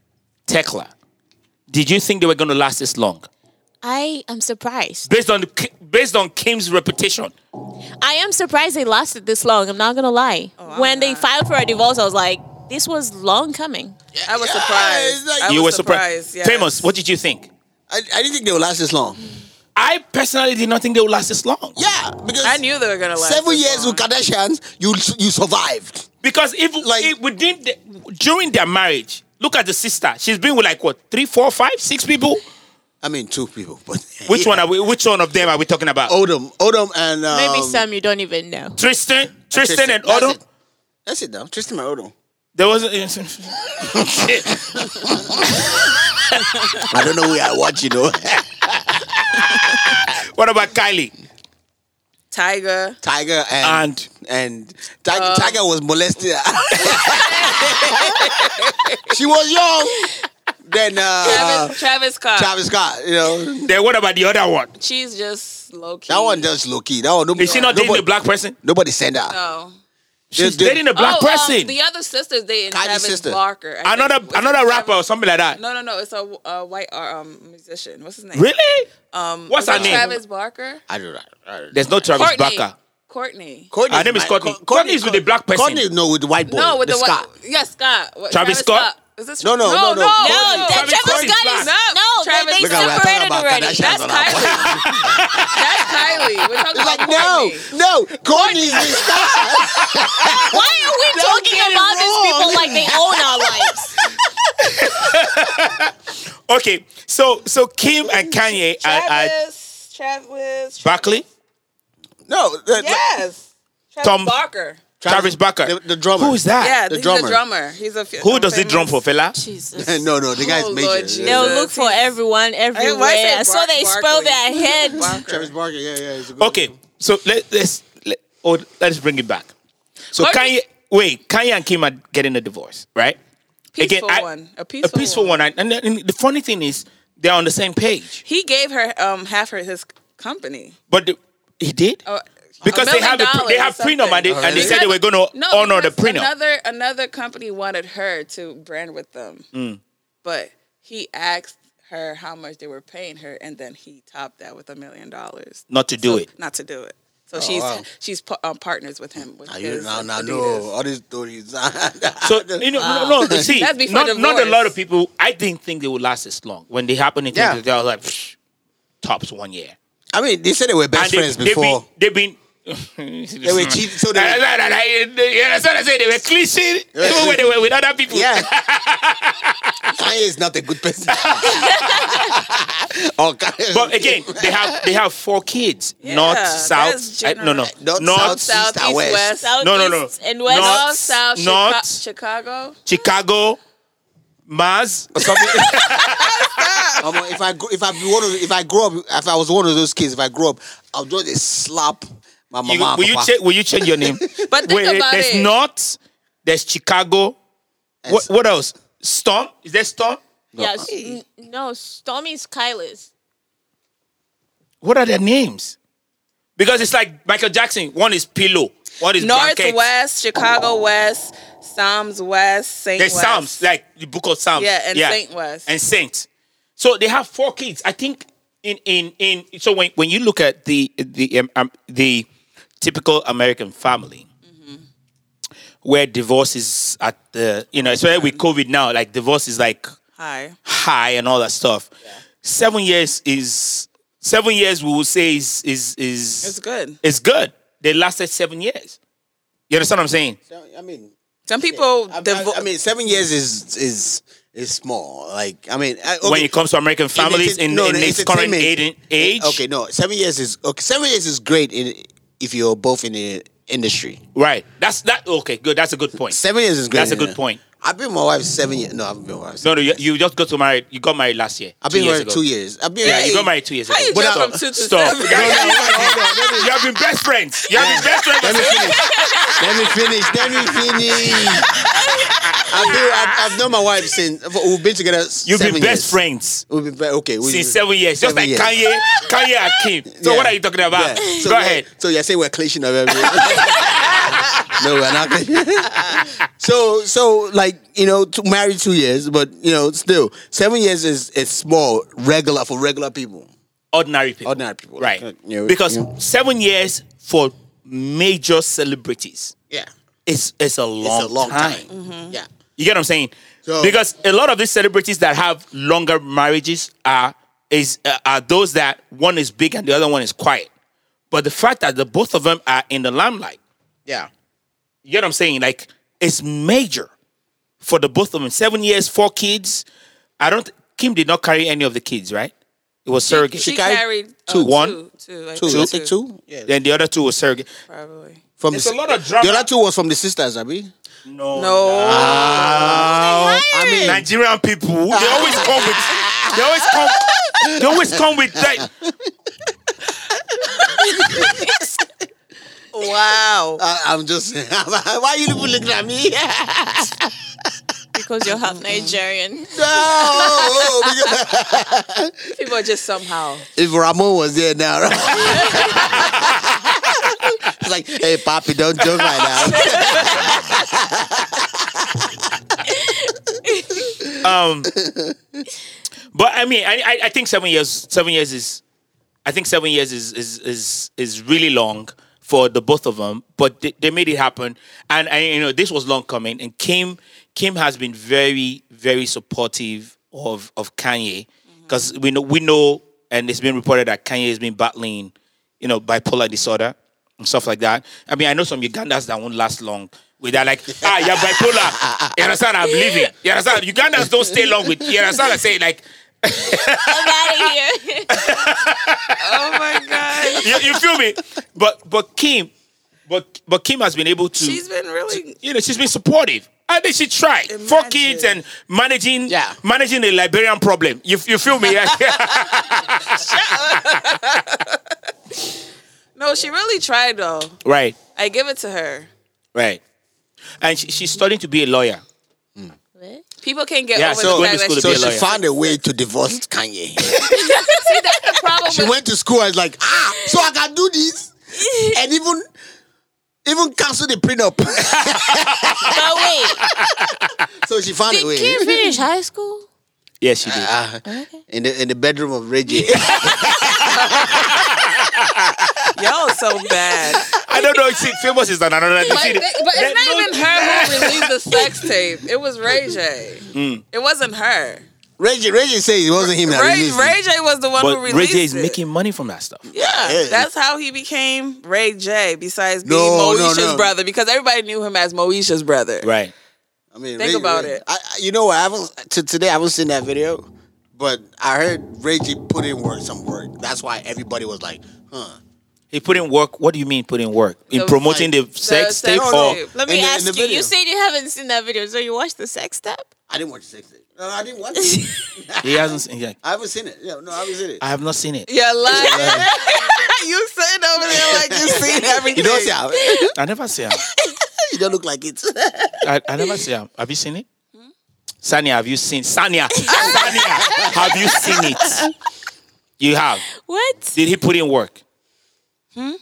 Speaker 1: Tekla, did you think they were going to last this long?
Speaker 6: I am surprised.
Speaker 1: Based on Ki- based on Kim's reputation,
Speaker 6: I am surprised they lasted this long. Oh, I'm not gonna lie. when they filed for a divorce, I was like, this was long coming.
Speaker 5: I was
Speaker 2: Yeah,
Speaker 5: surprised.
Speaker 2: it's like-
Speaker 5: I
Speaker 1: you were
Speaker 5: was
Speaker 1: surprised.
Speaker 5: yes.
Speaker 1: Famous, what did you think?
Speaker 2: I, I didn't think they would last this long.
Speaker 1: I personally did not think they would last this long.
Speaker 2: Yeah, because
Speaker 5: I knew they were gonna last.
Speaker 2: seven
Speaker 5: this
Speaker 2: years
Speaker 5: long.
Speaker 2: with Kardashians, you you survived.
Speaker 1: Because if
Speaker 2: Like-
Speaker 1: if within the, during their marriage, look at the sister. She's been with like what three, four, five, six people.
Speaker 2: I mean, two people, but
Speaker 1: Which one are we? Which one of them are we talking about?
Speaker 2: Odom, Odom, and um,
Speaker 6: Maybe some you don't even know.
Speaker 1: Tristan, Tristan, and
Speaker 2: that's
Speaker 1: Odom.
Speaker 2: it. That's it, though. Tristan and Odom.
Speaker 1: There was a,
Speaker 2: I don't know where I watch, you know.
Speaker 1: what about Kylie?
Speaker 5: Tiger.
Speaker 2: Tiger and and, Tiger, Tiger was molested. she was young. Then uh,
Speaker 5: Travis, Travis Scott.
Speaker 2: Travis Scott, you know,
Speaker 1: Then what about the other one?
Speaker 5: She's just low key.
Speaker 2: that one just low key. That one nobody.
Speaker 1: Is she not dating
Speaker 2: nobody,
Speaker 1: a black person?
Speaker 2: Nobody sent her.
Speaker 5: No.
Speaker 1: She's
Speaker 2: They- they-
Speaker 1: dating a black
Speaker 5: oh, um,
Speaker 1: person.
Speaker 5: the other sister's dating
Speaker 2: Kanye's
Speaker 5: Travis
Speaker 2: sister.
Speaker 5: Barker. I think.
Speaker 1: another
Speaker 5: Was it
Speaker 1: another
Speaker 5: Travis-
Speaker 1: rapper or something like that.
Speaker 5: No, no, no. It's a, a white uh, um, musician. What's his name?
Speaker 1: Really?
Speaker 5: Um,
Speaker 1: What's
Speaker 5: was
Speaker 1: her
Speaker 5: it
Speaker 1: name?
Speaker 5: Travis Barker.
Speaker 2: I don't know. I don't know.
Speaker 1: There's no Travis
Speaker 5: Courtney.
Speaker 1: Barker.
Speaker 5: Courtney.
Speaker 2: Courtney,
Speaker 1: Her name is
Speaker 2: my-
Speaker 1: Courtney.
Speaker 2: Co-
Speaker 1: Courtney is with a black person.
Speaker 2: Courtney, no, with the white boy.
Speaker 5: No, with the,
Speaker 2: Scott.
Speaker 5: What, yes, Scott. What,
Speaker 1: Travis Scott?
Speaker 5: Is this
Speaker 2: No, no,
Speaker 5: no,
Speaker 2: no, no.
Speaker 5: no.
Speaker 2: Courtney.
Speaker 6: No, that
Speaker 1: Travis Scott is
Speaker 6: Travis Scott is
Speaker 5: black.
Speaker 6: no.
Speaker 5: Travis
Speaker 6: they-
Speaker 5: Scott.
Speaker 2: Look
Speaker 6: They
Speaker 2: how we're talking
Speaker 6: separated
Speaker 2: about
Speaker 6: already.
Speaker 2: Kardashians
Speaker 5: That's
Speaker 2: on our podcast.
Speaker 5: Kylie. That's Kylie. We're talking
Speaker 2: It's
Speaker 5: about
Speaker 2: like no,
Speaker 5: Courtney.
Speaker 2: no, Courtney's with Scott.
Speaker 6: Why are we talking
Speaker 2: get it
Speaker 6: about these
Speaker 2: wrong.
Speaker 6: people like they own our lives?
Speaker 1: Okay, so so Kim and Kanye are, are
Speaker 5: Travis, Travis,
Speaker 1: Barkley,
Speaker 2: No, the- the-
Speaker 5: yes, Travis
Speaker 1: Tom-
Speaker 5: Barker.
Speaker 1: Travis Barker.
Speaker 2: the, the drummer.
Speaker 1: Who is that?
Speaker 5: Yeah,
Speaker 2: the
Speaker 5: he's
Speaker 2: drummer.
Speaker 5: a drummer. He's a.
Speaker 1: Who does it drum for, fella?
Speaker 6: Jesus.
Speaker 2: Uh, no, no, the guy's
Speaker 5: Oh, Lord
Speaker 2: major.
Speaker 5: Jesus.
Speaker 2: Yeah.
Speaker 6: They'll look for everyone everywhere.
Speaker 5: why say
Speaker 6: I saw
Speaker 5: Bark-
Speaker 6: they spell
Speaker 5: Barkley?
Speaker 6: their head.
Speaker 2: Travis Barker. Yeah, yeah. He's a good
Speaker 1: Okay, so let, let's let, oh, let's bring it back. So
Speaker 5: Barkley-
Speaker 1: Kanye, wait, Kanye and Kim are getting a divorce, right?
Speaker 5: Peaceful
Speaker 1: I-
Speaker 5: one. A
Speaker 1: a
Speaker 5: peaceful,
Speaker 1: peaceful one. And, and- and the funny thing is, they're on the same page.
Speaker 5: He gave her um half her his company.
Speaker 1: But the, he did
Speaker 5: Uh,
Speaker 1: because
Speaker 5: a
Speaker 1: they
Speaker 5: million
Speaker 1: have a, pre- they
Speaker 5: dollars or
Speaker 1: have prenup and they,
Speaker 5: something.
Speaker 1: and they
Speaker 2: really?
Speaker 1: said they were going to
Speaker 5: No,
Speaker 1: honor the
Speaker 5: because
Speaker 1: prenup.
Speaker 5: Another another company wanted her to brand with them,
Speaker 1: Mm.
Speaker 5: but he asked her how much they were paying her, and then he topped that with a million dollars
Speaker 1: not to do
Speaker 5: So-
Speaker 1: it.
Speaker 5: Not to do it. So she's
Speaker 2: Oh, wow.
Speaker 5: she's pa- um, partners with him. With
Speaker 2: Now you
Speaker 5: his,
Speaker 2: now
Speaker 5: um,
Speaker 2: now no
Speaker 5: Adidas.
Speaker 2: all these stories.
Speaker 1: So you know, no, no, see,
Speaker 5: That's
Speaker 1: not,
Speaker 5: before
Speaker 1: not a
Speaker 5: divorce.
Speaker 1: lot of people. I didn't think they would last this long. When they happen, in
Speaker 2: Yeah.
Speaker 1: yeah. I was like, psh, tops one year.
Speaker 2: I mean, they said they were best friends
Speaker 1: they,
Speaker 2: before.
Speaker 1: They've been. they
Speaker 2: were cheating, so they were-
Speaker 1: you understand what I say? eh, They were cliche even when they were with other people.
Speaker 2: yeah. Kanye is not a good person. oh, Kanye.
Speaker 1: But again, they have they have four kids. North,
Speaker 5: Yeah,
Speaker 1: south.
Speaker 5: that's
Speaker 1: I- no, no.
Speaker 2: North,
Speaker 1: North,
Speaker 2: south.
Speaker 5: South,
Speaker 2: East,
Speaker 5: east,
Speaker 2: West.
Speaker 5: west,
Speaker 6: Southeast
Speaker 1: No, no, no.
Speaker 6: and west.
Speaker 1: Not-
Speaker 5: north, south, Chica-
Speaker 1: North.
Speaker 5: Chicago.
Speaker 1: Chicago, Mars.
Speaker 2: Or
Speaker 5: Oh,
Speaker 2: something. Omo, if I gr- if I be one of if I grow up if I was one of those kids if I grow up I'll just dey slap my mama.
Speaker 1: You,
Speaker 2: and
Speaker 1: will, you
Speaker 2: papa.
Speaker 1: cha- will you change your name?
Speaker 5: But think
Speaker 1: Wait,
Speaker 5: about
Speaker 1: there's
Speaker 5: it.
Speaker 1: North, there's Chicago. What, what else? Storm? Is there Storm?
Speaker 6: Yes. N- No, Stormy Skylar's.
Speaker 1: What are their names? Because it's like Michael Jackson. One is Pillow. One is Blanket.
Speaker 5: Northwest, Chicago West, Psalms West, Saint
Speaker 1: There's
Speaker 5: West.
Speaker 1: Psalms, like the book of Psalms.
Speaker 5: Yeah, and Saint West.
Speaker 1: And Saint. So they have four kids. I think in in in so when when you look at the the um, um, the typical American family
Speaker 5: Mm-hmm.
Speaker 1: where divorce is at the you know, especially with COVID now, like divorce is like
Speaker 5: Hi.
Speaker 1: high and all that stuff. Seven years is seven years we would say is is is
Speaker 5: It's good.
Speaker 1: It's good. They lasted seven years. You understand what I'm saying?
Speaker 2: I mean,
Speaker 5: Some people
Speaker 2: I,
Speaker 5: divorce.
Speaker 2: I- I mean, seven years is is is small. Like I mean, I, okay.
Speaker 1: when it comes to American families in,
Speaker 2: no,
Speaker 1: in
Speaker 2: no,
Speaker 1: its current
Speaker 2: entertainment. Eh,
Speaker 1: age, age
Speaker 2: Okay, no, seven years is okay. Seven years is great in if you're both in the industry.
Speaker 1: right? That's that. Okay, good. That's a good point.
Speaker 2: Seven years is great.
Speaker 1: That's a
Speaker 2: in
Speaker 1: good
Speaker 2: it.
Speaker 1: point.
Speaker 2: I've been with my wife seven years. No, I haven't been with my wife.
Speaker 1: No,
Speaker 2: Seven.
Speaker 1: no, you, you just got to married. You got married last year.
Speaker 2: I've been
Speaker 1: two years
Speaker 2: married
Speaker 1: ago.
Speaker 2: two years. I've been.
Speaker 1: Yeah, you got married two years ago.
Speaker 5: you
Speaker 1: But
Speaker 5: jump
Speaker 1: stop.
Speaker 5: from two to
Speaker 1: Stop.
Speaker 5: seven?
Speaker 1: You have been best friends. You have been best friends.
Speaker 2: Let me finish. Let me finish. Let me finish. I've, been, I've, I've known my wife since we've been together.
Speaker 1: You've
Speaker 2: seven
Speaker 1: been best
Speaker 2: years.
Speaker 1: friends
Speaker 2: We've been be- okay. we-
Speaker 1: since seven years, just like
Speaker 2: seven years.
Speaker 1: Kanye, Kanye and Kim. So
Speaker 2: Yeah.
Speaker 1: what are you talking about?
Speaker 2: Yeah. So
Speaker 1: Go
Speaker 2: we're-
Speaker 1: ahead.
Speaker 2: So you're saying we're clashing of everything. no, we're not. clashing. so so like you know, t- married two years, but you know, still seven years is is small, regular for regular people.
Speaker 1: Ordinary people.
Speaker 2: Ordinary people,
Speaker 1: Right.
Speaker 2: like, you know,
Speaker 1: because
Speaker 2: you know.
Speaker 1: seven years for major celebrities
Speaker 2: Yeah, Mm-hmm.
Speaker 1: is it's a long,
Speaker 2: it's a long time. Yeah,
Speaker 1: You get what I'm saying?
Speaker 2: So-
Speaker 1: because a lot of these celebrities that have longer marriages are is uh, are those that one is big and the other one is quiet. But the fact that the both of them are in the limelight,
Speaker 2: yeah.
Speaker 1: you get what I'm saying? Like it's major for the both of them. Seven years, four kids. I don't. Kim did not carry any of the kids, right? It was surrogate.
Speaker 5: she
Speaker 2: carried
Speaker 5: carried uh,
Speaker 1: Oh, two. One?
Speaker 5: two, two, I
Speaker 2: Two,
Speaker 5: think
Speaker 2: I think two. Yeah,
Speaker 1: Then the other two were surrogate.
Speaker 5: probably.
Speaker 2: from
Speaker 1: It's
Speaker 2: the,
Speaker 1: a lot of
Speaker 2: The
Speaker 1: drama.
Speaker 2: other two was from the sisters, Abi.
Speaker 1: No,
Speaker 5: No,
Speaker 1: I mean, Nigerian people, they always come with, they always come, they always come with that.
Speaker 5: wow,
Speaker 2: I, I'm just. why are you people looking at me? no,
Speaker 6: Because you're half Nigerian.
Speaker 2: oh, because-
Speaker 5: people are just somehow.
Speaker 2: if Ramon was there now, right? It's like, hey, Papi, don't joke right now.
Speaker 1: Um, but I mean, I, I I think seven years seven years is, I think seven years is is is is really long for the both of them. But they, they made it happen, and and you know this was long coming. And Kim Kim has been very very supportive of of Kanye because we know we know, and it's been reported that Kanye has been battling, you know, bipolar disorder and stuff like that. I mean, I know some Ugandans that won't last long with that. Like, ah, you're bipolar. You understand? I'm leaving. You understand? Ugandans don't stay long with. You understand? I say like,
Speaker 6: I'm out of here.
Speaker 5: Oh my god,
Speaker 1: you, you feel me? But but Kim, but but Kim has been able to.
Speaker 5: she's been really.
Speaker 1: you know, she's been supportive. I think she tried. Four
Speaker 5: Imagine.
Speaker 1: kids and managing
Speaker 5: Yeah.
Speaker 1: managing the Liberian problem. You, you feel me?
Speaker 5: No, she really tried though.
Speaker 1: right,
Speaker 5: I give it to her.
Speaker 1: right. And she, she's starting to be a lawyer.
Speaker 5: People can't get
Speaker 1: Yeah,
Speaker 5: over
Speaker 1: so
Speaker 5: the
Speaker 1: going
Speaker 5: fact
Speaker 1: to school to
Speaker 5: that
Speaker 2: So
Speaker 1: be
Speaker 5: she,
Speaker 1: a
Speaker 2: she
Speaker 1: lawyer.
Speaker 2: found a way to divorce
Speaker 5: See,
Speaker 2: Kanye.
Speaker 5: that's the problem.
Speaker 2: She
Speaker 5: with-
Speaker 2: went to school. I was like, ah, so I can do this, and even even cancel the prenup.
Speaker 6: But wait,
Speaker 2: so she found a
Speaker 6: did
Speaker 2: way.
Speaker 6: Kim finish high school?
Speaker 1: Yes, she did.
Speaker 5: Uh,
Speaker 2: Ah, in the in the bedroom of Reggie.
Speaker 5: Y'all so bad.
Speaker 1: I don't know. See, famous is another. But,
Speaker 5: Like, they- but it's not even her who released the sex tape. It was Ray J. It wasn't her.
Speaker 2: Reggie Reggie said it wasn't him that
Speaker 5: Ray,
Speaker 2: released it.
Speaker 5: Ray J was the one who
Speaker 1: But
Speaker 5: released
Speaker 1: Ray J is
Speaker 5: it.
Speaker 1: making money from that stuff.
Speaker 5: yeah,
Speaker 2: Yeah.
Speaker 5: that's how he became Ray J. Besides being
Speaker 2: No, no,
Speaker 5: Moesha's
Speaker 2: no.
Speaker 5: brother, because everybody knew him as Moesha's brother.
Speaker 1: Right.
Speaker 2: I mean,
Speaker 5: Think
Speaker 2: Ray-
Speaker 5: about
Speaker 2: Ray-
Speaker 5: it.
Speaker 2: I, I- you know what? I haven't to today. I haven't seen that video, but I heard Reggie put in work, some work. That's why everybody was like, huh.
Speaker 1: He put in work. What do you mean put in work? In
Speaker 5: The-
Speaker 1: promoting the,
Speaker 5: the
Speaker 1: sex
Speaker 5: sex
Speaker 1: tape
Speaker 5: tape.
Speaker 1: or
Speaker 6: Let me
Speaker 2: In the- in
Speaker 6: ask
Speaker 2: the
Speaker 6: you.
Speaker 2: video.
Speaker 6: You said you haven't seen that video, so you watched the sex step?
Speaker 2: I didn't watch sex. Tape. No, I didn't watch it.
Speaker 1: he hasn't seen yeah.
Speaker 2: I haven't seen it. Yeah, no, I haven't seen it.
Speaker 1: I have not seen it.
Speaker 5: Yeah, like you sitting over there like you seen everything.
Speaker 2: You don't see how you
Speaker 1: I never see him.
Speaker 2: don't look like it.
Speaker 1: I, I never see him. Have you seen it? Sania, have you seen Sania? Sania, have you seen it? You have.
Speaker 6: What?
Speaker 1: Did he put in work? Hmm?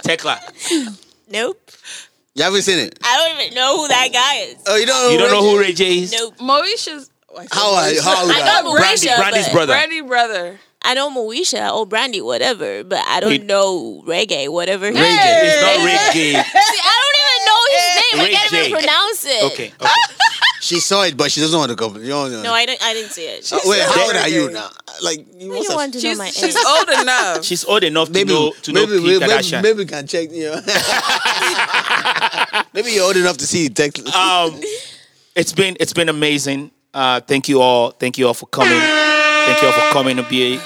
Speaker 1: Tekla,
Speaker 6: Nope.
Speaker 2: you haven't seen it.
Speaker 6: I don't even know who that guy is.
Speaker 2: Oh, you don't.
Speaker 1: you don't know who Ray J is?
Speaker 6: Nope.
Speaker 5: Moesha's. oh, I said
Speaker 2: How are you?
Speaker 5: Moesha.
Speaker 2: How old
Speaker 6: I
Speaker 2: are
Speaker 6: know
Speaker 2: you?
Speaker 1: Brandy-
Speaker 6: Moesha,
Speaker 1: Brandy's
Speaker 6: but
Speaker 1: brother.
Speaker 5: Brandy brother.
Speaker 6: I know Moesha or Brandy, whatever, but I don't
Speaker 1: He-
Speaker 6: know reggae, whatever. Reggae.
Speaker 1: It's not Ray J.
Speaker 6: I don't even know his name. I can't
Speaker 1: Ray
Speaker 6: even
Speaker 1: J.
Speaker 6: pronounce it.
Speaker 1: Okay. okay.
Speaker 2: She saw it, but she doesn't want to go. You don't know.
Speaker 6: No, I didn't. I didn't see it.
Speaker 2: Oh, wait,
Speaker 5: said
Speaker 2: how old
Speaker 5: Reggie.
Speaker 2: are you now? Like, you
Speaker 6: I
Speaker 2: must
Speaker 6: don't
Speaker 2: have-
Speaker 6: want to know
Speaker 5: She's,
Speaker 6: my age.
Speaker 5: she's old enough.
Speaker 1: She's old enough
Speaker 2: maybe
Speaker 1: to know to
Speaker 2: maybe,
Speaker 1: know Kim
Speaker 2: we, maybe,
Speaker 1: Kardashian.
Speaker 2: maybe we can check. You know. maybe you're old enough to see the text.
Speaker 1: um, it's been it's been amazing. Uh, thank you all. Thank you all for coming. Thank you all for coming to be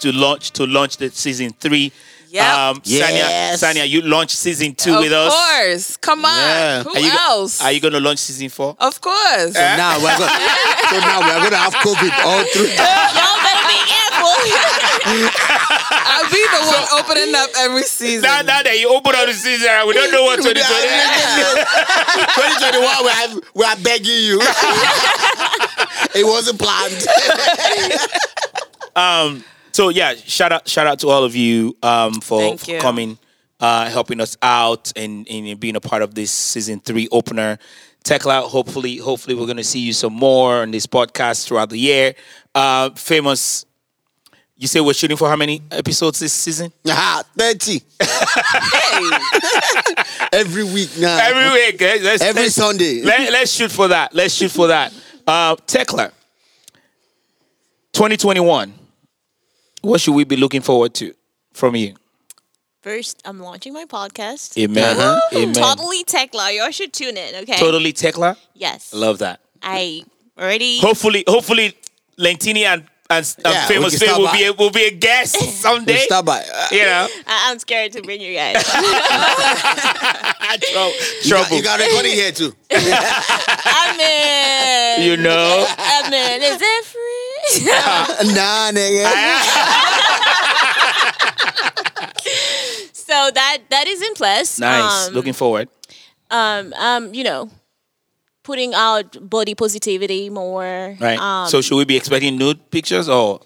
Speaker 1: to launch to launch the season three.
Speaker 5: Yep.
Speaker 2: Yes.
Speaker 1: Sania, Sania, you launched season two with
Speaker 5: of
Speaker 1: us.
Speaker 5: course. Come on.
Speaker 2: Yeah.
Speaker 5: Who
Speaker 1: Are you go-
Speaker 5: else?
Speaker 1: Are you going to launch season four?
Speaker 5: of course.
Speaker 2: So now we're gonna, so now we're gonna have COVID all through.
Speaker 6: Y'all better be careful.
Speaker 5: I'll be the one opening up every season.
Speaker 1: Now, now that you open up the season, we don't know what 2020 is.
Speaker 2: 2021, we are, we are begging you. it wasn't planned.
Speaker 1: So yeah, shout out shout out to all of you um for,
Speaker 5: Thank
Speaker 1: for
Speaker 5: you.
Speaker 1: coming, uh helping us out and, and being a part of this season three opener. Tekla, hopefully, hopefully we're gonna see you some more on this podcast throughout the year. Uh famous you say we're shooting for how many episodes this season?
Speaker 2: Aha, 30. Every week now.
Speaker 1: Every week. eh? Let's,
Speaker 2: Every
Speaker 1: let's-
Speaker 2: Sunday.
Speaker 1: Let, let's shoot for that. Let's shoot for that. Uh, Tekla, 2021. What should we be looking forward to from you?
Speaker 6: First, I'm launching my podcast.
Speaker 1: Amen. Amen.
Speaker 6: Totally Tekla. Y'all should tune in. Okay.
Speaker 1: Totally Tekla.
Speaker 6: Yes.
Speaker 1: Love that.
Speaker 6: I already.
Speaker 1: Hopefully, hopefully, Lentini and and, and
Speaker 2: Yeah,
Speaker 1: famous
Speaker 2: we can
Speaker 1: Faye
Speaker 2: stop
Speaker 1: will be
Speaker 2: by.
Speaker 1: a, will be a guest someday.
Speaker 2: Stop by. Uh,
Speaker 1: You know,
Speaker 6: I, I'm scared to bring you guys.
Speaker 1: trouble.
Speaker 2: you got-
Speaker 1: trouble.
Speaker 2: Ah, You got a recording here too.
Speaker 6: I'm in.
Speaker 1: You know.
Speaker 6: I'm in. Is it free?
Speaker 2: nah, nigga.
Speaker 6: so that that is in place.
Speaker 1: Nice.
Speaker 6: Um,
Speaker 1: Looking forward.
Speaker 6: um, um, you know, putting out body positivity more.
Speaker 1: Right.
Speaker 6: Um,
Speaker 1: so should we be expecting nude pictures or?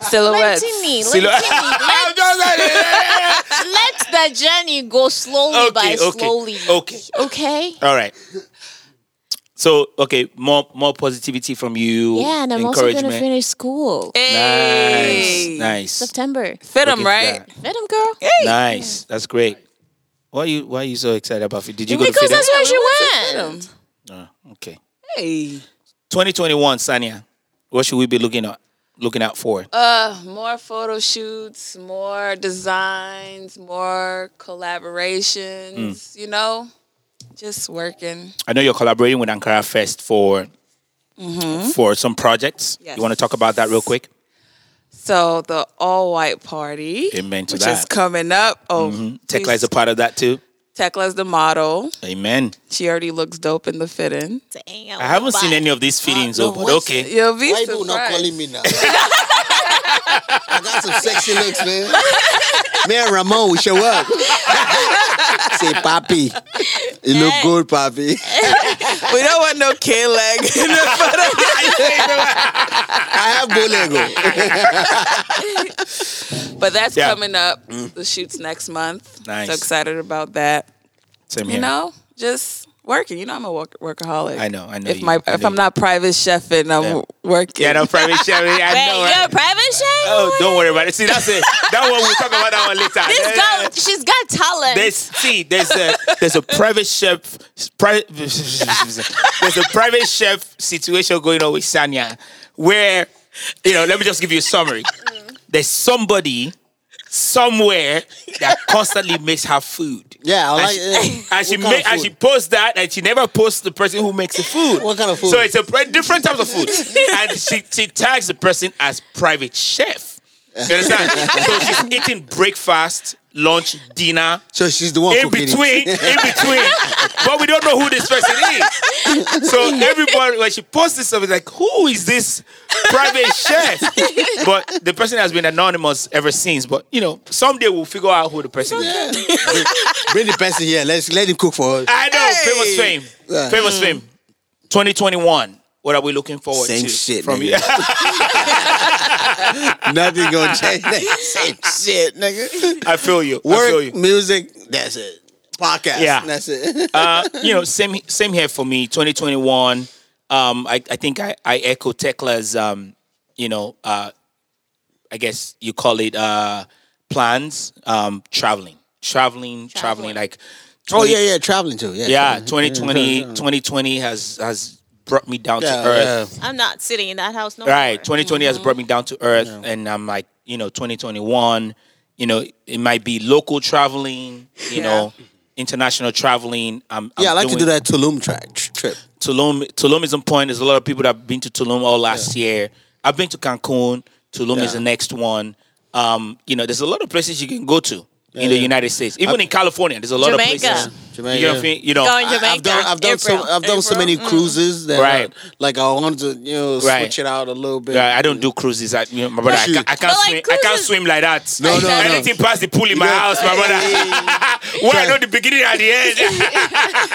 Speaker 5: Silhouettes.
Speaker 6: Let me,
Speaker 1: Silo-
Speaker 6: let, me,
Speaker 1: I'm just like-
Speaker 6: let, let the journey go slowly by
Speaker 1: okay. Okay.
Speaker 6: slowly.
Speaker 1: Okay.
Speaker 6: Okay?
Speaker 1: All right. So okay, more more positivity from you.
Speaker 6: Yeah, and I'm also
Speaker 1: encouragement.
Speaker 6: gonna finish school.
Speaker 5: Hey.
Speaker 1: Nice.
Speaker 6: September.
Speaker 5: Fit
Speaker 1: Look at
Speaker 5: him, right?
Speaker 1: that.
Speaker 6: Let him, girl.
Speaker 1: Nice. That's great. Why you why are you so excited about it? Did you go to
Speaker 6: Because
Speaker 1: Fidel?
Speaker 6: that's where she
Speaker 5: Fit him.
Speaker 6: went.
Speaker 1: Okay.
Speaker 5: Hey.
Speaker 1: 2021, Sania. What should we be looking at looking out for?
Speaker 5: Uh, more photo shoots, more designs, more collaborations.
Speaker 1: Mm.
Speaker 5: You know, just working.
Speaker 1: I know you're collaborating with Ankara Fest for for some projects.
Speaker 5: Mm-hmm. Yes.
Speaker 1: You want to talk about that real quick?
Speaker 5: So the all white party,
Speaker 1: Amen to
Speaker 5: which
Speaker 1: that.
Speaker 5: is coming up. Oh,
Speaker 1: Tekla is a part of that too.
Speaker 5: Tekla's the model.
Speaker 1: Amen.
Speaker 5: She already looks dope in the fitting.
Speaker 1: I haven't seen any of these feelings, though, but
Speaker 2: what's-
Speaker 1: okay.
Speaker 5: You'll be
Speaker 2: Why people not
Speaker 5: surprised.
Speaker 2: calling me now? I got some sexy looks, man. Me and Ramon, we show up. Say, Papi, you look good, Papi.
Speaker 5: we don't want no K leg in the photo.
Speaker 2: I have Bolego.
Speaker 5: But that's
Speaker 1: Yeah.
Speaker 5: coming up. The shoot's next month.
Speaker 1: Nice.
Speaker 5: So excited about that.
Speaker 1: Same
Speaker 5: You
Speaker 1: here.
Speaker 5: know, just working. You know, I'm a work- workaholic.
Speaker 1: I know, I know
Speaker 5: If
Speaker 1: you.
Speaker 5: my
Speaker 1: I
Speaker 5: if
Speaker 1: know
Speaker 5: I'm
Speaker 1: you.
Speaker 5: not private chefing, I'm
Speaker 1: Yeah.
Speaker 5: working.
Speaker 1: Yeah, no, private sharing. I
Speaker 6: Wait,
Speaker 1: know.
Speaker 6: you're a
Speaker 1: Right?
Speaker 6: private chef?
Speaker 1: Oh, don't worry about it. See, that's it. That one we'll talk about that one later.
Speaker 6: This
Speaker 1: Yeah, yeah, yeah.
Speaker 6: girl, she's got talent.
Speaker 1: There's see, there's a there's a private chef pri- there's a private chef situation going on with Sanya where you know, let me just give you a summary. There's somebody somewhere that constantly makes her food.
Speaker 2: Yeah, I
Speaker 1: And
Speaker 2: like
Speaker 1: she-
Speaker 2: yeah.
Speaker 1: And she,
Speaker 2: What kind of
Speaker 1: ma- and
Speaker 2: food?
Speaker 1: she posts that, and she never posts the person who makes the food.
Speaker 2: What kind of food?
Speaker 1: So it's a pri- different types of food, and she, she tags the person as private chef. You understand? so she's eating breakfast, lunch, dinner,
Speaker 2: So she's the one
Speaker 1: in
Speaker 2: cooking it.
Speaker 1: between, in between. but we don't know who this person is. So everybody, when she posts this stuff, it's like, who is this private chef? But the person has been anonymous ever since. But you know, someday we'll figure out who the person is.
Speaker 2: Bring the person here. Let's let him cook for us.
Speaker 1: I know. Famous fame.
Speaker 2: Yeah. Hmm.
Speaker 1: Famous fame. 2021. What are we looking forward
Speaker 2: Same
Speaker 1: to?
Speaker 2: shit,
Speaker 1: from you.
Speaker 2: nigga. Nothing gonna change. Nigga, Same shit, nigga.
Speaker 1: I feel you. I feel
Speaker 2: Work,
Speaker 1: you.
Speaker 2: music, that's it. Podcast,
Speaker 1: Yeah.
Speaker 2: that's it.
Speaker 1: Uh, you know, same same here for me. 2021. Um, I, I think I, I echo Tekla's. Um, you know, uh, I guess you call it uh, plans. Um, traveling, traveling, traveling. Like,
Speaker 2: oh yeah, Mm-hmm. yeah, traveling too. Yeah,
Speaker 1: yeah.
Speaker 2: traveling.
Speaker 1: 2020, 2020 has has brought me down
Speaker 2: Yeah,
Speaker 1: to earth.
Speaker 2: yeah.
Speaker 6: I'm not sitting in that house no
Speaker 1: Right.
Speaker 6: more.
Speaker 1: 2020 has brought me down to earth, and I'm like, you know, 2021. You know, it might be local traveling. You know, international traveling. I'm, I'm
Speaker 2: Yeah, I like to
Speaker 1: doing-
Speaker 2: do that Tulum track tr- trip.
Speaker 1: Tulum, Tulum is on point. There's a lot of people that have been to Tulum all last year. I've been to Cancun. Tulum is
Speaker 2: Yeah.
Speaker 1: the next one. Um, you know, there's a lot of places you can go to in the
Speaker 2: yeah.
Speaker 1: United States, even in California. There's a lot
Speaker 6: Jamaica.
Speaker 1: of places.
Speaker 2: Jamaica.
Speaker 1: You know, what I mean? you know,
Speaker 6: Going to
Speaker 2: I- I've done,
Speaker 6: Jamaica,
Speaker 2: I've done so,
Speaker 6: April.
Speaker 2: I've done so many cruises that,
Speaker 1: Mm-hmm. Right.
Speaker 2: like, I wanted to, you know, switch
Speaker 1: Right.
Speaker 2: it out a little bit.
Speaker 1: Yeah, I don't do cruises. I, you know, my brother, I,
Speaker 2: Shoot.
Speaker 1: ca- I can't
Speaker 6: But, like,
Speaker 1: swim. I can't
Speaker 6: cruises-
Speaker 1: swim like that.
Speaker 2: No, no, no.
Speaker 1: Anything past the pool in my
Speaker 2: know-
Speaker 1: house, my brother. well, I know the beginning and the end.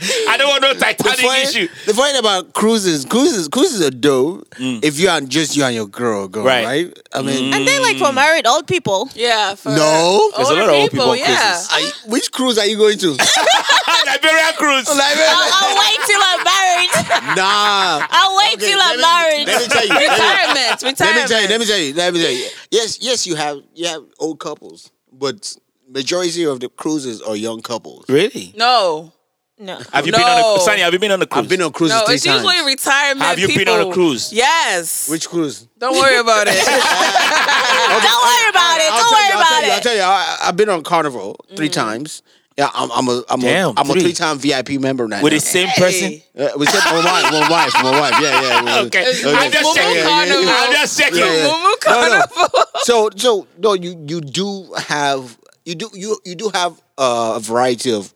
Speaker 1: I don't want no
Speaker 2: The
Speaker 1: Titanic issue.
Speaker 2: point, the point about cruises, cruises, cruises are dope if you are just you and your girl
Speaker 1: Mm.
Speaker 2: going,
Speaker 1: Right. Mm.
Speaker 2: right? I mean,
Speaker 6: And then, like, for married old people.
Speaker 5: Yeah. For
Speaker 2: No. There's
Speaker 1: a lot of old people on
Speaker 5: yeah.
Speaker 1: cruises.
Speaker 2: are you- which cruise are you going to?
Speaker 1: Liberia cruise.
Speaker 2: Like,
Speaker 6: I'll, I'll wait till I'm married.
Speaker 2: nah.
Speaker 6: I'll wait
Speaker 2: Okay,
Speaker 6: till
Speaker 2: let
Speaker 6: I'm
Speaker 2: me-
Speaker 6: married.
Speaker 2: Let me tell you. let me-
Speaker 5: Retirement. Retirement.
Speaker 2: Let me tell you. Let me tell you. Let me tell you. Yes, yes, you have you have old couples, but majority of the cruises are young couples.
Speaker 1: Really?
Speaker 5: No.
Speaker 6: no.
Speaker 1: Have you been on a
Speaker 5: No.
Speaker 1: Sanya, have you been on a cruise?
Speaker 2: I've been on cruises
Speaker 5: No,
Speaker 2: three
Speaker 5: it's
Speaker 2: times.
Speaker 5: usually retirement.
Speaker 1: Have you been
Speaker 5: people.
Speaker 1: on a cruise?
Speaker 5: Yes.
Speaker 2: Which cruise?
Speaker 5: Don't worry about it.
Speaker 6: Don't worry about it.
Speaker 2: I'll
Speaker 6: Don't
Speaker 2: tell
Speaker 6: worry
Speaker 2: you, I'll
Speaker 6: about
Speaker 2: tell you, I'll
Speaker 6: it.
Speaker 2: tell you. I, I've been on Carnival
Speaker 5: Mm-hmm.
Speaker 2: three times. Yeah, I'm, I'm a I'm
Speaker 1: Damn,
Speaker 2: a, I'm
Speaker 1: three.
Speaker 2: a three time VIP member now.
Speaker 1: With the same person?
Speaker 5: Hey.
Speaker 2: Uh, we said my wife, my wife, my wife. Yeah, yeah. we-
Speaker 1: Okay.
Speaker 5: Okay.
Speaker 1: I'm just
Speaker 5: Mumu
Speaker 1: checking.
Speaker 5: Carnival.
Speaker 1: I'm just checking.
Speaker 2: Yeah, yeah.
Speaker 5: Mumu
Speaker 2: No,
Speaker 5: Carnival.
Speaker 2: no. So, so no, you you do have you do you you do have uh, a variety of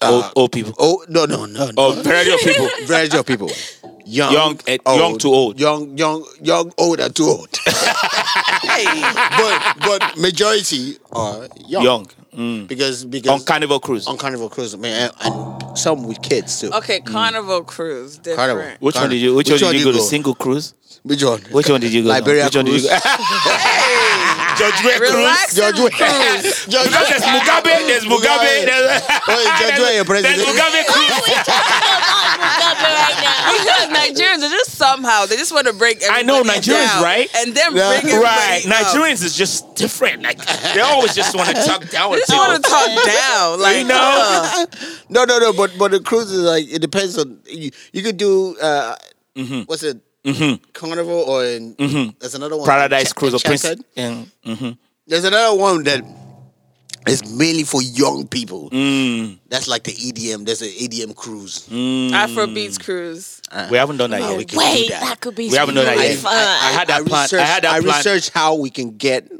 Speaker 1: Old, old people.
Speaker 2: oh no no no, no.
Speaker 1: Oh, variety of people.
Speaker 2: variety of people. Young,
Speaker 1: Young, eh, young to old.
Speaker 2: Young, young, young, older to old. but but majority are young,
Speaker 1: Young. Mm.
Speaker 2: because because
Speaker 1: On Carnival Cruise.
Speaker 2: on Carnival Cruise, man, and, and some with kids too.
Speaker 5: Okay,
Speaker 1: Mm.
Speaker 5: Carnival Cruise. Different.
Speaker 2: Carnival.
Speaker 1: Which one did you Which, one did you go to? Single cruise?
Speaker 2: Which one?
Speaker 1: Which one did you go to?
Speaker 2: Liberia
Speaker 1: Which one did you go?
Speaker 2: Cruise.
Speaker 1: Judge Way Cruise.
Speaker 5: Relax.
Speaker 2: Judge Wayne. Judge
Speaker 1: Because there's Mugabe, there's Mugabe, there's,
Speaker 2: Oh, Judge Wayne,
Speaker 1: there's
Speaker 2: your president.
Speaker 1: Mugabe Cruise.
Speaker 6: Stop it right now.
Speaker 5: Because Nigerians are just somehow they just want to break. Everybody
Speaker 1: I know Nigerians,
Speaker 5: down
Speaker 1: right?
Speaker 5: And then
Speaker 2: Yeah.
Speaker 5: bring everybody
Speaker 1: Right.
Speaker 5: up.
Speaker 1: Nigerians is just different. Like they always just want to talk uh, down with
Speaker 5: They just want to
Speaker 1: people.
Speaker 5: talk down. Like
Speaker 1: You know?
Speaker 2: No, no, no. But but the cruise is like it depends on you. You could do uh,
Speaker 1: Mm-hmm.
Speaker 2: what's it? Carnival or in, there's another one.
Speaker 1: Paradise
Speaker 2: Ch-
Speaker 1: Cruise or
Speaker 2: Ch-
Speaker 1: Prince.
Speaker 2: Chattered?
Speaker 1: Yeah.
Speaker 2: There's another one that It's mainly for young people.
Speaker 1: Mm.
Speaker 2: That's like the EDM. There's an EDM cruise.
Speaker 5: Afrobeats
Speaker 1: Mm.
Speaker 5: cruise.
Speaker 1: Ah, we haven't done that
Speaker 2: Oh,
Speaker 1: yet.
Speaker 2: we can
Speaker 6: Wait,
Speaker 2: do that.
Speaker 6: that could be
Speaker 1: We haven't done that
Speaker 6: really
Speaker 1: yet.
Speaker 6: fun.
Speaker 1: I had that plan. I
Speaker 2: researched-
Speaker 1: had that plan.
Speaker 2: researched how we can get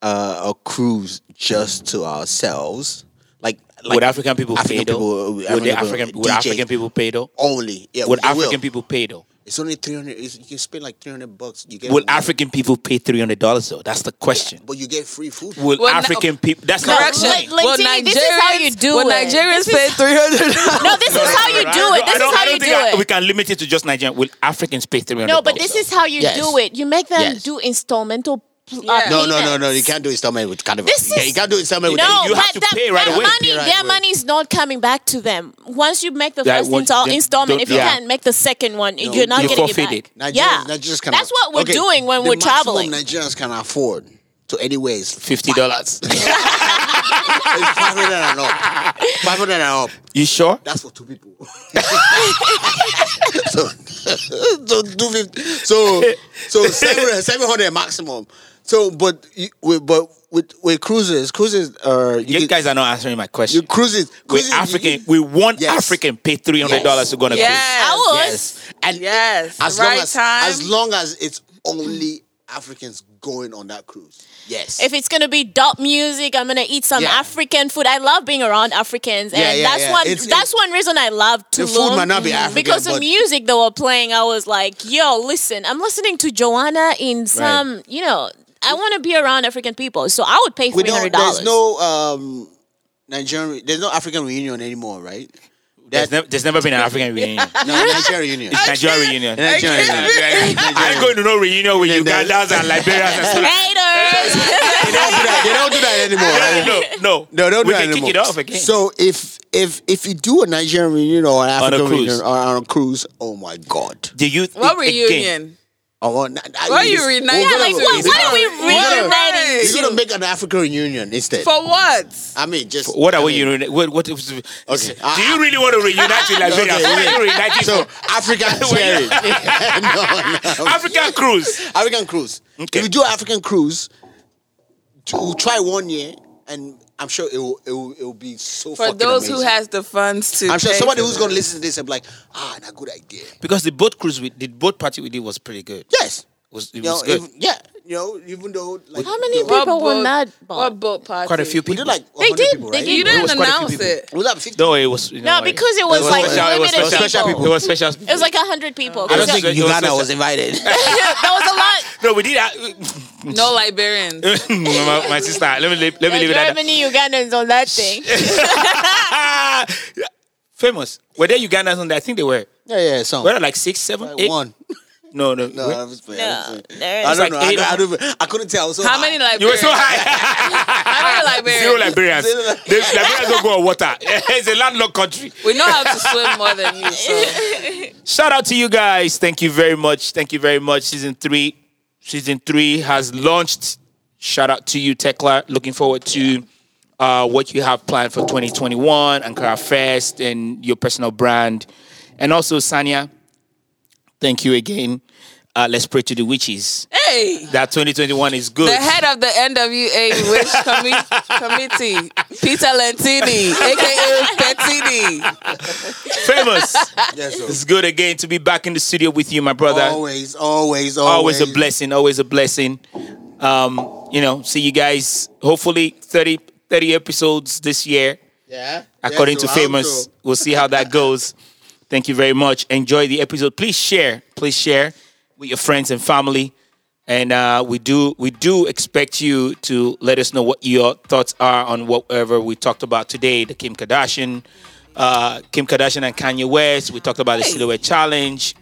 Speaker 2: uh, a cruise just to ourselves, like, like
Speaker 1: would African people
Speaker 2: African
Speaker 1: pay though?
Speaker 2: people, uh,
Speaker 1: would the
Speaker 2: African people,
Speaker 1: African would
Speaker 2: DJ.
Speaker 1: African people pay though?
Speaker 2: only. Yeah,
Speaker 1: Would
Speaker 2: they will.
Speaker 1: African people pay though?
Speaker 2: It's only three hundred. You can spend like three hundred bucks. You get
Speaker 1: Would
Speaker 2: one-
Speaker 1: African people pay three hundred dollars though? That's the question.
Speaker 2: but you get free food.
Speaker 1: Would
Speaker 5: Well, no-
Speaker 1: African people? That's not
Speaker 5: Correction.
Speaker 6: Like- like,
Speaker 5: Well,
Speaker 6: Dini, this is how you
Speaker 5: Nigerians-
Speaker 6: do
Speaker 5: well,
Speaker 6: it.
Speaker 5: Nigerians
Speaker 6: This is-
Speaker 5: pay three hundred dollars.
Speaker 6: No, this is how you
Speaker 1: I
Speaker 6: do
Speaker 1: don't-
Speaker 6: it.
Speaker 1: I
Speaker 6: This
Speaker 1: don't-
Speaker 6: is
Speaker 1: I
Speaker 6: how
Speaker 1: don't
Speaker 6: you do
Speaker 1: think I- We
Speaker 6: it.
Speaker 1: can limit it to just Nigerian. Will Africans pay three hundred?
Speaker 6: No, but this is how you
Speaker 2: Yes.
Speaker 6: do it. You make them
Speaker 2: Yes.
Speaker 6: do instrumental. pl-
Speaker 5: Yeah.
Speaker 2: No,
Speaker 6: Uh,
Speaker 2: no, no, no.
Speaker 6: payments.
Speaker 2: You can't do installment with carnival.
Speaker 6: This
Speaker 2: yeah,
Speaker 6: is-
Speaker 2: you can't do installment with
Speaker 6: No,
Speaker 1: You
Speaker 6: but
Speaker 1: have to
Speaker 6: that,
Speaker 1: pay right
Speaker 6: that
Speaker 1: away.
Speaker 6: money,
Speaker 2: Pay right
Speaker 6: their
Speaker 2: away.
Speaker 6: money is not coming back to them. Once you make the
Speaker 1: Yeah,
Speaker 6: first
Speaker 1: once-
Speaker 6: install-
Speaker 1: then
Speaker 6: installment, if you
Speaker 1: don't- yeah.
Speaker 6: can't make the second one, you're not
Speaker 1: you
Speaker 6: getting
Speaker 1: forfeit
Speaker 6: it
Speaker 1: it.
Speaker 6: back.
Speaker 2: Nigerians,
Speaker 6: yeah,
Speaker 2: Nigerians cannot.
Speaker 6: that's what we're
Speaker 2: Okay,
Speaker 6: doing when
Speaker 2: the
Speaker 6: we're
Speaker 2: maximum
Speaker 6: traveling.
Speaker 2: Nigerians can afford to anywhere is
Speaker 1: fifty dollars.
Speaker 2: five hundred and up. Five hundred and up.
Speaker 1: you sure?
Speaker 2: That's for two people. so, so two fifty. So, so seven seven hundred maximum. So, but you, with, but with with cruises, cruises are
Speaker 1: You,
Speaker 2: you, can-
Speaker 1: guys are not answering my question.
Speaker 2: you cruises,
Speaker 1: Will
Speaker 2: cruises you-
Speaker 1: African, will one
Speaker 2: Yes.
Speaker 1: African pay three hundred dollars
Speaker 2: Yes.
Speaker 1: to go on a cruise?
Speaker 5: Yes.
Speaker 6: I would.
Speaker 2: Yes. And
Speaker 5: Yes.
Speaker 2: as
Speaker 5: right
Speaker 2: long as
Speaker 5: time.
Speaker 2: as long as it's only Africans going on that cruise. Yes.
Speaker 6: If it's gonna be dub music, I'm gonna eat some
Speaker 2: Yeah.
Speaker 6: African food. I love being around Africans, and
Speaker 2: Yeah, yeah,
Speaker 6: that's
Speaker 2: yeah.
Speaker 6: one.
Speaker 2: It's-
Speaker 6: that's
Speaker 2: it's-
Speaker 6: one reason I love Tulum.
Speaker 2: food might not be African,
Speaker 6: because the
Speaker 2: but-
Speaker 6: music they were playing. I was like, "Yo, listen, I'm listening to Joanna in some. You know, I want to be around African people, so I would pay
Speaker 2: we
Speaker 6: three
Speaker 2: don't
Speaker 6: hundred
Speaker 2: there's no
Speaker 6: dollars.
Speaker 2: um Nigerian there's no African reunion anymore, right?
Speaker 1: There's, nev- there's never been an African reunion.
Speaker 2: No, Nigerian reunion.
Speaker 1: Nigerian reunion.
Speaker 2: Nigerian reunion.
Speaker 1: I ain't going to no reunion with Ugandans and Liberians and stuff.
Speaker 6: Haters.
Speaker 2: They don't do that. They don't do that anymore. right?
Speaker 1: No, no,
Speaker 2: No, don't
Speaker 1: We
Speaker 2: do that
Speaker 1: can
Speaker 2: anymore.
Speaker 1: kick it off again.
Speaker 2: So if if if you do a Nigerian reunion or an
Speaker 1: a
Speaker 2: African
Speaker 1: cruise.
Speaker 2: reunion or on a cruise, oh my god!
Speaker 1: do you?
Speaker 5: what
Speaker 1: think e-, Again,
Speaker 5: reunion?
Speaker 2: I want. I,
Speaker 5: What you reuniting?
Speaker 6: Yeah, like, what- what are we reuniting?
Speaker 2: You're gonna make an African reunion instead.
Speaker 5: For what?
Speaker 2: I mean, just
Speaker 1: what
Speaker 2: I
Speaker 1: are we
Speaker 2: mean,
Speaker 1: reuni- What? what is-
Speaker 2: Okay.
Speaker 1: Do you really want to reunite with Liberia?
Speaker 2: Okay, wait.
Speaker 1: Why you reuniting
Speaker 2: So
Speaker 1: with
Speaker 2: African sharing. no, no.
Speaker 1: African cruise.
Speaker 2: African cruise.
Speaker 1: Okay.
Speaker 2: If you do African cruise, do, try one year, and I'm sure it will it will, it will be so.
Speaker 5: For
Speaker 2: fucking
Speaker 5: those who
Speaker 2: amazing.
Speaker 5: has the funds to.
Speaker 2: I'm sure
Speaker 5: pay
Speaker 2: somebody
Speaker 5: for
Speaker 2: who's
Speaker 5: that.
Speaker 2: gonna listen to this and be like, ah, not good idea.
Speaker 1: Because the boat cruise, we, the boat party we did was pretty good.
Speaker 2: Yes.
Speaker 1: It was,
Speaker 2: You
Speaker 1: it
Speaker 2: know,
Speaker 1: was good.
Speaker 2: if- yeah. You know, even though like
Speaker 6: How many
Speaker 2: you know,
Speaker 6: people- were
Speaker 5: boat-
Speaker 6: not bought.
Speaker 5: What boat party?
Speaker 1: Quite a few
Speaker 2: We
Speaker 1: people.
Speaker 2: did like
Speaker 6: They
Speaker 2: 100
Speaker 6: did,
Speaker 2: people,
Speaker 6: they
Speaker 2: right?
Speaker 6: did.
Speaker 5: You
Speaker 1: It
Speaker 5: didn't
Speaker 1: was quite a few
Speaker 5: announce
Speaker 1: people.
Speaker 5: it.
Speaker 2: Was that 50?
Speaker 1: no, it was you
Speaker 6: no,
Speaker 1: know,
Speaker 6: because it was,
Speaker 1: it was
Speaker 6: like
Speaker 1: special, it was
Speaker 6: limited
Speaker 1: special
Speaker 6: people.
Speaker 1: It was special.
Speaker 6: It was like hundred people.
Speaker 1: I don't
Speaker 6: So-
Speaker 1: think it was so-
Speaker 2: invited.
Speaker 6: there was a lot.
Speaker 1: No, we did. that.
Speaker 5: No Liberians.
Speaker 1: my, my sister, let me leave- let me leave it at that.
Speaker 6: Germany, Ugandans on that thing.
Speaker 1: Ah! Famous. Were there Ugandans on there? I think they were.
Speaker 2: yeah, yeah, some.
Speaker 1: Were there like six, seven, eight?
Speaker 2: one.
Speaker 1: No, no.
Speaker 2: No,
Speaker 1: we-
Speaker 2: I was playing. I,
Speaker 6: No,
Speaker 2: was playing.
Speaker 6: there
Speaker 2: I
Speaker 6: is.
Speaker 2: don't
Speaker 1: like
Speaker 2: know. I,
Speaker 1: eight
Speaker 2: don't, I,
Speaker 1: of-
Speaker 2: don't, even- I couldn't tell. I was so ah,
Speaker 5: How
Speaker 2: high.
Speaker 5: many Liberians?
Speaker 1: you were so high.
Speaker 5: How many
Speaker 1: Zero
Speaker 5: Liberians?
Speaker 1: Liberians.
Speaker 2: Zero
Speaker 1: the
Speaker 2: Li-
Speaker 1: Liberians don't go on water. it's a landlocked country.
Speaker 5: We know how to swim more than you. So.
Speaker 1: Shout out to you guys. Thank you very much. Thank you very much. Season three. Season three has launched. Shout out to you, Tekla. Looking forward to uh, what you have planned for 2021, Ankara Fest, and your personal brand. And also, Sanya, thank you again. Uh, let's pray to the witches
Speaker 5: Hey,
Speaker 1: that 2021 is good.
Speaker 5: the head of the NWA Witch commi- Committee, Peter Lentini, aka Petini.
Speaker 1: Famous.
Speaker 2: Yes, sir.
Speaker 1: it's good again to be back in the studio with you, my brother.
Speaker 2: Always, always, always.
Speaker 1: always a blessing always a blessing um you know see you guys hopefully 30 30 episodes this year
Speaker 2: Yeah.
Speaker 1: according
Speaker 2: Yes,
Speaker 1: to
Speaker 2: sir. I hope
Speaker 1: famous
Speaker 2: so.
Speaker 1: we'll see how that goes thank you very much enjoy the episode please share please share with your friends and family and uh, we do we do expect you to let us know what your thoughts are on whatever we talked about today the kim kardashian uh, kim kardashian and kanye west we talked about the silhouette challenge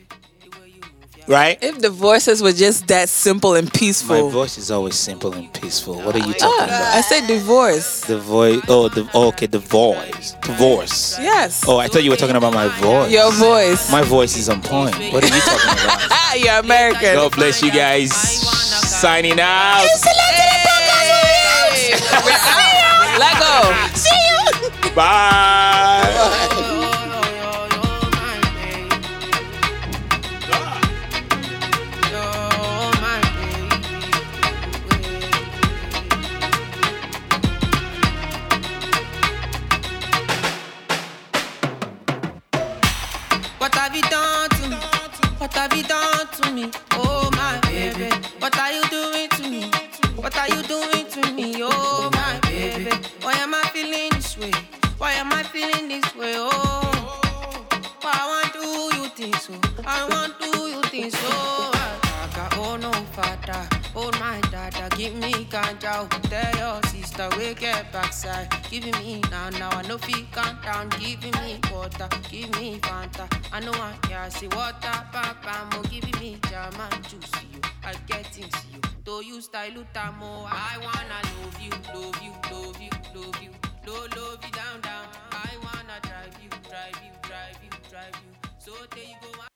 Speaker 1: right
Speaker 5: If the voices were just that simple and
Speaker 1: My
Speaker 5: peaceful. Ah.
Speaker 1: voice is always simple and peaceful. What are you talking about?
Speaker 5: I said divorce.
Speaker 1: The voice. Oh, the oh, okay. The voice. Divorce.
Speaker 5: Yes.
Speaker 1: Oh, I thought you were talking about my voice.
Speaker 5: Your voice.
Speaker 1: My voice is on point. What are you talking about?
Speaker 5: ah, you're American.
Speaker 1: God bless you guys. Signing out.
Speaker 5: Hey. We're out. Let go.
Speaker 1: Bye.
Speaker 7: You're my baby. What have you done to me? What have you done to me? Oh my baby, what are you doing to me? What are you doing to me? Oh my baby, why am I feeling this way? Why am I feeling this way? Oh, why I want do you this? Oh, I want do you this? Oh, Father, oh no, Father, oh my dada, give me ganja. oh. Tell your sister we get backside. Give me now, now I know fi calm down. Give me water, give me Fanta. I know I can see water, Papa, mo give me jam and juice. You, I get into you. Though you style utamo, I wanna love you, love you, love you, love you, love, love you down, down. I wanna drive you, drive you, drive you, drive you. So there you go. I